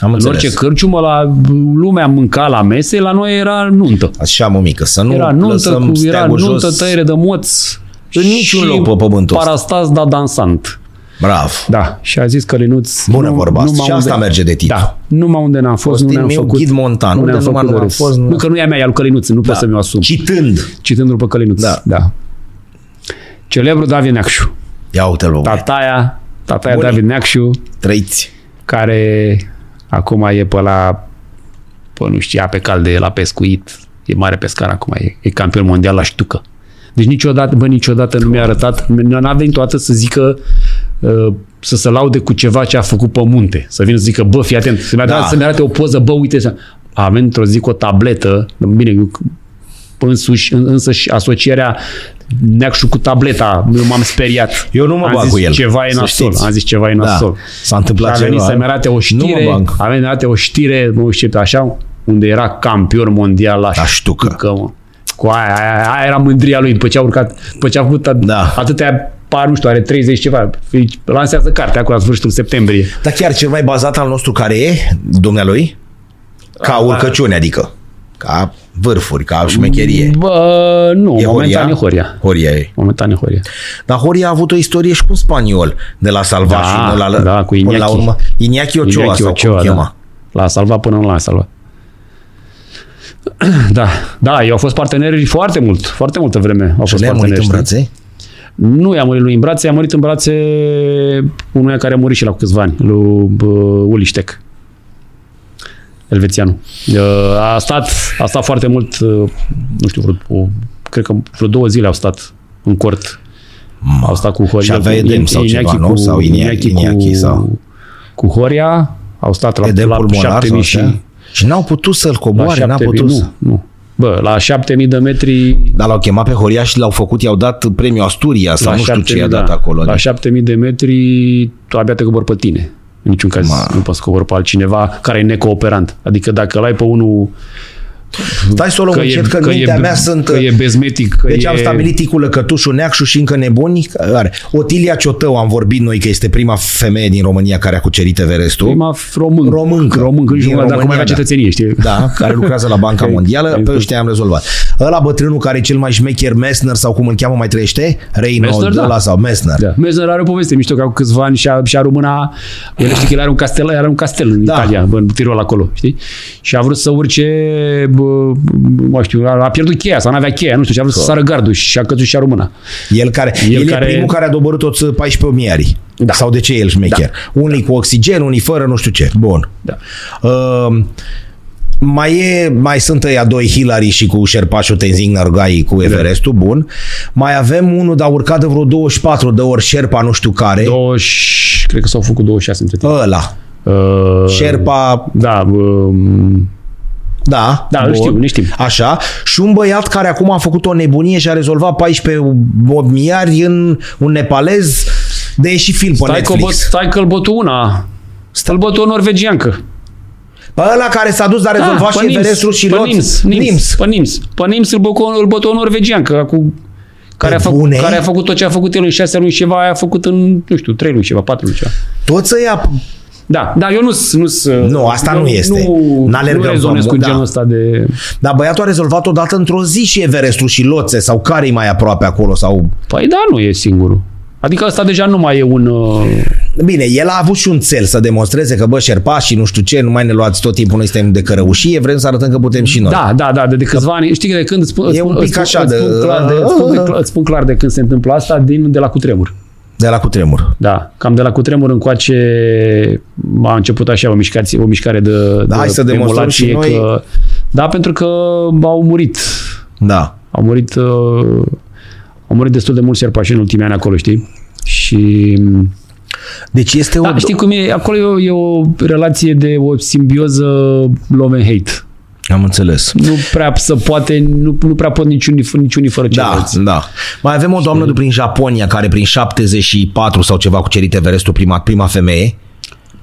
Am în orice cârciumă, la lumea mânca la mese, la noi era nuntă. Așa, mămică, să nu Era nuntă, lăsăm cu, era steagul nuntă jos. tăiere de moț. În niciun și loc pe pământul ăsta. Parastas, da, dansant. Bravo. Da, și a zis că Linuț... Bună vorba asta. numai Și asta merge de titlu. Da, numai unde n-am fost, nu Costin ne-am meu, făcut. Ghid Montan, nu unde ne-am numai făcut nu am de râs. fost, nu- Nu că nu e a mea, e al Călinuț, nu pot Da. să mi-o asum. Citând. Citând după Călinuț. Da. da. Celebrul David Neacșu. Ia uite-l, bă, Da. Tataia, tataia Bunic. David Neacșu, trăiți. care acum e pe la, pe nu știu, ape calde, la pescuit, e mare pescar acum, e, e campion mondial la ștucă. Deci niciodată, bă, niciodată nu mi-a arătat, n-a venit toată să zică uh, să se laude cu ceva ce a făcut pe munte. Să vină să zică, bă, fii atent, să-mi arate, Da. da. să-mi arate o poză, bă, uite. să- Avem într-o zi cu o tabletă, bine, eu însuși, în- însăși asocierea Neacșu cu tableta, eu m-am speriat. Eu nu mă Am bag zis cu el, ceva e să nasol. știți. Am zis ceva e Da. nasol. S-a întâmplat Și a venit ceva. să-mi arate o Nu mă știre, bag. a venit să-mi arate o știre, mă știu, așa, unde era campion mondial la La ștucă. ștucă mă. Cu aia, aia, aia, era mândria lui după ce a urcat, după ce a făcut at- Da. atâtea par, nu știu, are 30 ceva. Deci, Lansează cartea acum la sfârșitul septembrie. Dar chiar cel mai bazat al nostru care e, dumnealui? Ca Ah, da. urcăciune, adică. Ca vârfuri, ca Mm. șmecherie. Bă, nu, E momentan Horia? e Horia. Horia e. Momentan e Horia. Dar Horia a avut o istorie și cu un spaniol de la Salvat Da, și până la, da, cu până la Iñaki. urmă. Iñaki Ochoa Iñaki Iñaki sau Ochoa, cum da. chema. L-a salvat până nu l-a salvat. Da, da, eu au fost parteneri foarte mult, foarte multă vreme au Și fost le-a murit parteneri. în știi? brațe? Nu i-a murit lui în brațe, i-a murit în brațe unuia care a murit și la câțiva ani, lui uh, bă, Uliștec. Elvețianu. Uh, A stat, a stat foarte mult, uh, nu știu, vreo, o, cred că vreo două zile au stat în cort. Ma. Au stat cu Horia. Și avea cu edem Iñaki sau ceva, nu? Cu, Sau Iñaki- Iñaki cu, sau- cu Horia. Au stat la, Edem la pulmonar 7000 sau și... și... Și n-au putut să-l La coboare, n-a 7000, putut să... nu, nu. Bă, la 7000 de metri Dar l-au chemat pe Horia și l-au făcut, i-au dat premiul Asturia sau nu știu ce 7000, i-a dat da. acolo. La Adică- 7000 de metri, tu abia te cobori pe tine. În niciun caz Ma. Ma. nu poți să cobori pe altcineva care e necooperant. Adică dacă l-ai pe unul Stai să o luăm că e, încet, că, în că, mintea e, mea sunt... că e bezmetic, că Deci e... am stabilit Ticu Lăcătușu, Neacșu și încă nebuni. Are. Otilia Ciotău am vorbit noi că este prima femeie din România care a cucerit Everestul. prima român. Româncă. Român, că nici Din nu dacă România, mai avea da. cetățenie, știi? Da, care lucrează la Banca Ok. Mondială, pe Ai zis. ăștia am rezolvat. Ăla bătrânul care e cel mai șmecher, Messner sau cum îl cheamă, mai trăiește? Reynolds, Messner, da. ăla sau Messner. Da. Mezner are o poveste mișto, că cu câțiva ani și-a, și-a rumâna, el știe că el are un castel, el are un castel în Da. da. Italia, în Tirol acolo, știi? Și a vrut să urce, bă, mă știu, a, a pierdut cheia sau n-avea cheia, nu știu, și a vrut să sară gardul și a căzut și-a rumâna. El care, el, El el care... care- e primul care a dobărât toți 14 miari. Da. Sau de ce el șmecher? Da. Unii cu oxigen, unii fără, nu știu ce. Bun. Da. Uh, mai, e, mai sunt ăia doi Hillary și cu șerpașul Tenzing Norgay Da. cu Everestul, bun. Mai avem unul, dar urcat de vreo 24 de ori șerpa nu știu care. 20, cred că s-au făcut 26 între timp. Ăla. Uh, Șerpa, Da, um, da. Da, îl știu, îl știm. Așa. Și un băiat care acum a făcut o nebunie și a rezolvat 14 miari în un nepalez de a ieși film pe stai, că, o bă, Netflix. stai că-l bot una. Stai. Îl bot o norvegiancă. Pe ăla care s-a dus, dar a rezolvat Da, pe și Everestul și pe Lot. Nims, Nims, Nims. Pe Nims. Pe Nims îl, băco, îl bătă o norvegiancă cu care a, Pe făcut, bune? care a făcut tot ce a făcut el în șase luni și ceva, aia a făcut în, nu știu, trei luni și ceva, patru luni și ceva. Toți ăia... Da, dar eu nu nu Nu, asta nu este. Nu, N-alergăm nu rezonez pe- cu da. genul ăsta de... Dar băiatul a rezolvat odată într-o zi și Everestul și Loțe sau care mai aproape acolo sau... Păi da, nu e singurul. Adică ăsta deja nu mai e un... uh, Bine, el a avut și un cel să demonstreze că bă, șerpașii, nu știu ce, nu mai ne luați tot timpul, noi suntem de cărăușie, vrem să arătăm că putem și noi. Da, da, da, de, de câțiva ani. Știi că de când îți spun, îți E un spun, pic îți spun, așa îți spun de- clar de, îți spun, de, îți spun clar de când se întâmplă asta din de la cutremur. De la cutremur. Da, cam de la cutremur încoace a început așa o, mișcație, o mișcare de, Da, hai să de demonstrăm și emulație noi. Că, da, pentru că au murit. Da. Au murit, uh, au murit destul de mulți serpași în ultimii ani acolo, știi? Și Deci este o... da, știi cum e? Acolo e o, e o relație de o simbioză love and hate. Am înțeles. Nu prea se poate, nu, nu prea pot niciunii, niciunii fără Da, ceilalți. da. Mai avem o doamnă de prin Japonia care prin 74 sau ceva a cucerit Everestul, prima, prima femeie.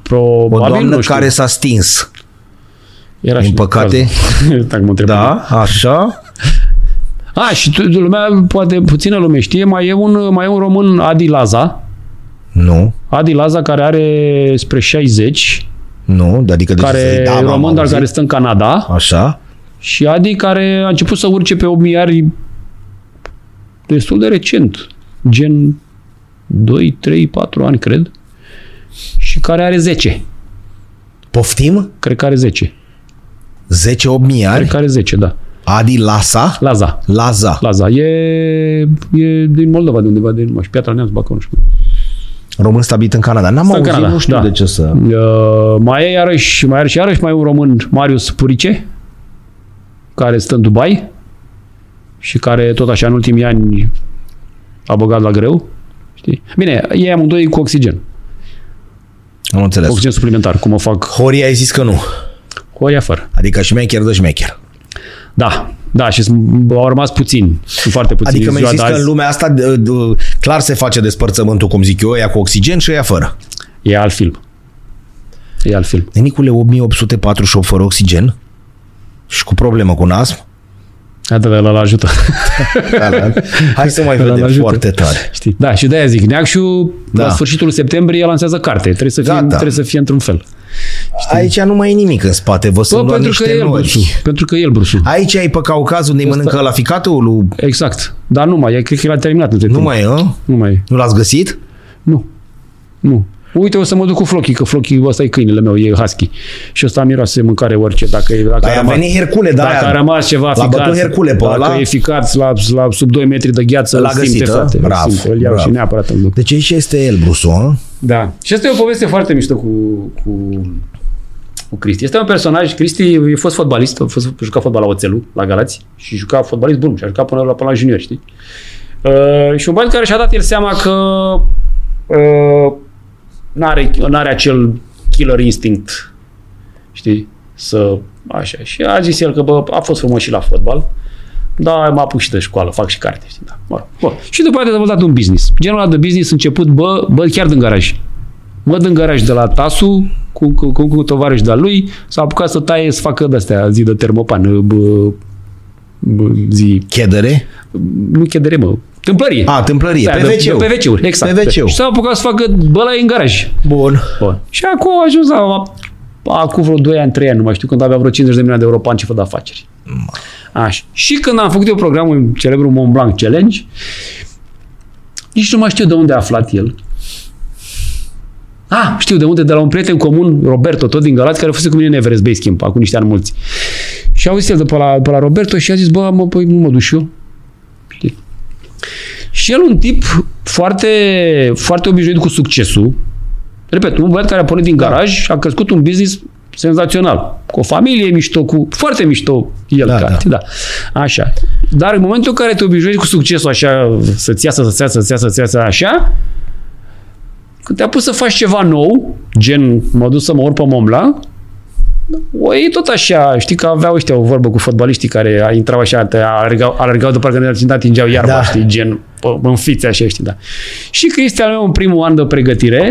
O Probabil, doamnă nu știu. care s-a stins. Era din și păcate. cazul. Dacă mă întreb. Da, așa. A, și tu, lumea, poate puțină lume știe, mai e un, mai e un român, Adi Laza. Nu, Adi Laza care are spre 60, nu, adică... de ce să care zic, da, am român, dar auzit. care stă în Canada. Așa. Și Adi care a început să urce pe 8 iari destul de recent, gen 2, 3, 4 ani, cred. Și care are 10. Poftim? Cred că are 10. 10 8 Cred miari? că are 10, da. Adi Lasa? Laza. Laza. Laza. E, e din Moldova, de undeva, din, nu mai știu, Piatra Neamț, Bacău, nu știu. Român stabilit în Canada. N-am Stă în auzit, Canada, nu știu da. de ce să... Uh, mai e iarăși, mai are și iarăși mai e un român, Marius Purice, care stă în Dubai și care tot așa în ultimii ani a băgat la greu. Știi? Bine, ei amândoi cu oxigen, cu Am înțeles. oxigen suplimentar, cum o fac Horia ai zis că nu. cu aia fără. Adică șmecher de șmecher. Da, da, și sunt- au rămas puțin, sunt foarte puțini. Adică în mi-ai ziua zis de că azi. în lumea asta d- d- clar se face despărțământul, cum zic eu, ea cu oxigen și ea fără. E alt film. E alt film. Nenicule, 8848 fără oxigen și cu problemă cu nasm. Hai de la, la ajută. Da, da. Hai să mai Ăla vedem l-ajută. foarte tare. Știi? Da, și de-aia zic, Neacșu, Da. da. la sfârșitul septembrie, lansează carte. Trebuie să fie, Gata. trebuie să fie într-un fel. Aici nu mai e nimic în spate, vă Bă, sunt doar pentru că, niște e el nori. brusul, pentru că e el brusul. Aici ai pe Caucazul unde mănâncă la ficatul lui... Exact. Dar nu mai e. Cred că l-a terminat între Nu timp. mai e, a? Nu mai e. Nu l-ați găsit? Nu. Nu. Uite, o să mă duc cu Floki, că Floki ăsta e câinele meu, e husky. Și ăsta miroase mâncare orice. Dacă, e- dacă, Păi a venit Hercule, da, dacă a aia. rămas ceva L-a bătut Hercule pe dacă ăla. e ficat la, la, sub 2 metri de gheață, L-a îl simte, găsit, a? frate, îl Bravo, simte. Îl iau bravo. și neapărat îl duc. Deci aici este el, Brusu, ă? a? Da. Și asta e o poveste foarte mișto cu, cu, cu Cristi. Este un personaj, Cristi e fost fotbalist, a fost, juca fotbal la Oțelul, la Galați și juca fotbalist bun și a jucat până la, până la junior, știi? Uh, și un băiat care și-a dat el seama că uh, n-are, n-are acel killer instinct, știi? Să, așa. Și a zis el că bă, a fost frumos și la fotbal, da, mă apuc și de școală, fac și carte, știi, da. Mă rog. Bun. Și după aceea a dezvoltat un business. Genul ăla de business început, bă, bă, chiar din garaj. Mă din garaj de la Tasu, cu, cu, cu, cu tovarăș de-a lui, s-a apucat să taie, să facă de-astea, zi de termopan, bă, bă, zi, Chedere? nu chedere, mă, tâmplărie. A, tâmplărie, Da, pe de- WC-ul. de- Pe WC-uri, exact. Pe WC-ul. Și s-a apucat să facă bă la în garaj. Bun. Bun. Și acum a ajuns la, acum vreo 2 ani, 3 ani, nu mai știu, când avea vreo 50 de milioane de euro pe an cifră de afaceri. Așa. Și când am făcut eu programul celebrul Mont Blanc Challenge, nici nu mai știu de unde a aflat el. Ah, știu de unde, de la un prieten comun, Roberto, tot din Galați, care fusese cu mine în Everest Base Camp, acum niște ani mulți. Și a auzit el de pe la, pe la Roberto și a zis, bă, mă, păi, nu mă duc și eu. Știi? Și el un tip foarte, foarte obișnuit cu succesul, Repet, un băiat care a pornit din garaj și a crescut un business senzațional. Cu o familie mișto, cu foarte mișto el. Da, Da, da. da. Așa. Dar în momentul în care te obișnuiești cu succesul așa, să-ți iasă, să-ți iasă, să-ți iasă, să-ți iasă, așa, când te-a pus să faci ceva nou, gen mă duc să mă urc pe Mombla, o iei tot așa, știi că aveau ăștia o vorbă cu fotbaliștii care intrau așa, te alergau, alergau de parcă ne atingeau iarba, Da. da. știi, gen pă, înfiți așa, știi, da. Și Cristian meu în primul an de pregătire,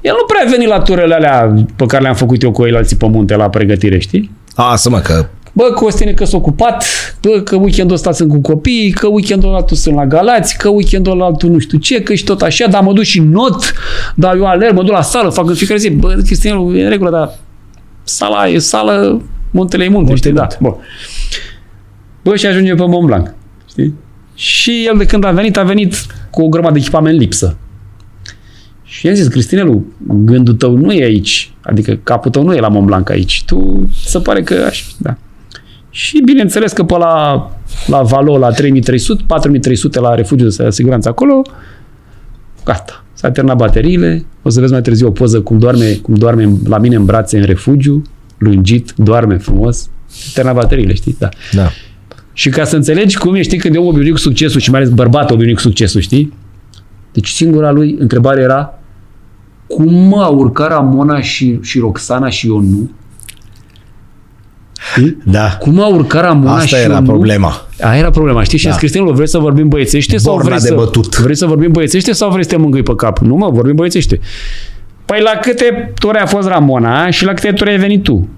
el nu prea a venit la turele alea pe care le-am făcut eu cu ei la pe munte la pregătire, știi? A, să mă, că Bă, Costine, că s-a ocupat, bă, că weekendul ăsta sunt cu copiii, că weekendul ăla tu sunt la Galați, că weekendul ăla tu nu știu ce, că și tot așa, dar mă duc și not, dar eu alerg, mă duc la sală, fac în fiecare zi. Bă, Cristian, e în regulă, dar sala e sală, muntele e munte, știi, da. munte. Bun. Bă, și ajunge pe Mont Blanc, știi? Și el de când a venit, a venit cu o grămadă de echipament lipsă. Și i-am zis, Cristinelu, gândul tău nu e aici. Adică capul tău nu e la Mont Blanc aici. Tu se pare că așa, da. Și bineînțeles că pe la, la Valo, la 3300, 4300 la refugiu de siguranță acolo, gata. S-a terminat bateriile. O să vezi mai târziu o poză cum doarme, cum doarme în- la mine în brațe în refugiu, lungit, doarme frumos. S-a terminat bateriile, știi? Da. Da. Și ca să înțelegi cum e, știi, când eu mă obișnuit cu succesul și mai ales bărbatul obișnuit cu succesul, știi? Deci singura lui întrebare era cum mă au urcat Ramona și, și Roxana și eu nu? Știi? Da. Cum a urcat Ramona Asta și era eu nu? problema. Aia era problema, știi? Și Da. da. Cristianul, vrei să vorbim băiețește sau Borna vrei de să, bătut. vrei să vorbim băiețește sau vrei să te mângâi pe cap? Nu mă, vorbim băiețește. Păi la câte ture a fost Ramona și la câte ture ai venit tu?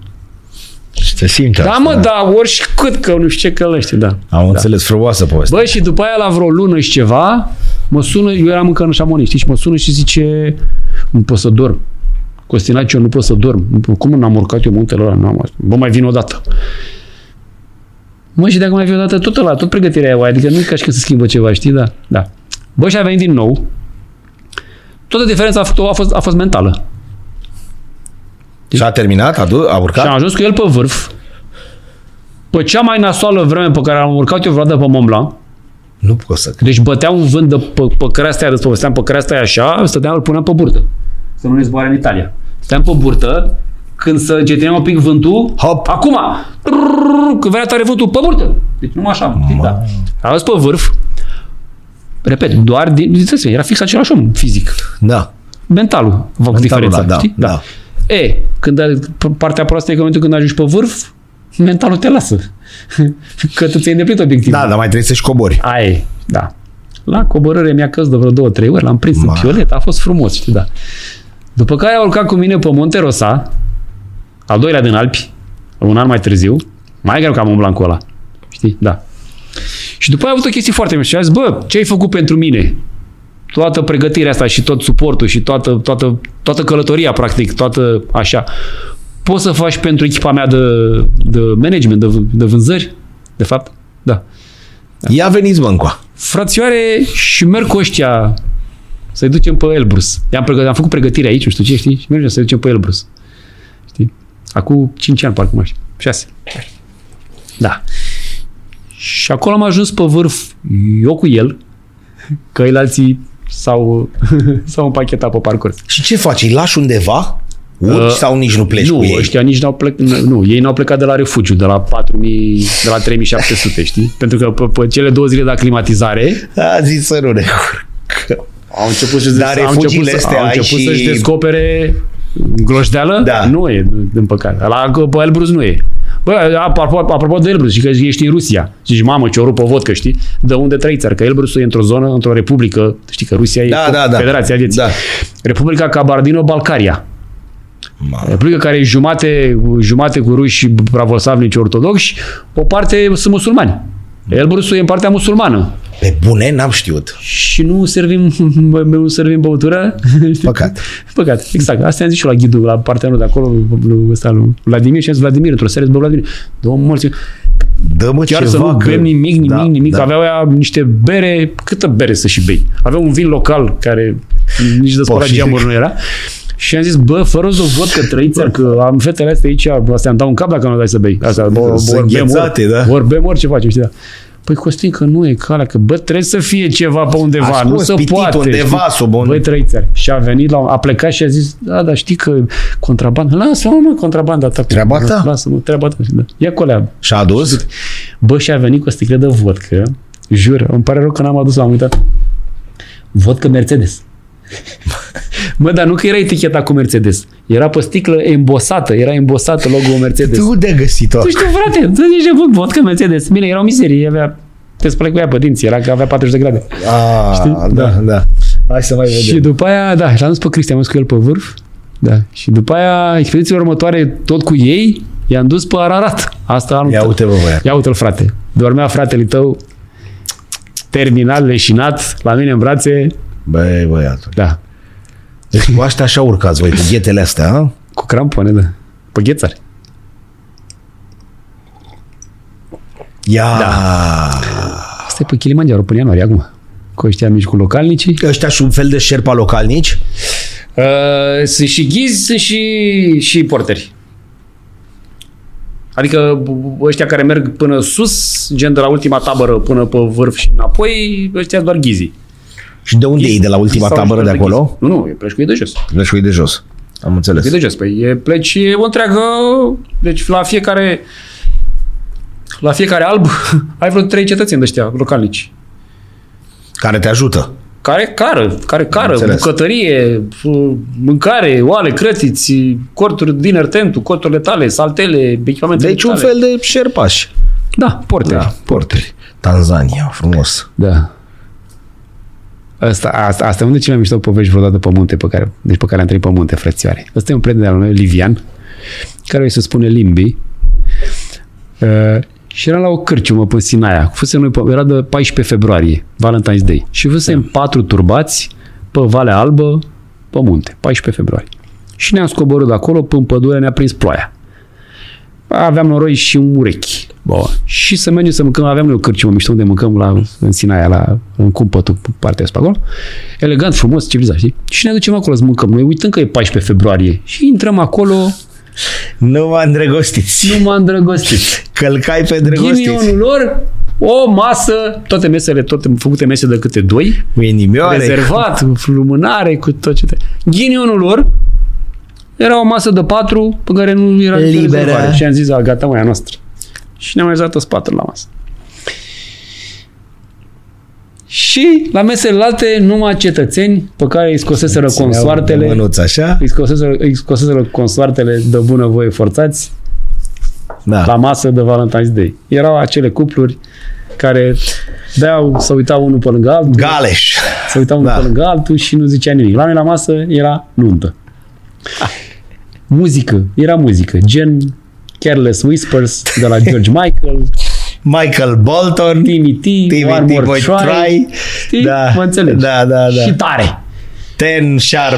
Se simte. Da, mă, da, oricât că nu știu ce călăște, da. Am înțeles, frumoasă poveste. Bă, și după aia la vreo lună și ceva, mă sună, eu eram încă în șamoni, știi, și mă sună și zice, nu pot să dorm. Costinaci, eu nu pot să dorm. Nu pot- Cum n-am urcat eu muntele ăla? N-am ajuns. Bă, mai vin o dată. Mă, și dacă mai vin o dată, tot ăla, tot pregătirea aia, adică nu e ca și că se schimbă ceva, știi, da? Da. Bă, și a venit din nou. Toată diferența a, făcut, a, fost, a fost mentală. și a terminat, a, du- a urcat. Și am ajuns cu el pe vârf. Pe cea mai nasoală vreme pe care am urcat eu vreodată pe Mont Blanc, Nu pot să cred. Deci bătea un vânt de pe, pe crastea, îți povesteam, pe crastea așa, stăteam, îl puneam pe burtă. Să nu ne zboare în Italia. Stăteam pe burtă, când să încetineam un pic vântul, Hop. acum, trrr, când venea tare vântul, pe burtă. Deci numai așa, știi, da. Am ajuns pe vârf, repet, doar din, ziceți, era fix același om fizic. Da. Mentalul a făcut diferența, da, știi? da. E, când a- p- partea proastă e că în momentul când ajungi pe vârf, mentalul te lasă. că tu ți-ai îndeplinit obiectivul. Da, dar mai trebuie să-și cobori. Aia e, da. La coborâre mi-a căzut de vreo două, trei ori, l-am prins Ma. în Ma. piolet, a fost frumos, știi, da. După care a urcat cu mine pe Monte Rosa, al doilea din Alpi, un an mai târziu, mai greu că am umblat cu ăla, știi, da. Și după aia a avut o chestie foarte mișto și a zis, bă, ce ai făcut pentru mine? Toată pregătirea asta și tot suportul și toată, toată, toată călătoria, practic, toată așa. Poți să faci pentru echipa mea de, de management, de, v- de vânzări, de fapt? Da Ia veniți, mă, încoa. frățioare și merg cu ăștia să-i ducem pe Elbrus. I-am, pregă- am făcut pregătire aici, nu știu ce, știi? Și mergem să-i ducem pe Elbrus. Știi? Acum 5 ani, parcă mai știu. 6. Da. Și acolo am ajuns pe vârf, eu cu el, că alții s-au, s-au împachetat pe parcurs. Și ce faci? Îi lași undeva? Urci Uh, sau nici nu pleci nu, cu ei? ăștia nici n-au plecat, nu, ei n-au plecat de la refugiu, de la 4000, de la 3700, știi? Pentru că pe, pe cele două zile de aclimatizare, A zis să nu ne Au început să Dar au refugiile început, să- astea au ai început și- să-și descopere gloșdeală? Da. Nu e, din păcate. La pe Elbrus nu e. Bă, apropo, apropo de Elbrus, și că ești în Rusia. Zici, mamă, ce o rupă vot, că știi? De unde trăiți? Că Elbrusul e într-o zonă, într-o republică. Știi că Rusia e Da, da, da. federația vieții. Da. Republica Cabardino-Balcaria. Mamă. Republică care e jumate, jumate cu ruși pravoslavnici ortodoxi, o parte sunt musulmani. Elbrusul e în partea musulmană Pe bune n-am știut. și nu servim, nu servim băutură. Păcat. Păcat, exact. Asta am zis și eu la ghidul, la partenerul de acolo, lui, ăsta, lui Vladimir, și am zis, Vladimir, într-o seară, bă, Vladimir, domn morți, Dă-mă chiar ceva să nu că- bem nimic, nimic, da, nimic. Da. Aveau ea niște bere, câtă bere să și bei? Aveau un vin local care nici de spălat Poftim. geamuri nu era. Și am zis, bă, fără să văd că trăiți, că am fetele astea aici, astea îmi dau un cap dacă nu dai să bei. Asta, bă, Sunt ori bem, înghețate, ori, da. ori bem, orice facem, știi, da. Păi Costin, că nu e calea, că bă, trebuie să fie ceva pe undeva, Ascuns nu se pitit poate. undeva știi? sub un- Băi, trei țări. Și a venit, la, a plecat și a zis, da, dar știi că contrabandă, lasă-mă, mă, contrabanda ta. Treaba ta. Lasă-mă, treaba ta. Da. Ia cu alea, Și-a adus? Bă, și a venit cu o sticlă de vodcă. Jur, îmi pare rău că n-am adus, am uitat. Vodcă Mercedes. Mă, dar nu că era eticheta cu Mercedes. Era pe sticlă embosată, era embosată logo-ul Mercedes. Tu Tu unde ai găsit-o? știu, frate, tu ești nebun, vodcă Mercedes. Bine, era o mizerie, avea te spălai cu ea pe dinți, era că avea 40 de grade. A, Știi? da, da. Hai să mai Și vedem. după aia, da, și l-am dus pe Cristi, am dus cu el pe vârf. Da. Și după aia, expedițiile următoare, tot cu ei, i-am dus pe Ararat. Asta anul Ia tău. uite, bă, băiat. Ia uite-l, frate. Dormea fratele tău terminal leșinat la mine în brațe. Băi, băiatul. Da. Deci cu astea așa urcați voi, cu ghetele astea, a? Cu crampoane, da. Pe ghețari. Ia! Da. Asta e pe Kilimanjaro până ianuarie acum. Cu ăștia mici cu localnicii. Ăștia și un fel de șerpa localnici? Uh, sunt și ghizi, sunt și, și porteri. Adică ăștia care merg până sus, gen de la ultima tabără până pe vârf și înapoi, ăștia doar ghizii. Și de unde ei, de la ultima Sau tabără de jucători acolo? ghizi. Nu, nu, e pleci cu ei de jos. Deci de jos. Am înțeles. Păi de jos, păi e, pleci e o întreagă, deci la fiecare, la fiecare alb ai vreo trei cetățeni de ăștia localnici. Care te ajută. Care cară, care Am cară, înțeles. bucătărie, f- mâncare, oale, crătiți, corturi din tentul, corturile tale, saltele, echipamentele Deci un tale. fel de șerpași. Da, porte. Da, Da. porteri. Tanzania, frumos. da. Asta, asta, asta e unul dintre cele mai mișto povești vreodată pe munte, pe care, deci pe care am trăit pe munte, frățioare. Ăsta e un prieten al meu, Livian, care îi se spune Limbi. Uh, și era la o cârciumă pe Sinaia. Fusem noi, pe, era de 14 februarie, Valentine's Day. Și fusem da. patru turbați pe Valea Albă, pe munte, 14 februarie. Și ne-am scoborât de acolo, până în pădure ne-a prins ploaia. Aveam noroi și un urechi. Bă. Și să mergem să mâncăm, aveam noi o cârciumă mișto unde mâncăm la, în Sinaia, la un cumpătul pe partea asta pe acolo. Elegant, frumos, civilizat, știi? Și ne ducem acolo să mâncăm. Noi uităm că e 14 februarie și intrăm acolo, Nu mă îndrăgostiți. nu m-am îndrăgostit. Călcai pe îndrăgostiți. Ghinionul lor o masă, toate mesele, tot făcute mese de câte doi, Cu inimioare. rezervat, cu lumânare, cu tot ce te... Ghinionul lor era o masă de patru pe care nu era nicio Liberă. rezervare. Și am zis, "A, gata, mai a noastră. Și ne-am rezervat toți patru la masă. Și la mesele alte numai cetățeni pe care îi scoseseră Țineau de consoartele Mânuț, așa? îi scoseseră, îi scoseseră consoartele de bunăvoie forțați Da. la masă de Valentine's Day. Erau acele cupluri care beau, să uitau unul pe lângă altul, Galeș. să uitau unul Da. pe lângă altul și nu zicea nimic. La noi la masă era nuntă. Muzică, era muzică, gen Careless Whispers de la George Michael, Michael Bolton. TMT, One TVT More voi Try, try. știi? Da. Mă înțelegi? Da, da, da. Și tare. Ten sharp.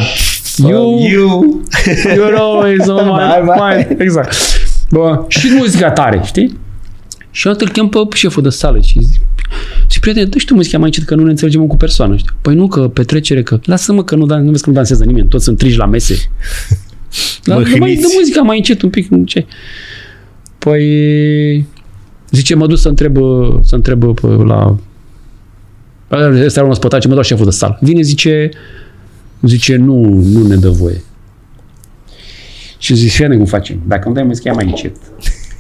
uh, You- you. You know, it's all Bye, my, bye. my, Exact. Bă, și muzica tare, știi? Și eu îl chem pe șeful de sală și zic, și prietene, dă și tu muzica mai încet că nu ne înțelegem cu persoană. Știi? Păi nu, că petrecere, că lasă-mă că nu, dan- nu vezi că nu dansează nimeni, toți sunt triji la mese. La, Mă dă mai hriniți. dă muzica mai încet un pic, nu ce. Păi zice, mă duc să întreb, să întreb pe la Ăsta era un ospătar ce mă dau șeful de sală. Vine, zice, zice, nu, nu ne dă voie. Și zic, fii cum facem. Dacă îmi dai muzica mai încet,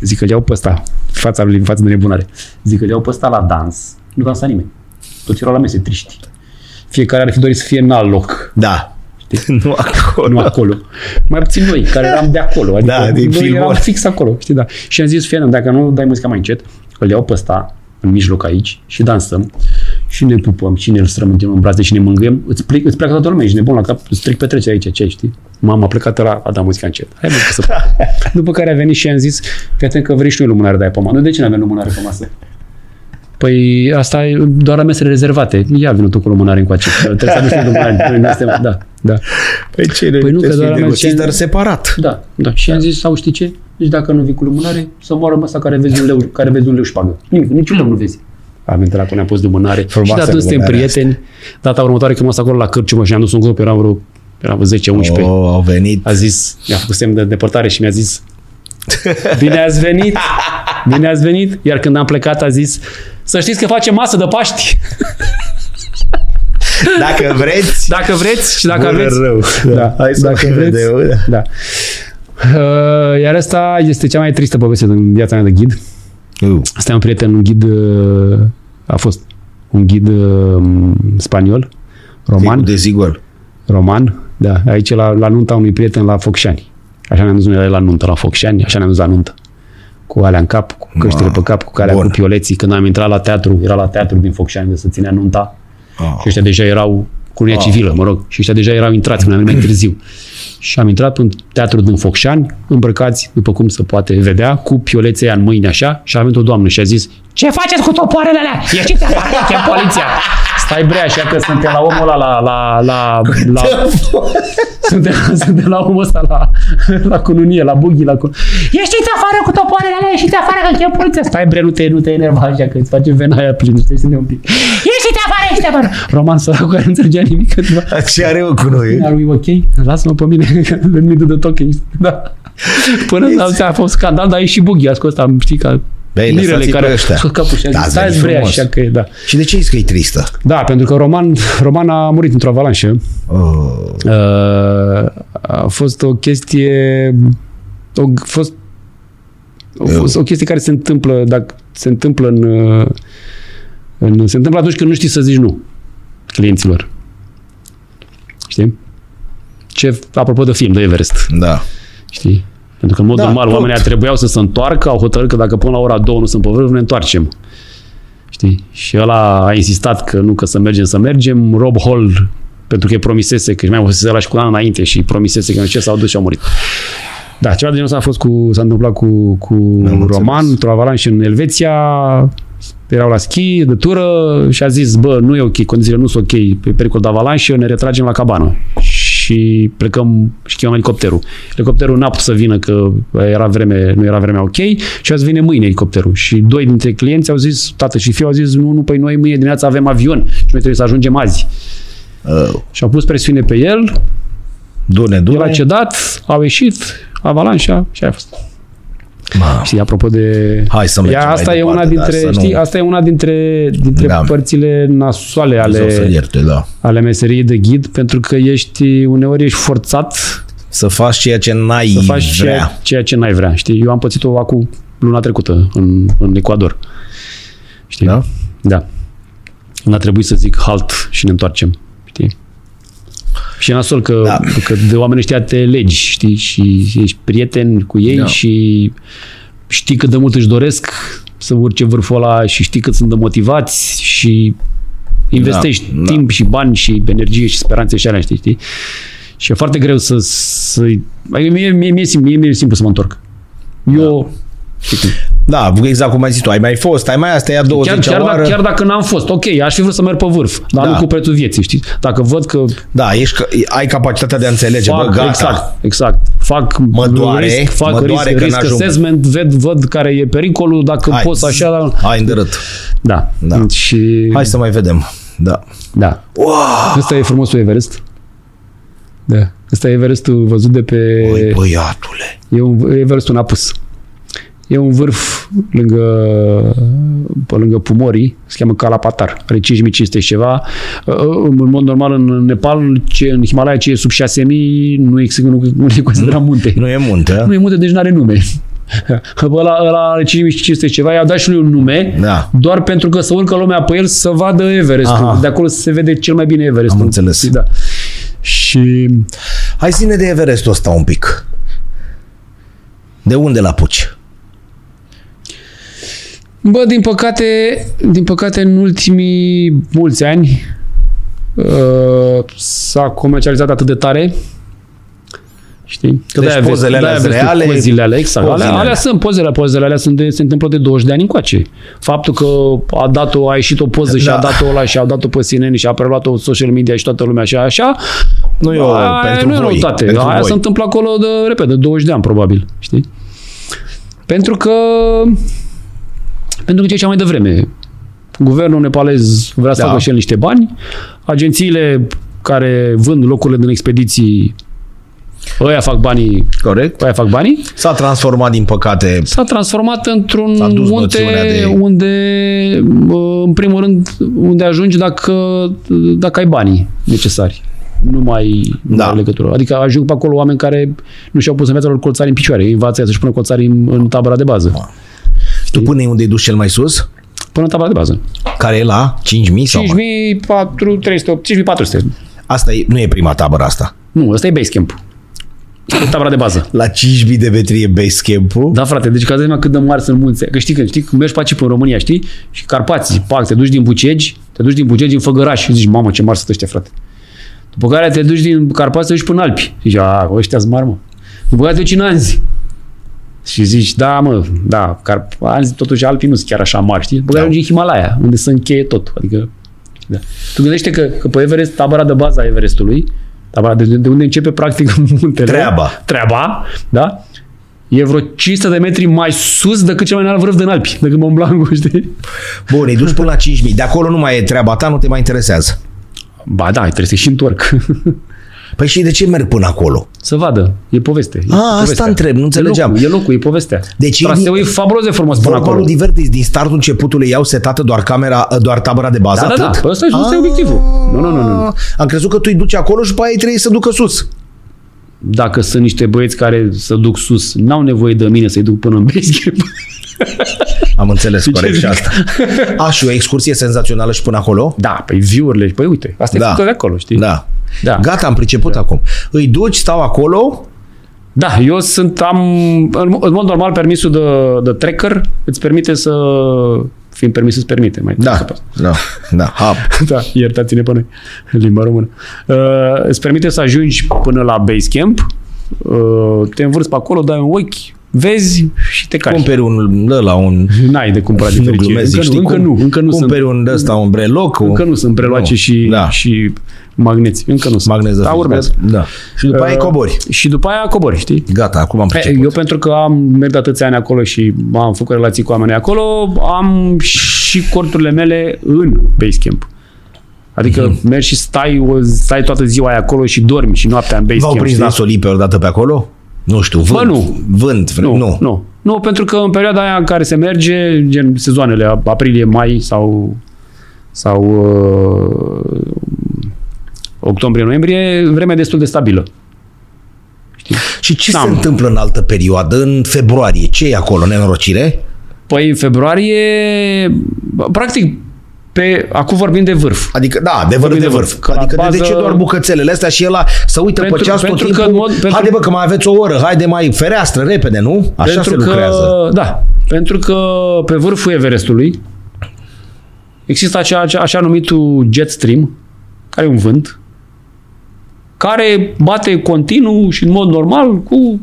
zic că iau pe ăsta, fața lui, față de nebunare. Zic că iau pe ăsta la dans. Nu dansa nimeni. Toți erau la mese triști. Fiecare ar fi dorit să fie în alt loc, Da. Nu acolo. nu acolo. Mai puțin noi, care eram de acolo. Adică Da, din noi filmul eram ăla. fix acolo, știi, da. Și am zis, Fiană, dacă nu dai muzica mai încet, îl iau pe ăsta, în mijloc aici, și dansăm, și ne pupăm, și ne strămângem în brațe și ne mângâiem. Îți, plec, îți pleacă toată lumea, ești nebun la cap, îți trec petrecerea aici, ce ai, știi? Mama a plecat la a da muzica încet. Hai, bă, să După care a venit și am zis, fii că vrei și noi lumânare de aia pe masă. Noi de ce nu avem lumânare pe masă? Păi asta e doar la mesele rezervate. Ia vină tu cu lumânare încoace. Trebuie să aduci noi lumânare. Noi nu suntem- Da, da. Păi ce, păi nu, că doar am zis- dar separat. Da, da. Și am zis, sau știi ce? Deci dacă nu vii cu lumânare, să moară mă ăsta care vezi un leu, care vezi un leu șpagă. Nimic, niciun leu nu vezi. Hmm. Am intrat până am pus lumânare. Frumoasă și de atunci suntem lumânarea prieteni. Data următoare când am stat acolo la Cârciumă și am dus un grup, eram vreo, eram vreo 10-11. Oh, au venit. A zis, mi-a făcut semn de depărtare și mi-a zis, bine ați venit, bine ați venit. Iar când am plecat a zis, să știți că facem masă de Paști. Dacă vreți, Dacă vreți și Da, dacă Bună, aveți... rău. Da. Hai să mai vedem, da. Da. Uh, Iar asta este cea mai tristă poveste din viața mea de ghid. Uh, Asta e un prieten, un ghid, uh, a fost un ghid uh, spaniol, roman, de zigol. roman, da, aici la, la nunta unui prieten la Focșani. Așa ne-am dus noi la nuntă, la Focșani, așa ne-am dus la nuntă. Cu alea în cap, cu căștile Ma, pe cap, cu calea bun. cu pioleții. Când am intrat la teatru, era la teatru din Focșani de să ținea nunta. Oh. Și ăștia deja erau colonia Ah. civilă, mă rog, și ăștia deja erau intrați, noi am venit mai târziu. Și am intrat în teatru din Focșani, îmbrăcați, după cum se poate vedea, cu piolețe aia în mâini așa, și a venit o doamnă și a zis, ce faceți cu topoarele alea? Ieșiți afară, chem poliția! Stai bre, așa că suntem la omul ăla la, la, la, la, suntem, suntem la omul ăsta la, la cununie, la bughi, la cun... Ieșiți afară cu topoarele alea, ieșiți afară că chem poliția. Stai bre, nu te, nu te enerva așa că îți face vena aia plin, știi, suntem un pic. Ieșiți afară, ieșiți afară. Roman săracul care nu înțelegea nimic, ceva. Ce are eu cu noi? Are we ok? Lasă-mă pe mine, că let me do the talking. Da. Până la a fost scandal, dar e și bughi, a scos, am știi, ca Băi, mirele lăsați-i care pe ăștia. a scos capul și a Da, zis, ați stai venit bre, frumos." așa că e, da. Și de ce zici că e tristă? Da, pentru că Roman, Roman a murit într-o avalanșă. Oh. Uh, a fost o chestie o a fost a fost o chestie care se întâmplă dacă se întâmplă în, uh, în se întâmplă atunci când nu știi să zici nu clienților. Știi? Ce apropo de film de Everest, Da. știi? Pentru că în mod Da, da, normal tot. oamenii trebuiau să se întoarcă, au hotărât că dacă până la ora 2 nu sunt pe vârf, ne întoarcem. Știi? Și ăla a insistat că nu, că să mergem, să mergem. Rob Hall, pentru că îi promisese, că mai să lași cu un an înainte și îi promisese că nu știu ce, s-au dus și au murit. Da, ceva de genul ăsta a fost cu, s-a întâmplat cu, cu înțeles. Roman, într-o avalanșă în Elveția, erau la schi, de tură și a zis, bă, nu e ok, condițiile nu sunt ok, e pericol de avalanșă, ne retragem la cabană și plecăm și chemăm elicopterul. Elicopterul n-a putut să vină că era vreme, nu era vremea ok și azi vine mâine elicopterul. Și doi dintre clienți au zis, tată și fiu au zis, nu, nu, păi noi mâine dimineața avem avion și noi trebuie să ajungem azi. Oh. Și au pus presiune pe el, Dune, el a dune. cedat, au ieșit, avalanșa și aia a fost. Mamă. Și apropo de... Hai să mergem Ea, mai asta, e departe, una dar dintre, să nu- știi, asta e una dintre, dintre Da. părțile nasoale Dumnezeu să ale, ierte, da. ale meseriei de ghid, pentru că ești, uneori ești forțat Să faci ceea ce n-ai să faci ceea, vrea. ceea ce n-ai vrea. Știi, eu am pățit-o acum luna trecută în, în Ecuador. Știi? Da? Da. N-a trebuit să zic halt și ne întoarcem. Știi? Și e nasol că, da. Da. că de oameni ăștia te legi, știi, și ești prieten cu ei da. Da. și știi cât de mult își doresc să urce vârful ăla și știi cât sunt de motivați și investești da, Da, da. timp și bani și energie și speranțe și alea, știi, știi? Și e foarte greu să... să adică mie, mie, mie, mie, mie e simplu să mă întorc. Eu, da. Da, exact cum ai zis tu, ai mai fost, ai mai asta, e a 20 Chiar, chiar, oară. dacă, chiar dacă n-am fost, ok, aș fi vrut să merg pe vârf, dar Da. nu cu prețul vieții, știi? Dacă văd că Da, ești, că- ai capacitatea de a înțelege, fac, bă, gata. exact, exact, fac Mă doare, risc, fac mă doare risc, că risc n-ajung. assessment, ved, văd care e pericolul, dacă Hai, pot să așa, dar... Hai, îndărât. Da. Da. Și, Hai să mai vedem. Da. da. Wow! Ăsta e frumosul Everest. Da. Ăsta e Everestul văzut de pe... Băi, Păi, băiatule. E un Everest un apus. E un vârf lângă, pe lângă Pumorii, se cheamă Calapatar, are 5500 și ceva. Ă, În mod normal, în Nepal, ce, în Himalaya, ce e sub 6000, nu, există, nu, nu le Mm. considerăm munte. Nu e munte, Nu e munte, deci nu are nume. Ăla, ăla are 5500 și ceva, i-au dat și lui un nume, Da. doar pentru că să urcă lumea pe el să vadă Everestul. Aha. De acolo se vede cel mai bine Everestul. Am înțeles. Da. Și Hai ține de Everestul ăsta un pic. De unde l-apuci? Bă, din păcate, din păcate în ultimii mulți ani uh, s-a comercializat atât de tare Știi? Că Deci de-aia vezi- pozele alea de-aia sunt vezi tu reale, Pozile alea, exact. pozele alea, alea, alea. sunt pozele, pozele alea sunt de, se întâmplă de 20 de ani încoace. Faptul că a dat-o, a ieșit o poză și Da. a dat-o ăla și a dat-o pe CNN și a preluat-o social media și toată lumea și așa, Nu e o, aia pentru nu e voi. noutate. Pentru aia voi. se întâmplă acolo de, repede, de 20 de ani probabil, știi? Pentru că pentru că ce cea mai devreme. Guvernul nepalez vrea să Da. facă și el niște bani, agențiile care vând locurile din expediții ăia fac banii, Corect. ăia fac banii, S-a transformat, din păcate, s-a transformat într-un S-a dus munte noțiunea de- unde, bă, în primul rând, unde ajungi dacă, dacă ai banii necesari. Nu mai da. Da. are legătură. Adică ajung pe acolo oameni care nu și-au pus în viața lor colțari în picioare. Îi învață să-și pună colțari în, în tabăra de bază. tu până unde-i dus cel mai sus? Până în tabăra de bază. Care e la 5.000 sau? 5400, 5400. Asta e, nu e prima tabără asta. Nu, ăsta e base camp. E tabăra de bază. La 5.000 de metri e base camp-ul. Da, frate, deci ca să cât de mari sunt munții. Că știi, când, știi, când mergi pe aici, pe în România, știi? Și Carpați, pac, te duci din Bucegi, te duci din Bucegi în Făgăraș și zici, mamă, ce mari sunt ăștia, frate. După care te duci din Carpați, te duci până în Alpi. Zici, a, ăștia sunt mari, mă. După care te duci în Anzi. Și zici, da, mă, da, car, Anzi, totuși Alpii nu sunt chiar așa mari, știi? După care Da. ajungi în Himalaya, unde se încheie tot. Adică, da. Tu gândește că, că pe Everest, tabăra de bază a Everestului, tabăra de, de unde începe practic muntele. Treaba. Treaba, da? E vreo 500 de metri mai sus decât cel mai înalt vârf din Alpi, decât Mont Blanc, știi? Bun, îi duci până la 5.000. De acolo nu mai e treaba ta, nu te mai interesează. Ba da, trebuie să și întorc. Păi și de ce merg până acolo? Să vadă, e poveste. E A, Ah, asta povestea. întreb, nu înțelegeam. E locul, e, locul, e povestea. Deci e Traseul e din- fabulos de frumos până Vorba acolo. lui Divertis, din startul începutului iau setată doar camera, doar tabăra de bază, Da, da, da, atât? ăsta e- ăsta e Ah. obiectivul. Nu, nu, nu, nu. Am crezut că tu îi duci acolo și pe aia ei trebuie să ducă sus. Dacă sunt niște băieți care să duc sus, n-au nevoie de mine să-i duc până în base camp. Am înțeles ce corect și zic? asta. A, și o excursie senzațională și până acolo? Da, păi view-urile, păi uite, asta e Da. făcut de acolo, știi? Da. Da. Gata, am priceput acum. Îi duci, stau acolo, Da, eu sunt, am, în, în mod normal, permisul de, de tracker îți permite să, fiind permis, îți permite. Mai da, da, da, hap. da, iertați-ne pe noi, limba română. Uh, îți permite să ajungi până la base camp, uh, te învârți pe acolo, dai un ochi, vezi și te cari. Cumperi un ăla, un... N-ai de cumpărat Nu diferit. glumesc, Încă, știi? nu, încă cum- nu, încă nu sunt. Cumperi un de ăsta, un breloc, un... Încă nu sunt preluace Nu. și, Da. și magneți. Încă nu sunt. Magnez de Dar fix. urmează. Da. Și după aia Uh, cobori. Și după aia cobori, știi? Gata, acum am E, priceput. Păi, Eu pentru că am mers de atâția ani acolo și am făcut relații cu oamenii acolo, am și corturile mele în Basecamp. Adică mm-hmm. mergi și stai, o, stai toată ziua aia acolo și dormi și noaptea în V-au Basecamp. prins știi? nasolii pe odată pe acolo? Nu știu, vând. da. nu. Vând, nu. nu. Nu, pentru că în perioada aia în care se merge, gen sezoanele a- aprilie, mai sau sau uh, octombrie, noiembrie, vremea destul de stabilă. Și ce Da, se mă. întâmplă în altă perioadă, în februarie? Ce e acolo, nenorocire? Păi în februarie, practic, pe, acum vorbim de vârf. Adică, da, de vârf de Vorbim de vârf. vârf. La Adică de, de bază- ce doar bucățelele astea și ăla să uită pe Pentru- ceas tot pentru că timpul? în mod- pentru- Haide bă, că mai aveți o oră, haide mai fereastră, repede, nu? Așa pentru se că, lucrează. Da, pentru că pe vârful Everestului există acea, acea, așa numitul jet stream, care e un vânt, care bate continuu și în mod normal cu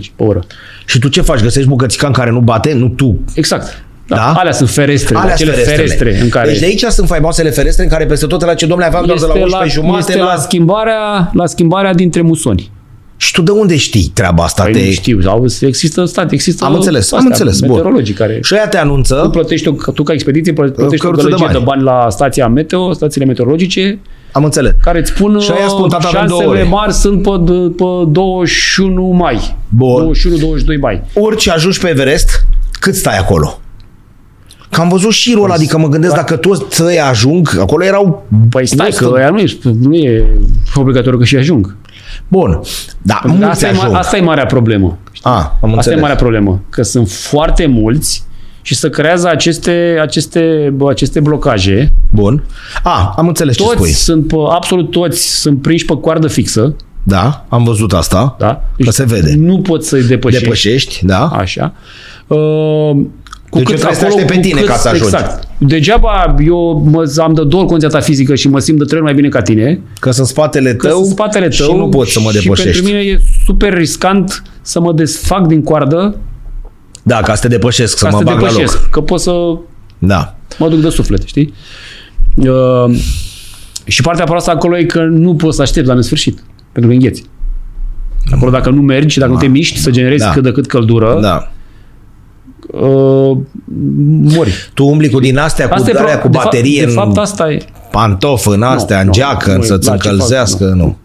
220-240 pe oră. Și tu ce faci? Găsești bucățican care nu bate? Nu tu. Exact. Da. Da? Alea sunt ferestre, Alea acele ferestre, ferestre în care Deci de aici sunt faimoasele ferestre în care peste tot la ce domnule aveam doar de la 11 jumate. este La... la, schimbarea, la schimbarea dintre musoni. Și tu de unde știi treaba asta? Păi te... nu știu, sau există stat, există Deci- Am înțeles, am înțeles. Bun. meteorologii care Și aia te anunță. plătești o, tu ca expediție plă- plătești o Căruță de gălăgie de bani. bani. de bani la stația meteo, stațiile meteorologice, Am înțeles. care îți spun Și aia spun, uh, tata, avem două șansele ore. mari sunt pe, d- pe 21 mai. Bun. 21-22 mai. Orice ajungi pe Everest, cât stai acolo? Că am văzut șirul ăla, adică mă gândesc dacă toți ăia ajung, acolo erau... Păi stai Nu că sunt- aia nu, ești, nu e obligatoriu că și ajung. Bun, da, mulți Asta e, ma- ajung. asta e marea problemă. A, am Asta e înțeles. marea problemă, că sunt foarte mulți și să creează aceste, aceste, bă, aceste blocaje. Bun. A, am înțeles ce Toți spui. sunt, pe, absolut toți, sunt prinși pe coardă fixă. Da, am văzut asta. Da? Că se vede. Nu poți să-i depășești. Depășești, da? Așa. Uh, cu Deci eu trebuie să te aștept pe cu tine ca să ajungi. Exact. Degeaba eu mă, am de două ori condiția ta fizică și mă simt de trei ori mai bine ca tine, Că sunt spatele că tău sunt spatele tău și nu poți să mă Și depășești. pentru mine e super riscant să mă desfac din coardă Da, ca să te depășesc, ca să mă să te bag la loc. depășesc. Că pot să Da. mă duc de suflet, știi? Uh, și partea proastă acolo e că nu poți să aștepți la nesfârșit, pentru că îngheți. Acolo dacă nu mergi și dacă nu te miști să generezi Da. cât de cât căldură, Da. uh, mori. Tu umbli cu din astea, cu, Asta e alea, pro- cu de baterie fapt, de în fapt asta e. pantof, în astea, Nu, în nu, geacă, nu, în să-ți la ce fac, încălzească, nu.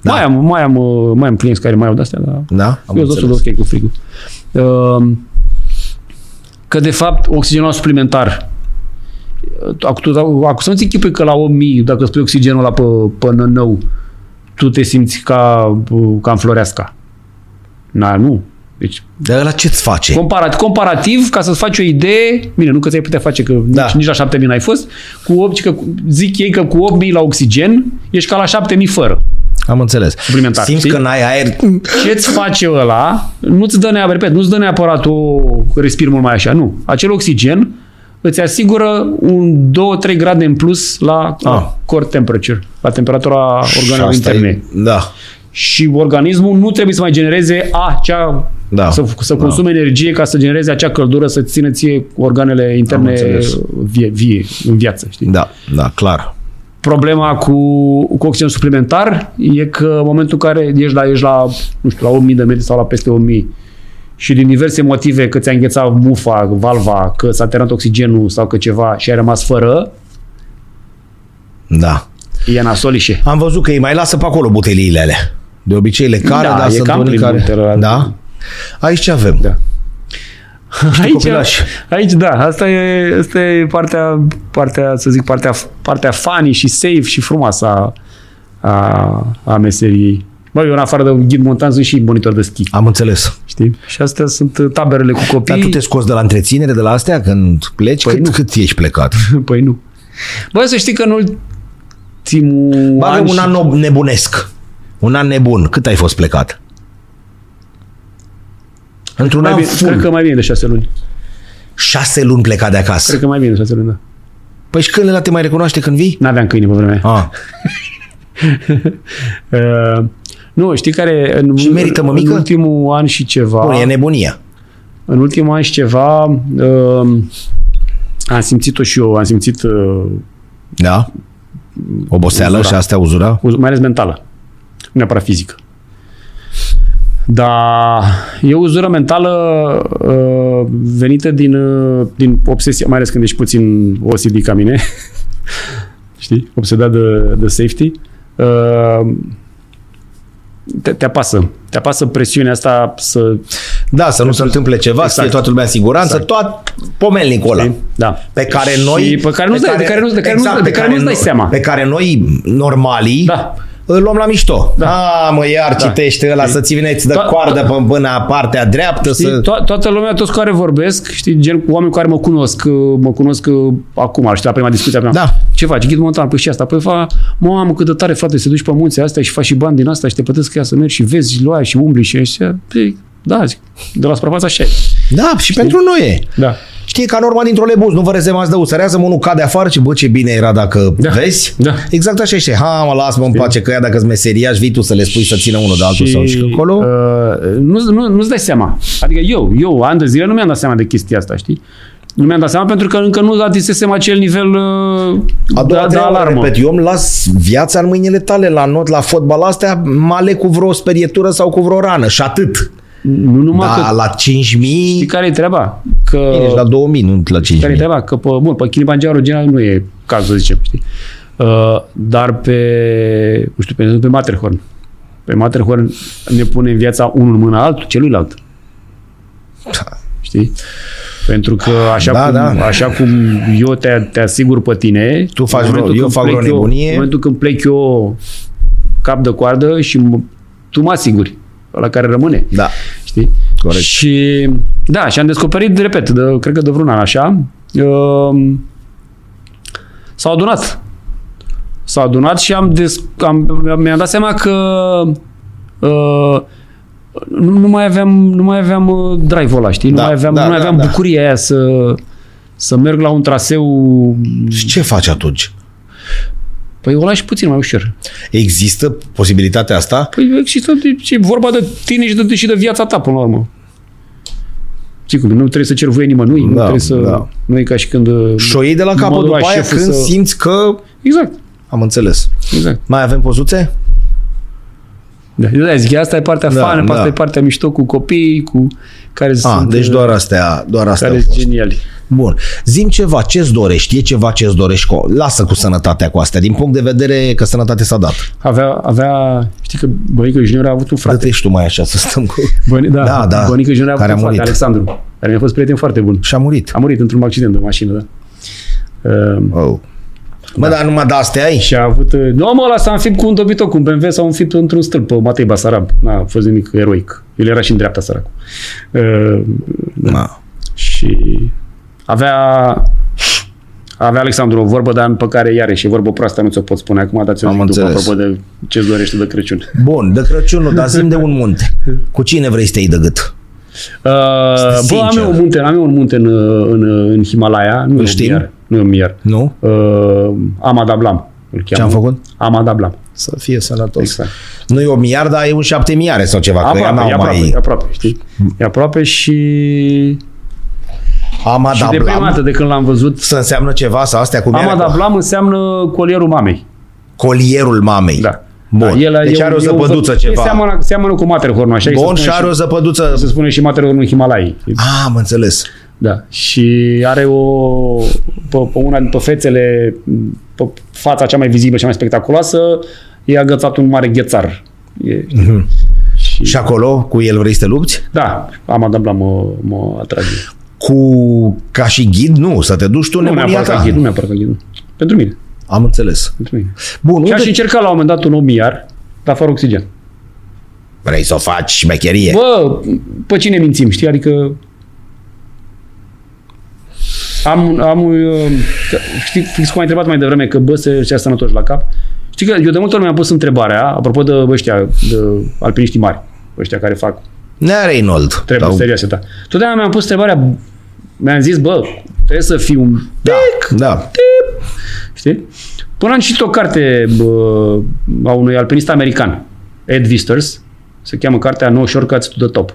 Da. Mai, am, mai, am, uh, mai am clienți care mai au de-astea, dar Da? Am eu sunt înțeles. ok cu frigul. Uh, că de fapt oxigenul suplimentar uh, Acum tu- acum să nu-ți închipui că la 1000, dacă spui oxigenul ăla pe, până nou, tu te simți ca, uh, ca în Floreasca. Na, nu. Deci, Dar ăla ce-ți face? comparat, comparativ, ca să-ți faci o idee, bine, nu că ți-ai putea face, că Da. da. nici, nici la 7000 n-ai fost, cu 8, că, cu- zic ei că cu 8000 la oxigen, ești ca la 7000 fără. Am înțeles. Suplimentar, Simți știi? că n-ai aer. ce-ți face ăla, nu-ți dă neapărat, repet, nu-ți dă neapărat o respir mult mai așa, nu. Acel oxigen îți asigură un 2-3 grade în plus la Ah. ah. core temperature, la temperatura organelor Și asta e- interne. Da. Și organismul nu trebuie să mai genereze acea Da. să, să Da. consume energie ca să genereze acea căldură să țină ție organele Am interne înțeles. vie, vie, în viață, știi? Da, da, clar. Problema cu, cu oxigen suplimentar e că în momentul în care ești la, ești la, nu știu, la 1000 de metri sau la peste 1000 și din diverse motive că ți-a înghețat mufa, valva, că s-a terminat oxigenul sau că ceva și ai rămas fără, Da. e nasolișe. Am văzut că îi mai lasă pe acolo buteliile alea. De obicei le care, Da, dar e sunt cam unii plin care... butelul ăla. Da? Aici ce avem? Da. Aici, copilaș. aici, da, asta e, asta e partea, partea, să zic, partea, partea funny și safe și frumoasă a, a, a meseriei. Bă, eu în afară de ghid montan sunt și monitor de schi. Am înțeles. Știi? Și astea sunt uh, taberele cu Dar copii. tu te scoți de la întreținere, de la astea, când pleci? Păi cât, nu. cât ești plecat? Păi nu. Bă, să știi că în ultimul Bă, an, avem un și- an nob- nebunesc. Un an nebun. Cât ai fost plecat? Într-un mai an bine, full. cred că mai bine de șase luni. Șase luni plecat de acasă. Cred că mai bine de șase luni, da. Păi și câinele ăla te mai recunoaște când vii? N-aveam câine pe vremea aia. Ah. Uh, nu, știi care... În, Și merită, mămică? În ultimul an și ceva... Bun, e nebunie. În ultimul an și ceva... Uh, am simțit-o și eu, am simțit uh, Da? Oboseală Uzura. și astea uzura? uz- mai ales mentală, nu neapărat fizică. Dar e o uzură mentală uh, venită din, uh, din obsesie, mai ales când ești puțin OCD ca mine, știi, obsedat de, de safety. Uh, te, te apasă. Te apasă presiunea asta să... Da, să nu se întâmple ceva, să fie Exact. toată lumea în siguranță, Exact. tot pomelnicul ăla. Da. Pe care Și noi... pe care nu-ți dai- de care nu- de care nu- de care nu-ți dai no- seama. Pe care noi, normalii, Da. îl luăm la mișto. Da. A, mă, iar da. citește ăla să ți vine, ți dă Da. coardă pe până partea dreaptă. Știi, să... to- toată lumea, toți cu care vorbesc, știi, gen cu oameni cu care mă cunosc, uh, mă cunosc uh, acum, știi, la prima discuție. La prima. Da. Ce faci? Ghid montan, păi și asta. Păi fa, mamă, cât de tare, frate, să duci pe munții astea și faci și bani din asta și te plătesc ca să mergi și vezi, și luai și umbli și așa. Păi, da, zic, de la suprafața așa e. Da, și pentru noi e. Da. Știi, ca normal dintr-o lebuz, nu vă rezemați de usărează, mă, unul cade afară și bă, ce bine era dacă da. Da. vezi. Da. Exact așa este. Ha, mă, las mă în pace, că ea dacă-s meseriaș, vii tu să le spui să țină unul de altul sau și că acolo. Uh, nu, nu, nu-ți dai seama. Adică eu, eu, ani de zile, nu mi-am dat seama de chestia asta, știi? Nu mi-am dat seama pentru că încă nu atinsesem acel nivel uh, A doua, de, da, de treia, alarmă. repet, eu îmi las viața în mâinile tale la not, la fotbal, astea male cu vreo sperietură sau cu vreo rană și atât. Nu numai Da, că la 5.000, Știi bine, care e treaba? Că, ești la 2.000, nu la 5.000. care e treaba? Că pe, bun, pe Kilimanjaro general nu e cazul, să zicem, știi? Uh, dar pe, nu știu, pe, pe Matterhorn. Pe Matterhorn ne pune în viața unul în mâna altul, celuilalt. Știi? Pentru că așa, Da, cum, da. așa cum eu te, te asigur pe tine, Tu faci în momentul vreo- eu când fac vreo plec nebunie. în momentul când plec eu cap de coardă și m- tu mă asiguri, la care rămâne. Da, Știi? Corect. Și da, și am descoperit, repet, de, cred că de vreun an așa, um, s-au adunat. S-au adunat și am, des, am mi-am dat seama că uh, nu, nu mai aveam, nu mai aveam uh, drive-ul ăla, știi? Da, nu mai aveam, da, nu mai da, aveam da. bucuria aia să, să merg la un traseu... și ce faci atunci? Păi o lași puțin mai ușor. Există posibilitatea asta? Păi există, e vorba de tine și de, și de viața ta până la urmă. Știi cum, e, nu trebuie să cer voie nimănui, da, nu Da, trebuie să... da. Da. Nu e ca și când... Și o iei de la mă capăt lua după aia șeful când să- simți că... Exact, Am înțeles. exact. Mai avem pozuțe? Da, eu de-aia zic, asta e partea Da, da, fan, da. asta e partea mișto cu copiii, cu care A, sunt... deci uh, doar astea, doar astea. Care au sunt fost. geniali. Bun. Zim ceva, ce-ți dorești? E ceva ce-ți dorești? cu- Lasă cu sănătatea cu astea, din punct de vedere că sănătatea s-a dat. Avea, avea, știi că Bănică Junior a avut un frate. Frate, ești tu mai așa să stăm cu... Băni, da, Da, da. Bănică Junior a avut Care a un frate, murit. Alexandru, care mi-a fost prieten foarte bun. Și a murit. A murit într-un accident de mașină, da. Uh, Oh. Mă, Da. dar numai de astea ai? Și a avut... uh, Nu, mă, ăla s-a înfipt cu un dobitoc, cu un BMW, s-a înfipt într-un stâlp pe Matei Basarab. N-a fost nimic eroic. El era și în dreapta, săracul. Uh, Ma. și avea... Avea Alexandru o vorbă, dar pe care iarăși e vorbă proastă, nu ți-o pot spune acum, dar ți-o Am zic după, înțeles. apropo de ce-ți dorește de Crăciun. Bun, de Crăciun nu, dar zim de un munte. Cu cine vrei să te iei de gât? Uh, bă, am Sincer. eu un munte, am eu un munte în, uh, în, uh, în Himalaya, nu e știm? un miar, nu e un miar. Nu? Uh, Amadablam îl Ce am cheamă. făcut? Amadablam, Să fie sănătos. exact. Nu e o miliard, dar e un șapte miliare sau ceva. că ea Aproape, Păi n-au e aproape, mai... e aproape, știi? E aproape și, Am și de prima dată da adablam. de când l-am văzut, da Să înseamnă ceva sau astea cum am era? adablam înseamnă colierul mamei. Colierul mamei. Da. Bun. Da, el- deci e are o un- e un zăpăduță vă- ceva. Seamănă, seamănă cu Matterhorn, așa Bun, se și spune, are o și, zăpăduță. se spune și Matterhorn în Himalai. Ah, am înțeles. Da. Și are o, pe, pe una din pe fețele, pe fața cea mai vizibilă, cea mai spectaculoasă, e agățat un mare ghețar. E, și, Și acolo, cu el vrei să te lupți? da, Amadablam mă, mă atrage. Cu, ca și ghid? Nu, să te duci tu Nu nebunia neapărat ca ta. ghid, nu neapărat ca ghid. Pentru mine. Am înțeles. Pentru mine. Bun, Și aș unde încerca la un moment dat un om iar, dar fără oxigen. vrei să o faci șmecherie? Bă, pe cine mințim, știi? Adică... Am, am, uh, că- știi, fix cum ai întrebat mai devreme, că bă, se, se ia sănătoși la cap. Știi că eu de multe ori mi-am pus întrebarea, apropo de ăștia, de alpiniștii mari, ăștia care fac Nea Reynold. trebuie Sau- serioase, da. Totdeauna mi-am pus întrebarea, mi-am zis, bă, trebuie să fiu un Da, da. Știi? Până am citit o carte bă, a unui alpinist american, Ed Visters, se cheamă cartea No Shortcuts to the Top.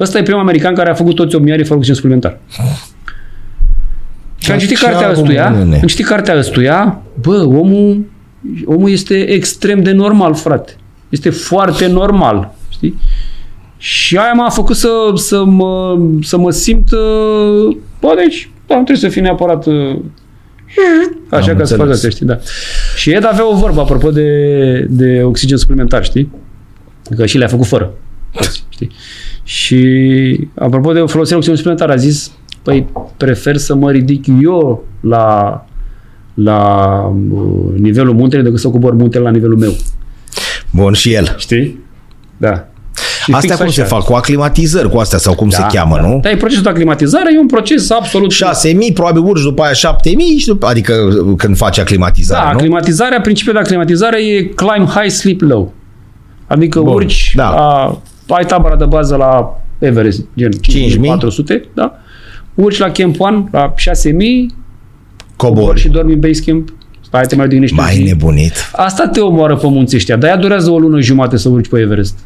Ăsta e primul american care a făcut toți 8 fără oxigen suplimentar. Și am Dar citit ce cartea album, ăstuia, nene? am citit cartea ăstuia, bă, omul, omul este extrem de normal, frate. Este foarte normal, știi? Și aia m-a făcut să, să, mă, să mă simt, uh, bă, deci, da, nu trebuie să fii neapărat uh, așa Am ca să înțeles. faci asta, știi, da. Și Ed avea o vorbă, apropo de, de oxigen suplimentar, știi? Că și le-a făcut fără. Știi? Și apropo de folosirea oxigenului suplimentar, a zis, păi prefer să mă ridic eu la, la uh, nivelul muntelui decât să cobor muntele la nivelul meu. Bun, și el. Știi? Da. Și Astea fix cum se așa. fac? Cu aclimatizări, cu astea sau cum se cheamă, da. nu? Dar e procesul de aclimatizare, e un proces absolut... 6.000, probabil urci după aia 7.000, și după, adică când faci aclimatizare, Da, nu? aclimatizarea, principiul de aclimatizare e climb high, sleep low. Adică Bun, urci, da. da. a, ai tabăra de bază la Everest, gen 5400, da? Urci la Camp One, la 6000, Cobori. și dormi în base camp, stai te mai odihnești Mai un zi. nebunit. Asta te omoară pe munții ăștia, dar ea durează o lună jumate să urci pe Everest.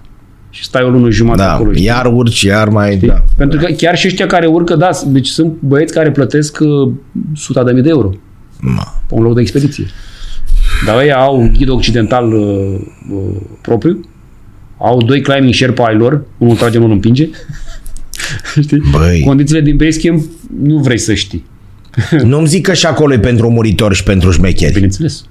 Și stai o lună jumate Da, acolo. știi? iar urci, iar mai... Da. Pentru că chiar și ăștia care urcă, da, deci sunt băieți care plătesc uh, suta de mii de euro Ma. pe un loc de expediție. Dar ei au un ghid occidental uh, uh, propriu, au doi climbing Sherpa ai lor, unul trage, unul împinge. Știi? Băi. Condițiile din base camp nu vrei să știi, Nu-mi zic că și acolo e pentru muritori și pentru șmecheri. bineînțeles.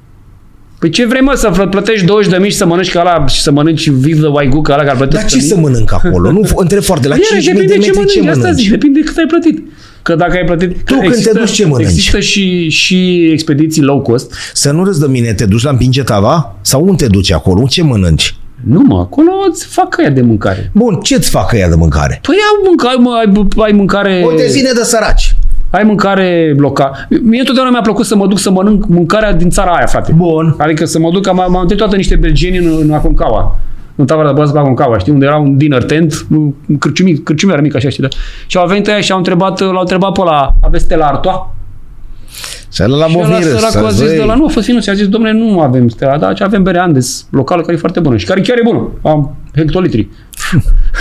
Păi ce vrei mă, să plătești 20 de mii și să mănânci ca ala și să mănânci viv de waigu ca ala care plătește Dar ce să mănânc acolo? Nu, întreb foarte, la 5.000 Iarăși de depinde metri ce ce mănânci, mănânci? asta zic, depinde cât ai plătit. Că dacă ai plătit... Tu când te duci, ce mănânci? Există și, și expediții low cost. Să nu râzi de mine, te duci la împinge tava? Sau unde te duci acolo? Ce mănânci? Nu mă, acolo îți fac aia de mâncare. Bun, ce-ți facă ea de mâncare? Păi ai mâncare, mă, ai, ai mâncare... O tezine de săraci. Ai mâncare locală. Mie întotdeauna mi-a plăcut să mă duc să mănânc mâncarea din țara aia, frate. Bun. Adică să mă duc, am, am întâlnit toate niște belgeni în, în Aconcagua. În tavara de bază pe Aconcagua, știi? Unde era un dinner tent, un un cârciumic, cârciumar mic, așa, știi? Da? Și au venit aia și au întrebat, l-au întrebat pe ăla, aveți tela artoa? Să la Și ăla moviră, săracul a zis de la să nu, a fost finuț, a zis, domnule, nu avem stela, dar ce avem bere Andes, locală care e foarte bună și care chiar e bună. Am hectolitri.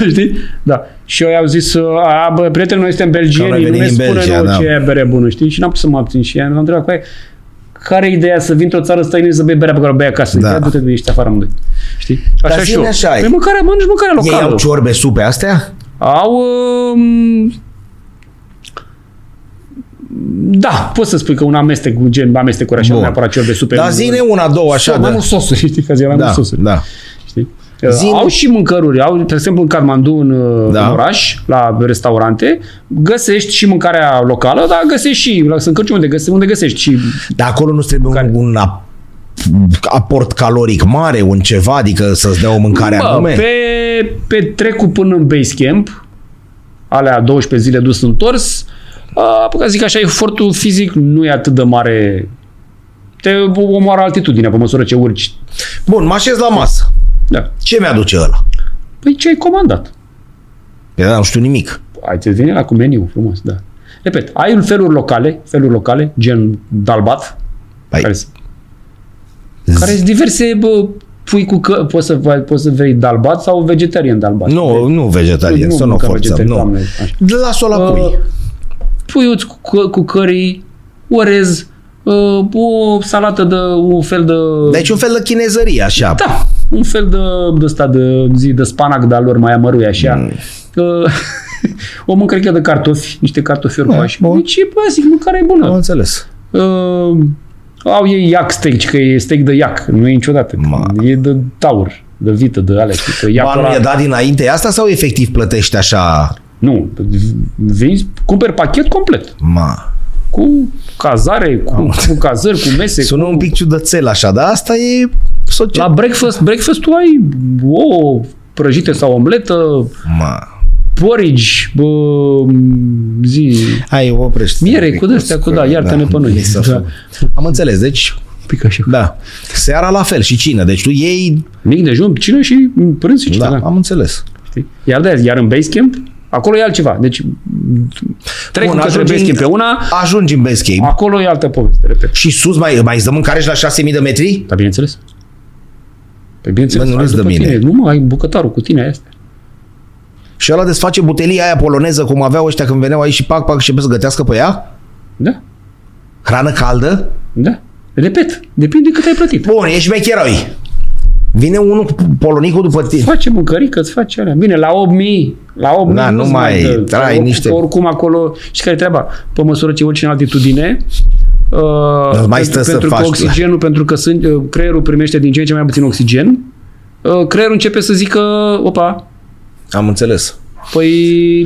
Știi? Da. Și eu i-au zis, a, bă, prieteni, noi suntem Că noi belgieni, nu venim ne din spune Belgia, nouă da. ce e bere bună, știi? Și n-am putut să mă abțin și am întrebat cu aia, care e ideea să vin într-o țară străină să bei berea pe care o bei acasă? Da. Da. Du-te de ești afară amândoi. Știi? Așa Dar și zine eu. așa, păi mâncarea, mănânci mâncarea Ei locală. au ciorbe supe astea? Au... Um, da, poți să spui că un amestec, un gen amestecuri așa, Bun. nu neapărat cel de super. Dar zine una, două, așa, Mai da. mult sosuri, știi, că zic, mai Da, mult sosuri. da. Știi? Zine- Au și mâncăruri. Au, de exemplu, în Kathmandu, în, Da. da. în oraș, la restaurante, găsești și mâncarea locală, dar găsești și, la- sunt cărciumi unde găsești, unde găsești și Dar acolo nu trebuie un, un ap- aport caloric mare, un ceva, adică să-ți dea o mâncare Bă, anume? Pe, pe trecul până în base camp, alea 12 zile dus întors, a, ca zic așa, efortul fizic nu e atât de mare. Te omoară altitudinea pe măsură ce urci. Bun, mă așez la masă. Da. Ce mi-aduce ăla? Păi ce ai comandat? Păi da, nu știu nimic. Ai te vine la cu meniu, frumos, da. Repet, ai feluri locale, feluri locale, gen dalbat, Păi, care sunt care sunt diverse, bă, pui cu că, poți să, poți să vrei dalbat sau vegetarian dalbat. nu, nu vegetarian, Nu, să nu o mânca forțăm. vegetarian, Nu. doamne, așa. Las-o la Uh, pui. puiuți cu, cu, cu curry, orez, uh, o salată de un fel de... Deci un fel de chinezărie, așa. Da, un fel de, de ăsta de zi de spanac de-al lor mai amărui așa. Mm. Uh, o mâncărică de cartofi, niște cartofi orpași. Da, bun. Deci, bă, zic, mâncarea e bună. Am înțeles. Uh, au ei iac steak, ci că e steak de iac, nu e niciodată. Ma. E de taur, de vită, de alea. știi, Că Ba, iacul nu ăla- e da- dat dinainte asta sau efectiv plătești așa? nu, vezi, cumperi pachet complet. Ma. Cu cazare, cu, cu cazări, cu mese, Ah. Sună un pic ciudățel așa, dar asta e La social. breakfast, breakfast tu ai ouă prăjite sau omletă, Ma. porridge, bă, zi, Hai, oprește. miere, cu dăstea, cu da, iartă-ne pe noi. mi s-a Da. făcut. Am înțeles, deci, Pic așa. da. Seara la fel și cine? Deci tu ei, Mic dejun, cine și prânz și cine, da, da. am înțeles. Știi? Iar de iar în base camp, acolo e altceva. Deci, trec Bun, Bun, către ajungem- base camp pe una, Ajungi în base game. acolo e altă poveste, repet. Și sus mai, mai îți dă mâncare și la 6000 de metri? Dar bineînțeles. Păi bineînțeles, Bă, nu ai râzi de după mine. Tine. Nu mă, ai bucătarul cu tine, aia este. Și ăla desface butelia aia poloneză cum aveau ăștia când veneau aici și pac, pac și începe să gătească pe ea? Da, Hrană caldă? da. Repet, depinde cât ai plătit. Bun, ești mecheroi. Vine unul cu polonicul după tine. Îți face mâncărică, îți face alea. Bine, la 8.000, la 8.000 Da, nu se mai dă, trai că oricum- niște- că Oricum acolo, și care e treaba? Pe măsură ce urci în altitudine, uh, mai pentru, stă să pentru că faci- oxigenul, pentru că sân- uh, creierul primește din ce în ce mai puțin oxigen, uh, creierul începe să zică, opa, Am înțeles. păi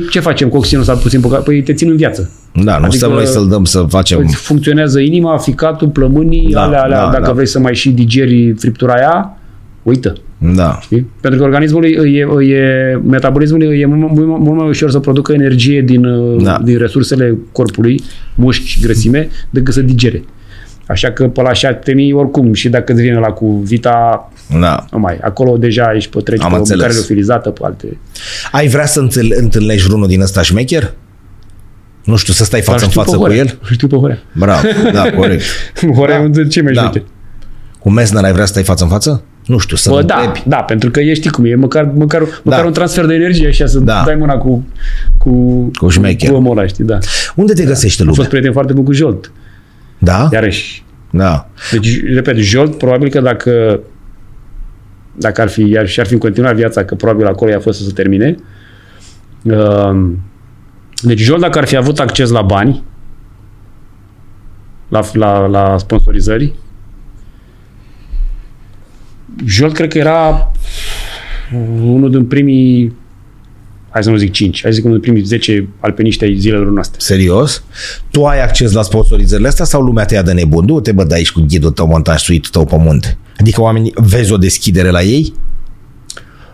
ce facem cu oxigenul ăsta puțin? băgat? Păi te țin în viață. Da, nu adică, Adică- stăm noi să-l dăm să facem... Îți funcționează inima, ficatul, plămânii, Mm. Da, da, alea, alea, da, da, dacă da. da. vrei să mai și digeri friptura aia, uită. Da. Știi? Pentru că organismul îi- îi e, îi e, metabolismul îi e mult, mult, mult mai ușor să producă energie din, Da. da. din resursele corpului, mușchi, grăsime, decât să digere. Așa că pe la șapte mii oricum și dacă îți vine la cu vita, Da. nu mai, acolo deja ești pe treci Am pe înțeles. mâncare liofilizată, pe alte. Ai vrea să întâl- întâlnești vreunul din ăsta șmecher? Nu știu, să stai Dar față în știu pe față cu Horea. el? Știu pe Horea. Bravo, da, corect. Da. Horea da. e unul dintre cei mai Da. da. Cu Mesner ai vrea să stai față în față? Nu știu, să Bă, da, întrebi. da, pentru că ești cum e, măcar, măcar, măcar un transfer de energie așa, să Da. dai mâna cu, cu, Cu șmecher. cu omul ăla, știi, da. Unde te găsește Am lumea? fost prieten foarte bun cu Jolt, Da? iarăși. Da. Deci, repet, Jolt, probabil că dacă dacă ar fi, ar, și-ar fi în continuat viața, că probabil acolo i-a fost să se termine. Um, Deci Jolt, dacă ar fi avut acces la bani, la, la, la sponsorizări, Jolt cred că era unul din primii, hai să nu zic 5, hai să zic unul din primii 10 alpiniști ai zilelor noastre. Serios? Tu ai acces la sponsorizările astea sau lumea te ia de nebun? Du-te bă de aici cu ghidul tău montaj, suitul tău pe munte. Adică oamenii, vezi o deschidere la ei?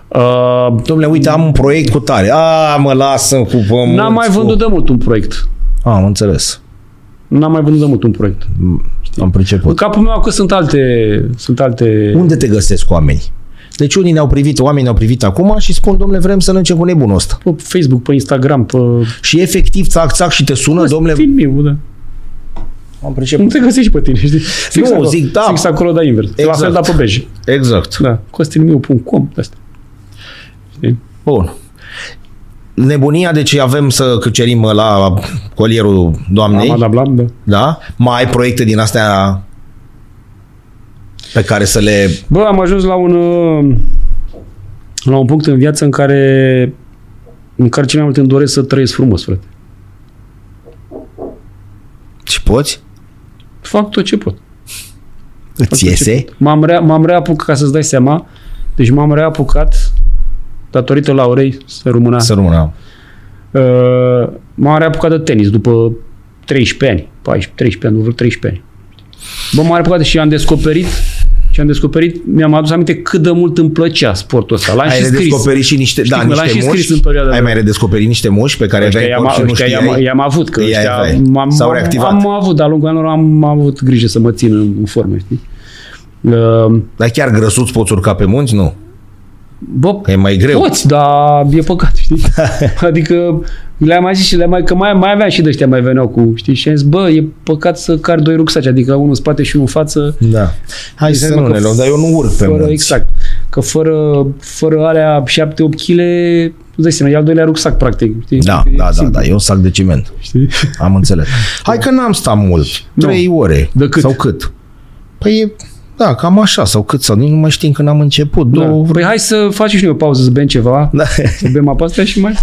Uh, Domnule, uite, am un proiect cu tare. A, mă lasă cu pe n-am mai vândut de mult un proiect. Am înțeles. N-am mai văzut de mult un proiect. Am În priceput. capul meu că sunt alte... Sunt alte... Unde te găsesc oamenii? Deci unii ne-au privit, oamenii ne-au privit acum și spun, domnule, vrem să ne cu nebunul ăsta. Pe Facebook, pe Instagram, pe... Și efectiv, țac, țac și te sună, domnule, Fiind meu, da. am priceput. Nu te găsești pe tine, știi? Fix Nu, acolo, zic, da. Fix acolo, da, invers. Exact. La Exact. fel, da, pe bej. Exact. Da. Costinmiu.com, de asta. Bun. Nebunia, deci avem să cucerim la colierul doamnei. Amada Blam, da. Da? Mai ai proiecte din astea pe care să le... Bă, am ajuns la un... uh, La un punct în viață în care în care cel mai mult îmi doresc să trăiesc frumos, frate. Și poți? Fac tot ce pot. Îți iese? M-am, rea, m-am reapucat, ca să-ți dai seama, deci m-am reapucat datorită Laurei, să rămână. Să rămână. Uh, m-am reapucat de tenis după 13 ani, 14, 13 ani, vreo 13 ani. Bă, m-am reapucat și am descoperit și am descoperit, mi-am adus aminte cât de mult îmi plăcea sportul ăsta. L-am Ai și scris. redescoperit și niște, Știi da, cum, l-am niște și scris mușchi. în perioada ai de- mai redescoperit niște mușchi pe care Ăștia aveai i-am, corp și nu ăștia i-am, știai. i-am avut, că Îi ăștia, aveai. m-am, S-au am- reactivat. Am avut, de-a lungul anilor am, am avut grijă să mă țin în, în formă, știi? Uh, Dar chiar grăsuți poți urca pe munți? Nu. Bă, Că e mai greu. Poți, dar e păcat, știi? adică le-am mai zis și le-am mai, că mai, mai aveam și de ăștia mai veneau cu, știi, și am zis, bă, e păcat să car doi rucsaci, adică unul în spate și unul în față. Da. Hai să nu Că ne luăm, dar eu nu urc pe fără, munți. Exact. Că fără, fără alea 7-8 kg, îți dai seama, e al doilea rucsac, practic. Știi? Da, E da, da, simplu, da, e un sac de ciment. Știi? Am înțeles. Hai că n-am stat mult. Nu. Trei ore. De cât? Sau cât? Păi e, da, cam așa, sau cât, sau nici nu mai știm când am început. Două... Da. Păi hai să facem și noi o pauză, să bem ceva, Da. să bem apa asta și mai...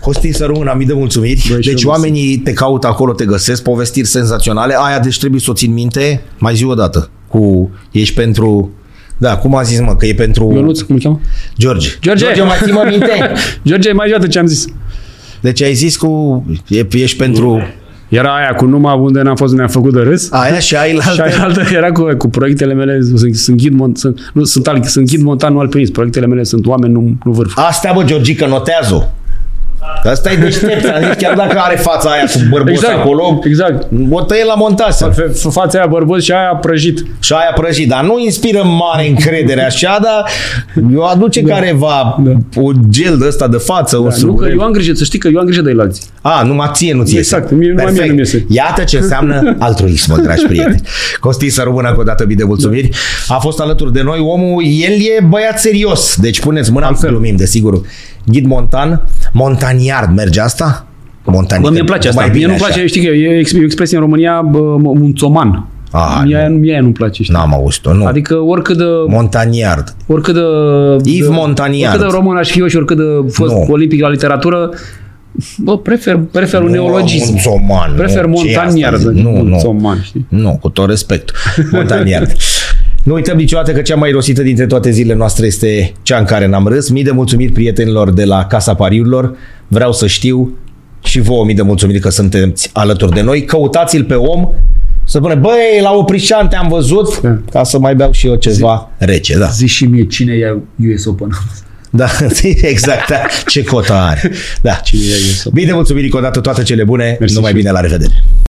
Costin Sărun, am mii de mulțumiri. Băi, și deci eu vă oamenii te caută acolo, te găsesc, povestiri senzaționale. Aia, deci trebuie să o țin minte. Mai zi o dată. Cu, ești pentru... Da, cum a zis, mă, că e pentru... Ionuț, cum îl cheamă? George. George! George, mai ții mă minte? George, mai iată ce am zis. Deci ai zis cu... E, ești pentru... Era aia cu numai unde n-am fost, ne-am făcut de râs. Aia și ai la... Da. Și altă era cu, cu proiectele mele, sunt, sunt, ghid, mont, sunt, nu, sunt, al, sunt ghid montan, nu alpinist. Proiectele mele sunt oameni, nu, nu vârf. Astea, bă, Georgica, notează Asta e deștept, am zis, chiar dacă are fața aia cu bărbos acolo, exact. o tăie la montasă. Fe- f- Fața aia bărbos și aia prăjit. Și aia prăjit, dar nu inspiră mare încredere așa, dar o aduce da. careva da. o gel de ăsta de față, da, un Nu că surprel. eu am grijă, să știi că eu am grijă de el alții. A, numai ție nu ți iese. Exact, mie- numai mie Perfect. nu-mi iese. Iată ce înseamnă altruism, dragi prieteni. Costin să rămână cu o dată mii de mulțumiri. Da. A fost alături de noi omul, el e băiat serios. Deci puneți mâna, Altfel. glumim, desigur. Ghid montan, montaniard, merge asta? Montaniard. Bă, mie îmi place asta. Mai Mie bine nu-mi așa. place, știi că e ex- e o expresie în România, bă, m- munțoman. Ah, Mie aia, mie aia nu-mi place, știi? N-am auzit-o, nu. Adică oricât de... Montaniard. Oricât de... Yves de- Montaniard. Oricât de român aș fi eu și oricât de fost Nu. olimpic la literatură, bă, prefer, prefer un Nu, neologism. munțoman, nu. Prefer Ce e asta? montaniar. Nu, nu. Munțoman, știi? Nu, cu tot respectul. Montaniard. Nu uităm niciodată că cea mai rosită dintre toate zilele noastre este cea în care n-am râs. Mii de mulțumiri prietenilor de la Casa Pariurilor. Vreau să știu și vouă mii de mulțumiri că sunteți alături de noi. Căutați-l pe om să spune, băi, la Oprișan te-am văzut, Da. ca să mai beau și eu ceva rece, da. Zici și mie cine ia US Open. Da, exact, da. ce cotă are. Da. Cine ia US Open. Bine, mulțumiri încă o dată, toate cele bune, Mersi numai și- bine, la revedere.